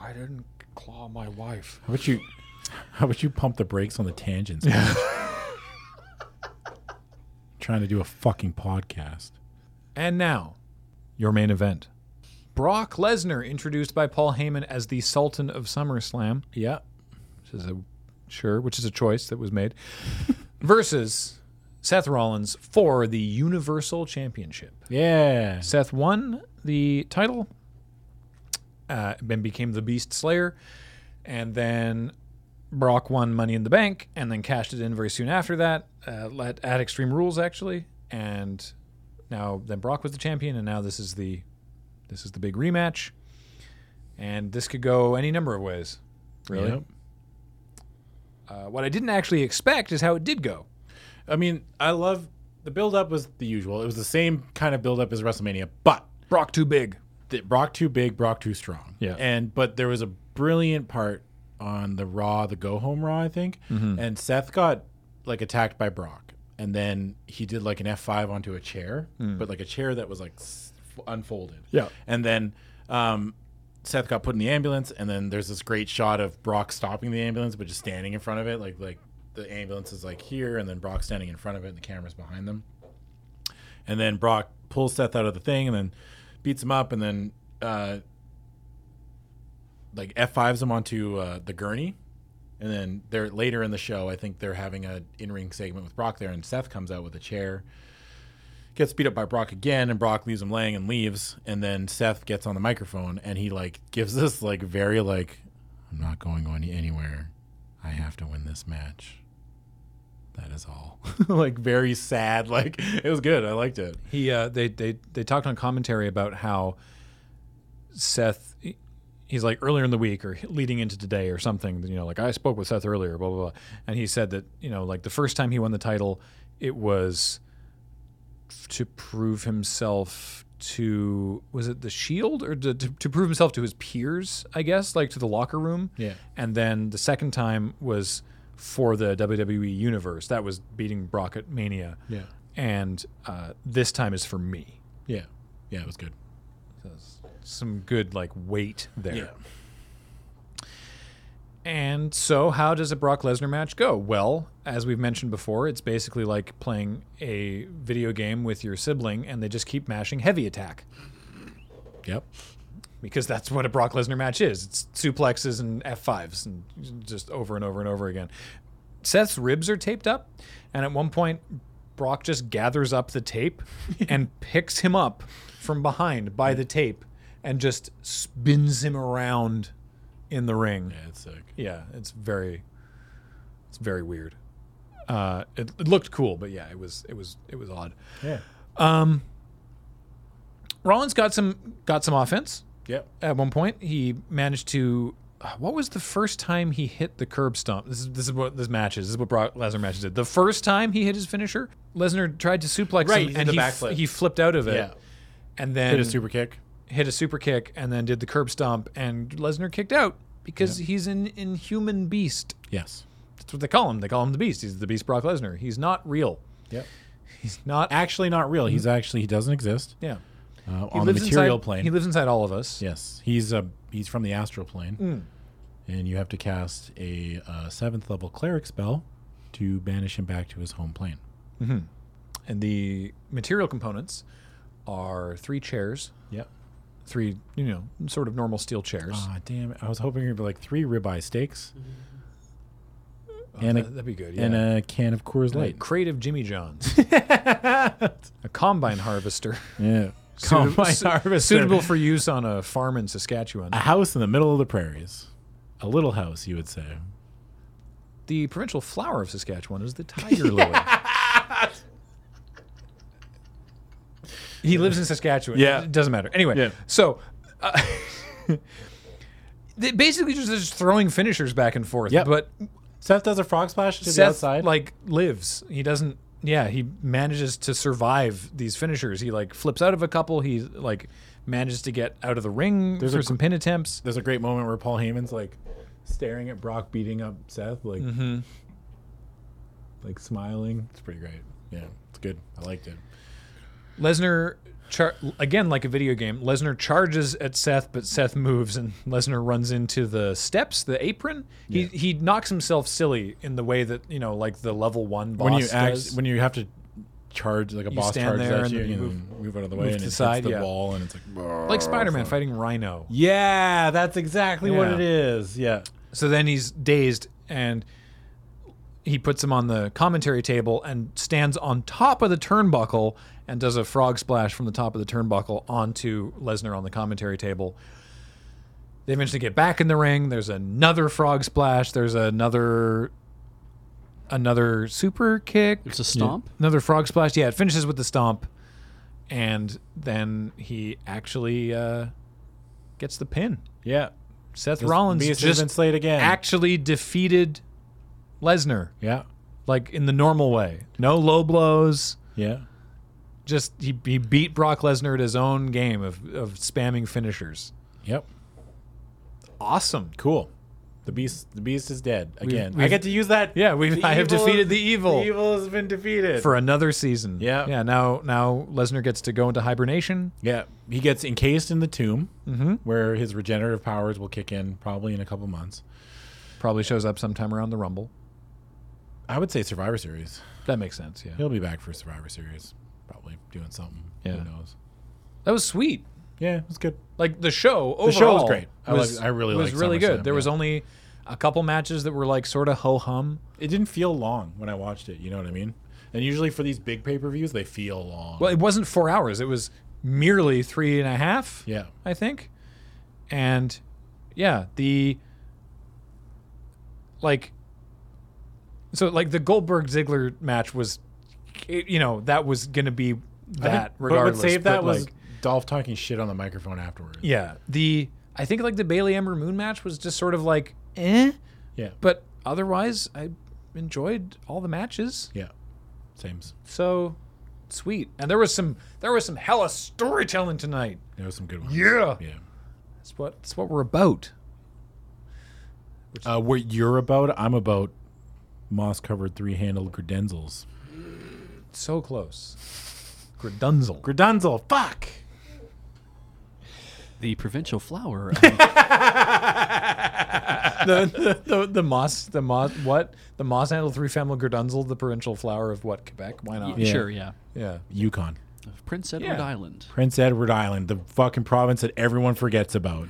S1: I didn't claw my wife.
S2: How about you? How about you pump the brakes on the tangents? Trying to do a fucking podcast.
S1: And now, your main event. Brock Lesnar, introduced by Paul Heyman as the Sultan of SummerSlam,
S2: Yeah.
S1: which is a sure, which is a choice that was made, versus Seth Rollins for the Universal Championship.
S2: Yeah.
S1: Seth won the title, uh, then became the Beast Slayer, and then Brock won Money in the Bank, and then cashed it in very soon after that uh, at, at Extreme Rules actually, and now then Brock was the champion, and now this is the this is the big rematch, and this could go any number of ways, really.
S2: Yep.
S1: Uh, what I didn't actually expect is how it did go.
S2: I mean, I love the build up was the usual. It was the same kind of build up as WrestleMania, but
S1: Brock too big.
S2: that Brock too big, Brock too strong.
S1: Yeah.
S2: And but there was a brilliant part on the Raw, the go home Raw, I think,
S1: Mm-hmm.
S2: and Seth got like attacked by Brock, and then he did like an F five onto a chair, but like a chair that was like s- unfolded.
S1: Mm. Yeah.
S2: And then um, Seth got put in the ambulance, and then there's this great shot of Brock stopping the ambulance, but just standing in front of it, like like the ambulance is like here, and then Brock standing in front of it, and the camera's behind them. And then Brock pulls Seth out of the thing, and then beats him up, and then uh, like F fives him onto uh, the gurney. And then they're later in the show. I think they're having a in ring segment with Brock there, and Seth comes out with a chair gets beat up by Brock again, and Brock leaves him laying and leaves. And then Seth gets on the microphone and he like gives this like very like, I'm not going any- anywhere. I have to win this match. That is all. like very sad. Like it was good. I liked it.
S1: he uh, they they they talked on commentary about how Seth he- he's like earlier in the week or leading into today or something you know like I spoke with Seth earlier blah blah blah and he said that you know like the first time he won the title it was f- to prove himself to was it the shield or to, to, to prove himself to his peers I guess like to the locker room
S2: Yeah.
S1: and then the second time was for the WWE universe that was beating Brock at Mania
S2: Yeah.
S1: and uh, this time is for me.
S2: Yeah. Yeah. It was good.
S1: Some good like weight there. And so, how does a Brock Lesnar match go? Well, as we've mentioned before, it's basically like playing a video game with your sibling, and they just keep mashing heavy attack
S2: Yep.
S1: because that's what a Brock Lesnar match is. It's suplexes and F fives and just over and over and over again. Seth's ribs are taped up, and at one point, Brock just gathers up the tape and picks him up from behind by the tape and just spins him around in the ring.
S2: Yeah. It's sick.
S1: Yeah, it's very, it's very weird. Uh, it, it looked cool, but yeah, it was it was it was odd. Um,
S2: Yeah.
S1: Rollins got some got some offense.
S2: Yep.
S1: at one point he managed to uh, what was the first time he hit the curb stomp? This is this is what this matches. This is what Brock Lesnar matches did. The first time he hit his finisher, Lesnar tried to suplex
S2: Right,
S1: him
S2: he did
S1: and
S2: the
S1: he, f-
S2: backflip.
S1: he flipped out of it.
S2: Yeah.
S1: And then
S2: Hit a super kick.
S1: hit a super kick and then did the curb stomp and Lesnar kicked out because he's an inhuman beast.
S2: Yes.
S1: That's what they call him. They call him the beast. He's the beast Brock Lesnar. He's not real.
S2: Yep.
S1: Mm-hmm. He's not Mm-hmm.
S2: Actually, not real. He's actually he doesn't exist
S1: yeah. He
S2: uh, on the
S1: lives
S2: material
S1: inside-
S2: plane.
S1: He lives inside all of us.
S2: Yes, he's uh, he's from the astral plane,
S1: Mm.
S2: and you have to cast a uh, seventh level cleric spell to banish him back to his home plane.
S1: And the material components are three chairs
S2: Yep.
S1: three, you know, sort of normal steel chairs.
S2: Ah, damn! it. I was hoping it'd be like three ribeye steaks and
S1: Mm-hmm. Oh, that,
S2: a-
S1: would be good. Yeah.
S2: and a can of Coors
S1: a
S2: Light.
S1: crate of Jimmy John's, a combine harvester,
S2: Yeah,
S1: Suitab-
S2: Combine
S1: su-
S2: harvester.
S1: suitable for use on a farm in Saskatchewan.
S2: a house in the middle of the prairies, a little house, you would say.
S1: The provincial flower of Saskatchewan is the tiger lily. He lives in Saskatchewan.
S2: Yeah.
S1: It doesn't matter. Anyway,
S2: Yeah.
S1: so uh, they basically just, they're just throwing finishers back and forth.
S2: Yep.
S1: But
S2: Seth does a frog splash to the
S1: Seth,
S2: outside.
S1: like, lives. He doesn't, yeah, he manages to survive these finishers. He, like, flips out of a couple. He, like, manages to get out of the ring There's
S2: There's a
S1: through
S2: gr-
S1: some pin attempts.
S2: There's a great moment where Paul Heyman's like staring at Brock beating up Seth, like like smiling. Mm-hmm. It's pretty great. Yeah, it's good. I liked it.
S1: Lesnar, char- again, like a video game, Lesnar charges at Seth, but Seth moves and Lesnar runs into the steps, the apron. He, he knocks himself silly in the way that, you know, like the level one boss
S2: when you
S1: does.
S2: act, when you have to charge like a boss
S1: stand
S2: charges
S1: there
S2: at
S1: and
S2: you,
S1: then
S2: and
S1: you
S2: you
S1: move-
S2: move, move out of the way
S1: to
S2: and it
S1: the
S2: hits
S1: side,
S2: the
S1: yeah.
S2: wall and it's like
S1: like Spider-Man fighting Rhino.
S2: Yeah, that's exactly what
S1: Yeah.
S2: it is. Yeah.
S1: So then he's dazed and he puts him on the commentary table and stands on top of the turnbuckle and does a frog splash from the top of the turnbuckle onto Lesnar on the commentary table. They eventually get back in the ring. There's another frog splash. There's another another super kick.
S4: It's a stomp.
S1: Another frog splash. Yeah, it finishes with the stomp, and then he actually uh, gets the pin.
S2: Yeah.
S1: Seth
S2: Just
S1: Rollins
S2: Beast has
S1: just
S2: been slayed again.
S1: actually defeated Lesnar,
S2: yeah.
S1: like in the normal way. No low blows.
S2: Yeah.
S1: Just he, he beat Brock Lesnar at his own game of, of spamming finishers.
S2: Yep.
S1: Awesome.
S2: Cool. The beast the beast is dead again. I
S1: we've-
S2: get to use that.
S1: Yeah, we
S2: The
S1: I have
S2: evil-
S1: defeated the evil,
S2: The evil has been defeated.
S1: for another season.
S2: Yeah.
S1: Yeah, now now Lesnar gets to go into hibernation.
S2: yeah. He gets encased in the tomb
S1: Mm-hmm.
S2: where his regenerative powers will kick in probably in a couple months.
S1: Probably shows up sometime around the Rumble.
S2: I would say Survivor Series.
S1: That makes sense, yeah.
S2: He'll be back for Survivor Series. Probably doing something.
S1: Yeah.
S2: Who knows?
S1: That was sweet.
S2: Yeah, it's good.
S1: Like the show overall,
S2: show was great. I
S1: was-
S2: like- I really
S1: was
S2: liked
S1: really good.
S2: SummerSlam,
S1: There was
S2: yeah.
S1: only a couple matches that were like sort of ho hum.
S2: It didn't feel long when I watched it. You know what I mean? And usually for these big pay per views, they feel long.
S1: Well, it wasn't four hours. It was merely three and a half.
S2: yeah.
S1: I think. And yeah, the like so like the Goldberg Ziggler match was you know, that was going to be
S2: I
S1: that
S2: think-
S1: regardless.
S2: But what saved that
S1: but,
S2: was
S1: like,
S2: Dolph talking shit on the microphone afterwards.
S1: yeah, the I think like the Bailey Amber Moon match was just sort of like eh,
S2: Yeah.
S1: but otherwise I enjoyed all the matches.
S2: Yeah. Same's.
S1: So sweet. And there was some there was some hella storytelling tonight.
S2: There was some good ones.
S1: Yeah.
S2: Yeah.
S1: That's what that's what we're about.
S2: Uh, what you're about, I'm about moss covered three handled credenzels.
S1: So close. Gredunzel.
S2: Credenzel, fuck!
S4: The provincial flower.
S1: the, the, the, the moss the moss what the moss handle three family Gredunzel, the provincial flower of what Quebec? Why not?
S4: yeah. Sure, yeah.
S1: Yeah.
S2: Yukon.
S4: Of Prince Edward
S1: Yeah.
S4: Island.
S2: Prince Edward Island, the fucking province that everyone forgets about.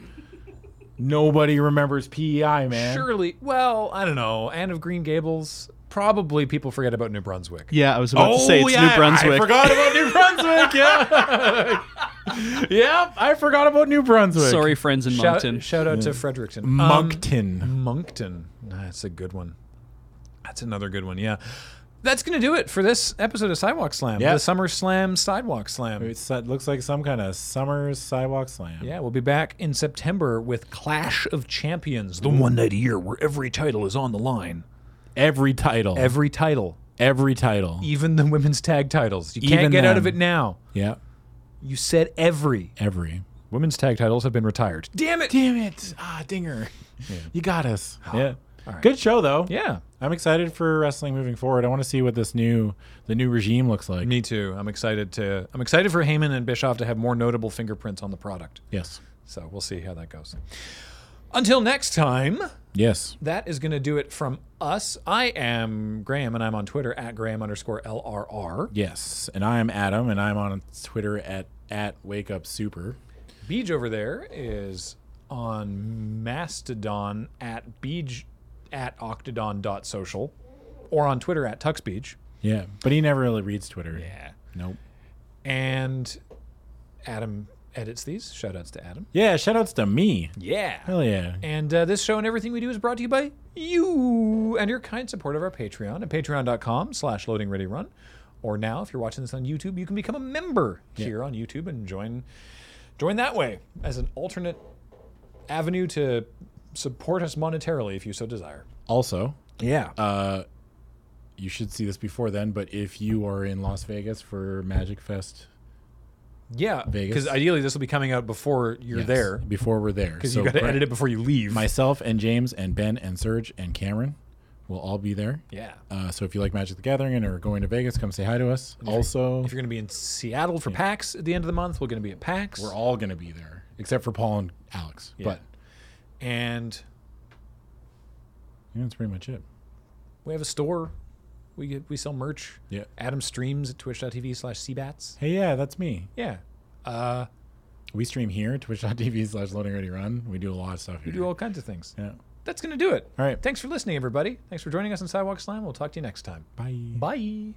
S2: Nobody remembers PEI, man.
S1: Surely, well, I don't know. Anne of Green Gables. Probably people forget about New Brunswick.
S3: Yeah, I was about to say it's
S2: Oh, yeah,
S3: New Brunswick.
S2: I forgot about New Brunswick. Yeah. yep, I forgot about New Brunswick.
S4: Sorry, friends in
S1: Shout,
S4: Moncton.
S1: shout out to Fredericton. Um,
S2: Moncton.
S1: Moncton. That's a good one. That's another good one. Yeah. That's going to do it for this episode of Sidewalk Slam.
S2: Yeah.
S1: The Summer Slam Sidewalk Slam.
S2: It's- it looks like some kind of summer sidewalk slam.
S1: Yeah, we'll be back in September with Clash of Champions, the one night a year where every title is on the line.
S2: Every title. Every,
S1: Every title,
S2: title.
S1: even the women's tag titles. You can't
S2: Even
S1: get out of
S2: them.
S1: it now.
S2: Yeah.
S1: You said every.
S2: Every.
S1: Women's tag titles have been retired. Damn it.
S2: Damn it. Ah, dinger. You got us. Yeah.
S1: All right.
S2: Good show though.
S1: Yeah.
S2: I'm excited for wrestling moving forward. I want to see what this new the new regime looks like.
S1: Me too. I'm excited to I'm excited for Heyman and Bischoff to have more notable fingerprints on the product.
S2: Yes.
S1: So we'll see how that goes. Until next time,
S2: Yes.
S1: that is gonna do it from us. I am Graham and I'm on Twitter at Graham underscore LRR.
S2: Yes. And I am Adam and I'm on Twitter at at wake up super.
S1: Beej over there is on Mastodon at Beej at octodon.social or on Twitter at TuxBeej.
S2: Yeah. But he never really reads Twitter. Nope.
S1: And Adam edits these. Shout outs to Adam.
S2: Yeah, shout outs to me.
S1: Yeah.
S2: Hell yeah.
S1: And uh, this show and everything we do is brought to you by you and your kind support of our Patreon at patreon.com slash loading ready run Or now, if you're watching this on YouTube, you can become a member here on YouTube and join join that way as an alternate avenue to support us monetarily if you so desire.
S2: Also,
S1: Yeah.
S2: uh, you should see this before then, but if you are in Las Vegas for Magic Fest,
S1: yeah.
S2: Vegas?
S1: Because ideally, this will be coming out before you're
S2: yes,
S1: there.
S2: before we're there.
S1: Because you got to
S2: Brent-
S1: edit it before you leave.
S2: Myself and James and Ben and Serge and Cameron will all be there.
S1: yeah.
S2: Uh, so if you like Magic the Gathering and are going to Vegas, come say hi to us. Also,
S1: If you're going to be in Seattle for PAX at the end of the month, we're going to be at PAX.
S2: we're all going to be there except for Paul and Alex. But
S1: and
S2: yeah, that's pretty much it.
S1: we have a store. We get, we sell merch.
S2: Yeah.
S1: Adam streams at twitch.tv slash cbats.
S2: Hey, yeah, that's me.
S1: Yeah. Uh,
S2: We stream here, twitch.tv slash loading ready run. We do a lot of stuff here.
S1: We do all kinds of things.
S2: yeah.
S1: That's going to do it.
S2: All right.
S1: Thanks for listening, everybody. Thanks for joining us on Sidewalk Slam. We'll talk to you next time.
S2: Bye.
S1: Bye.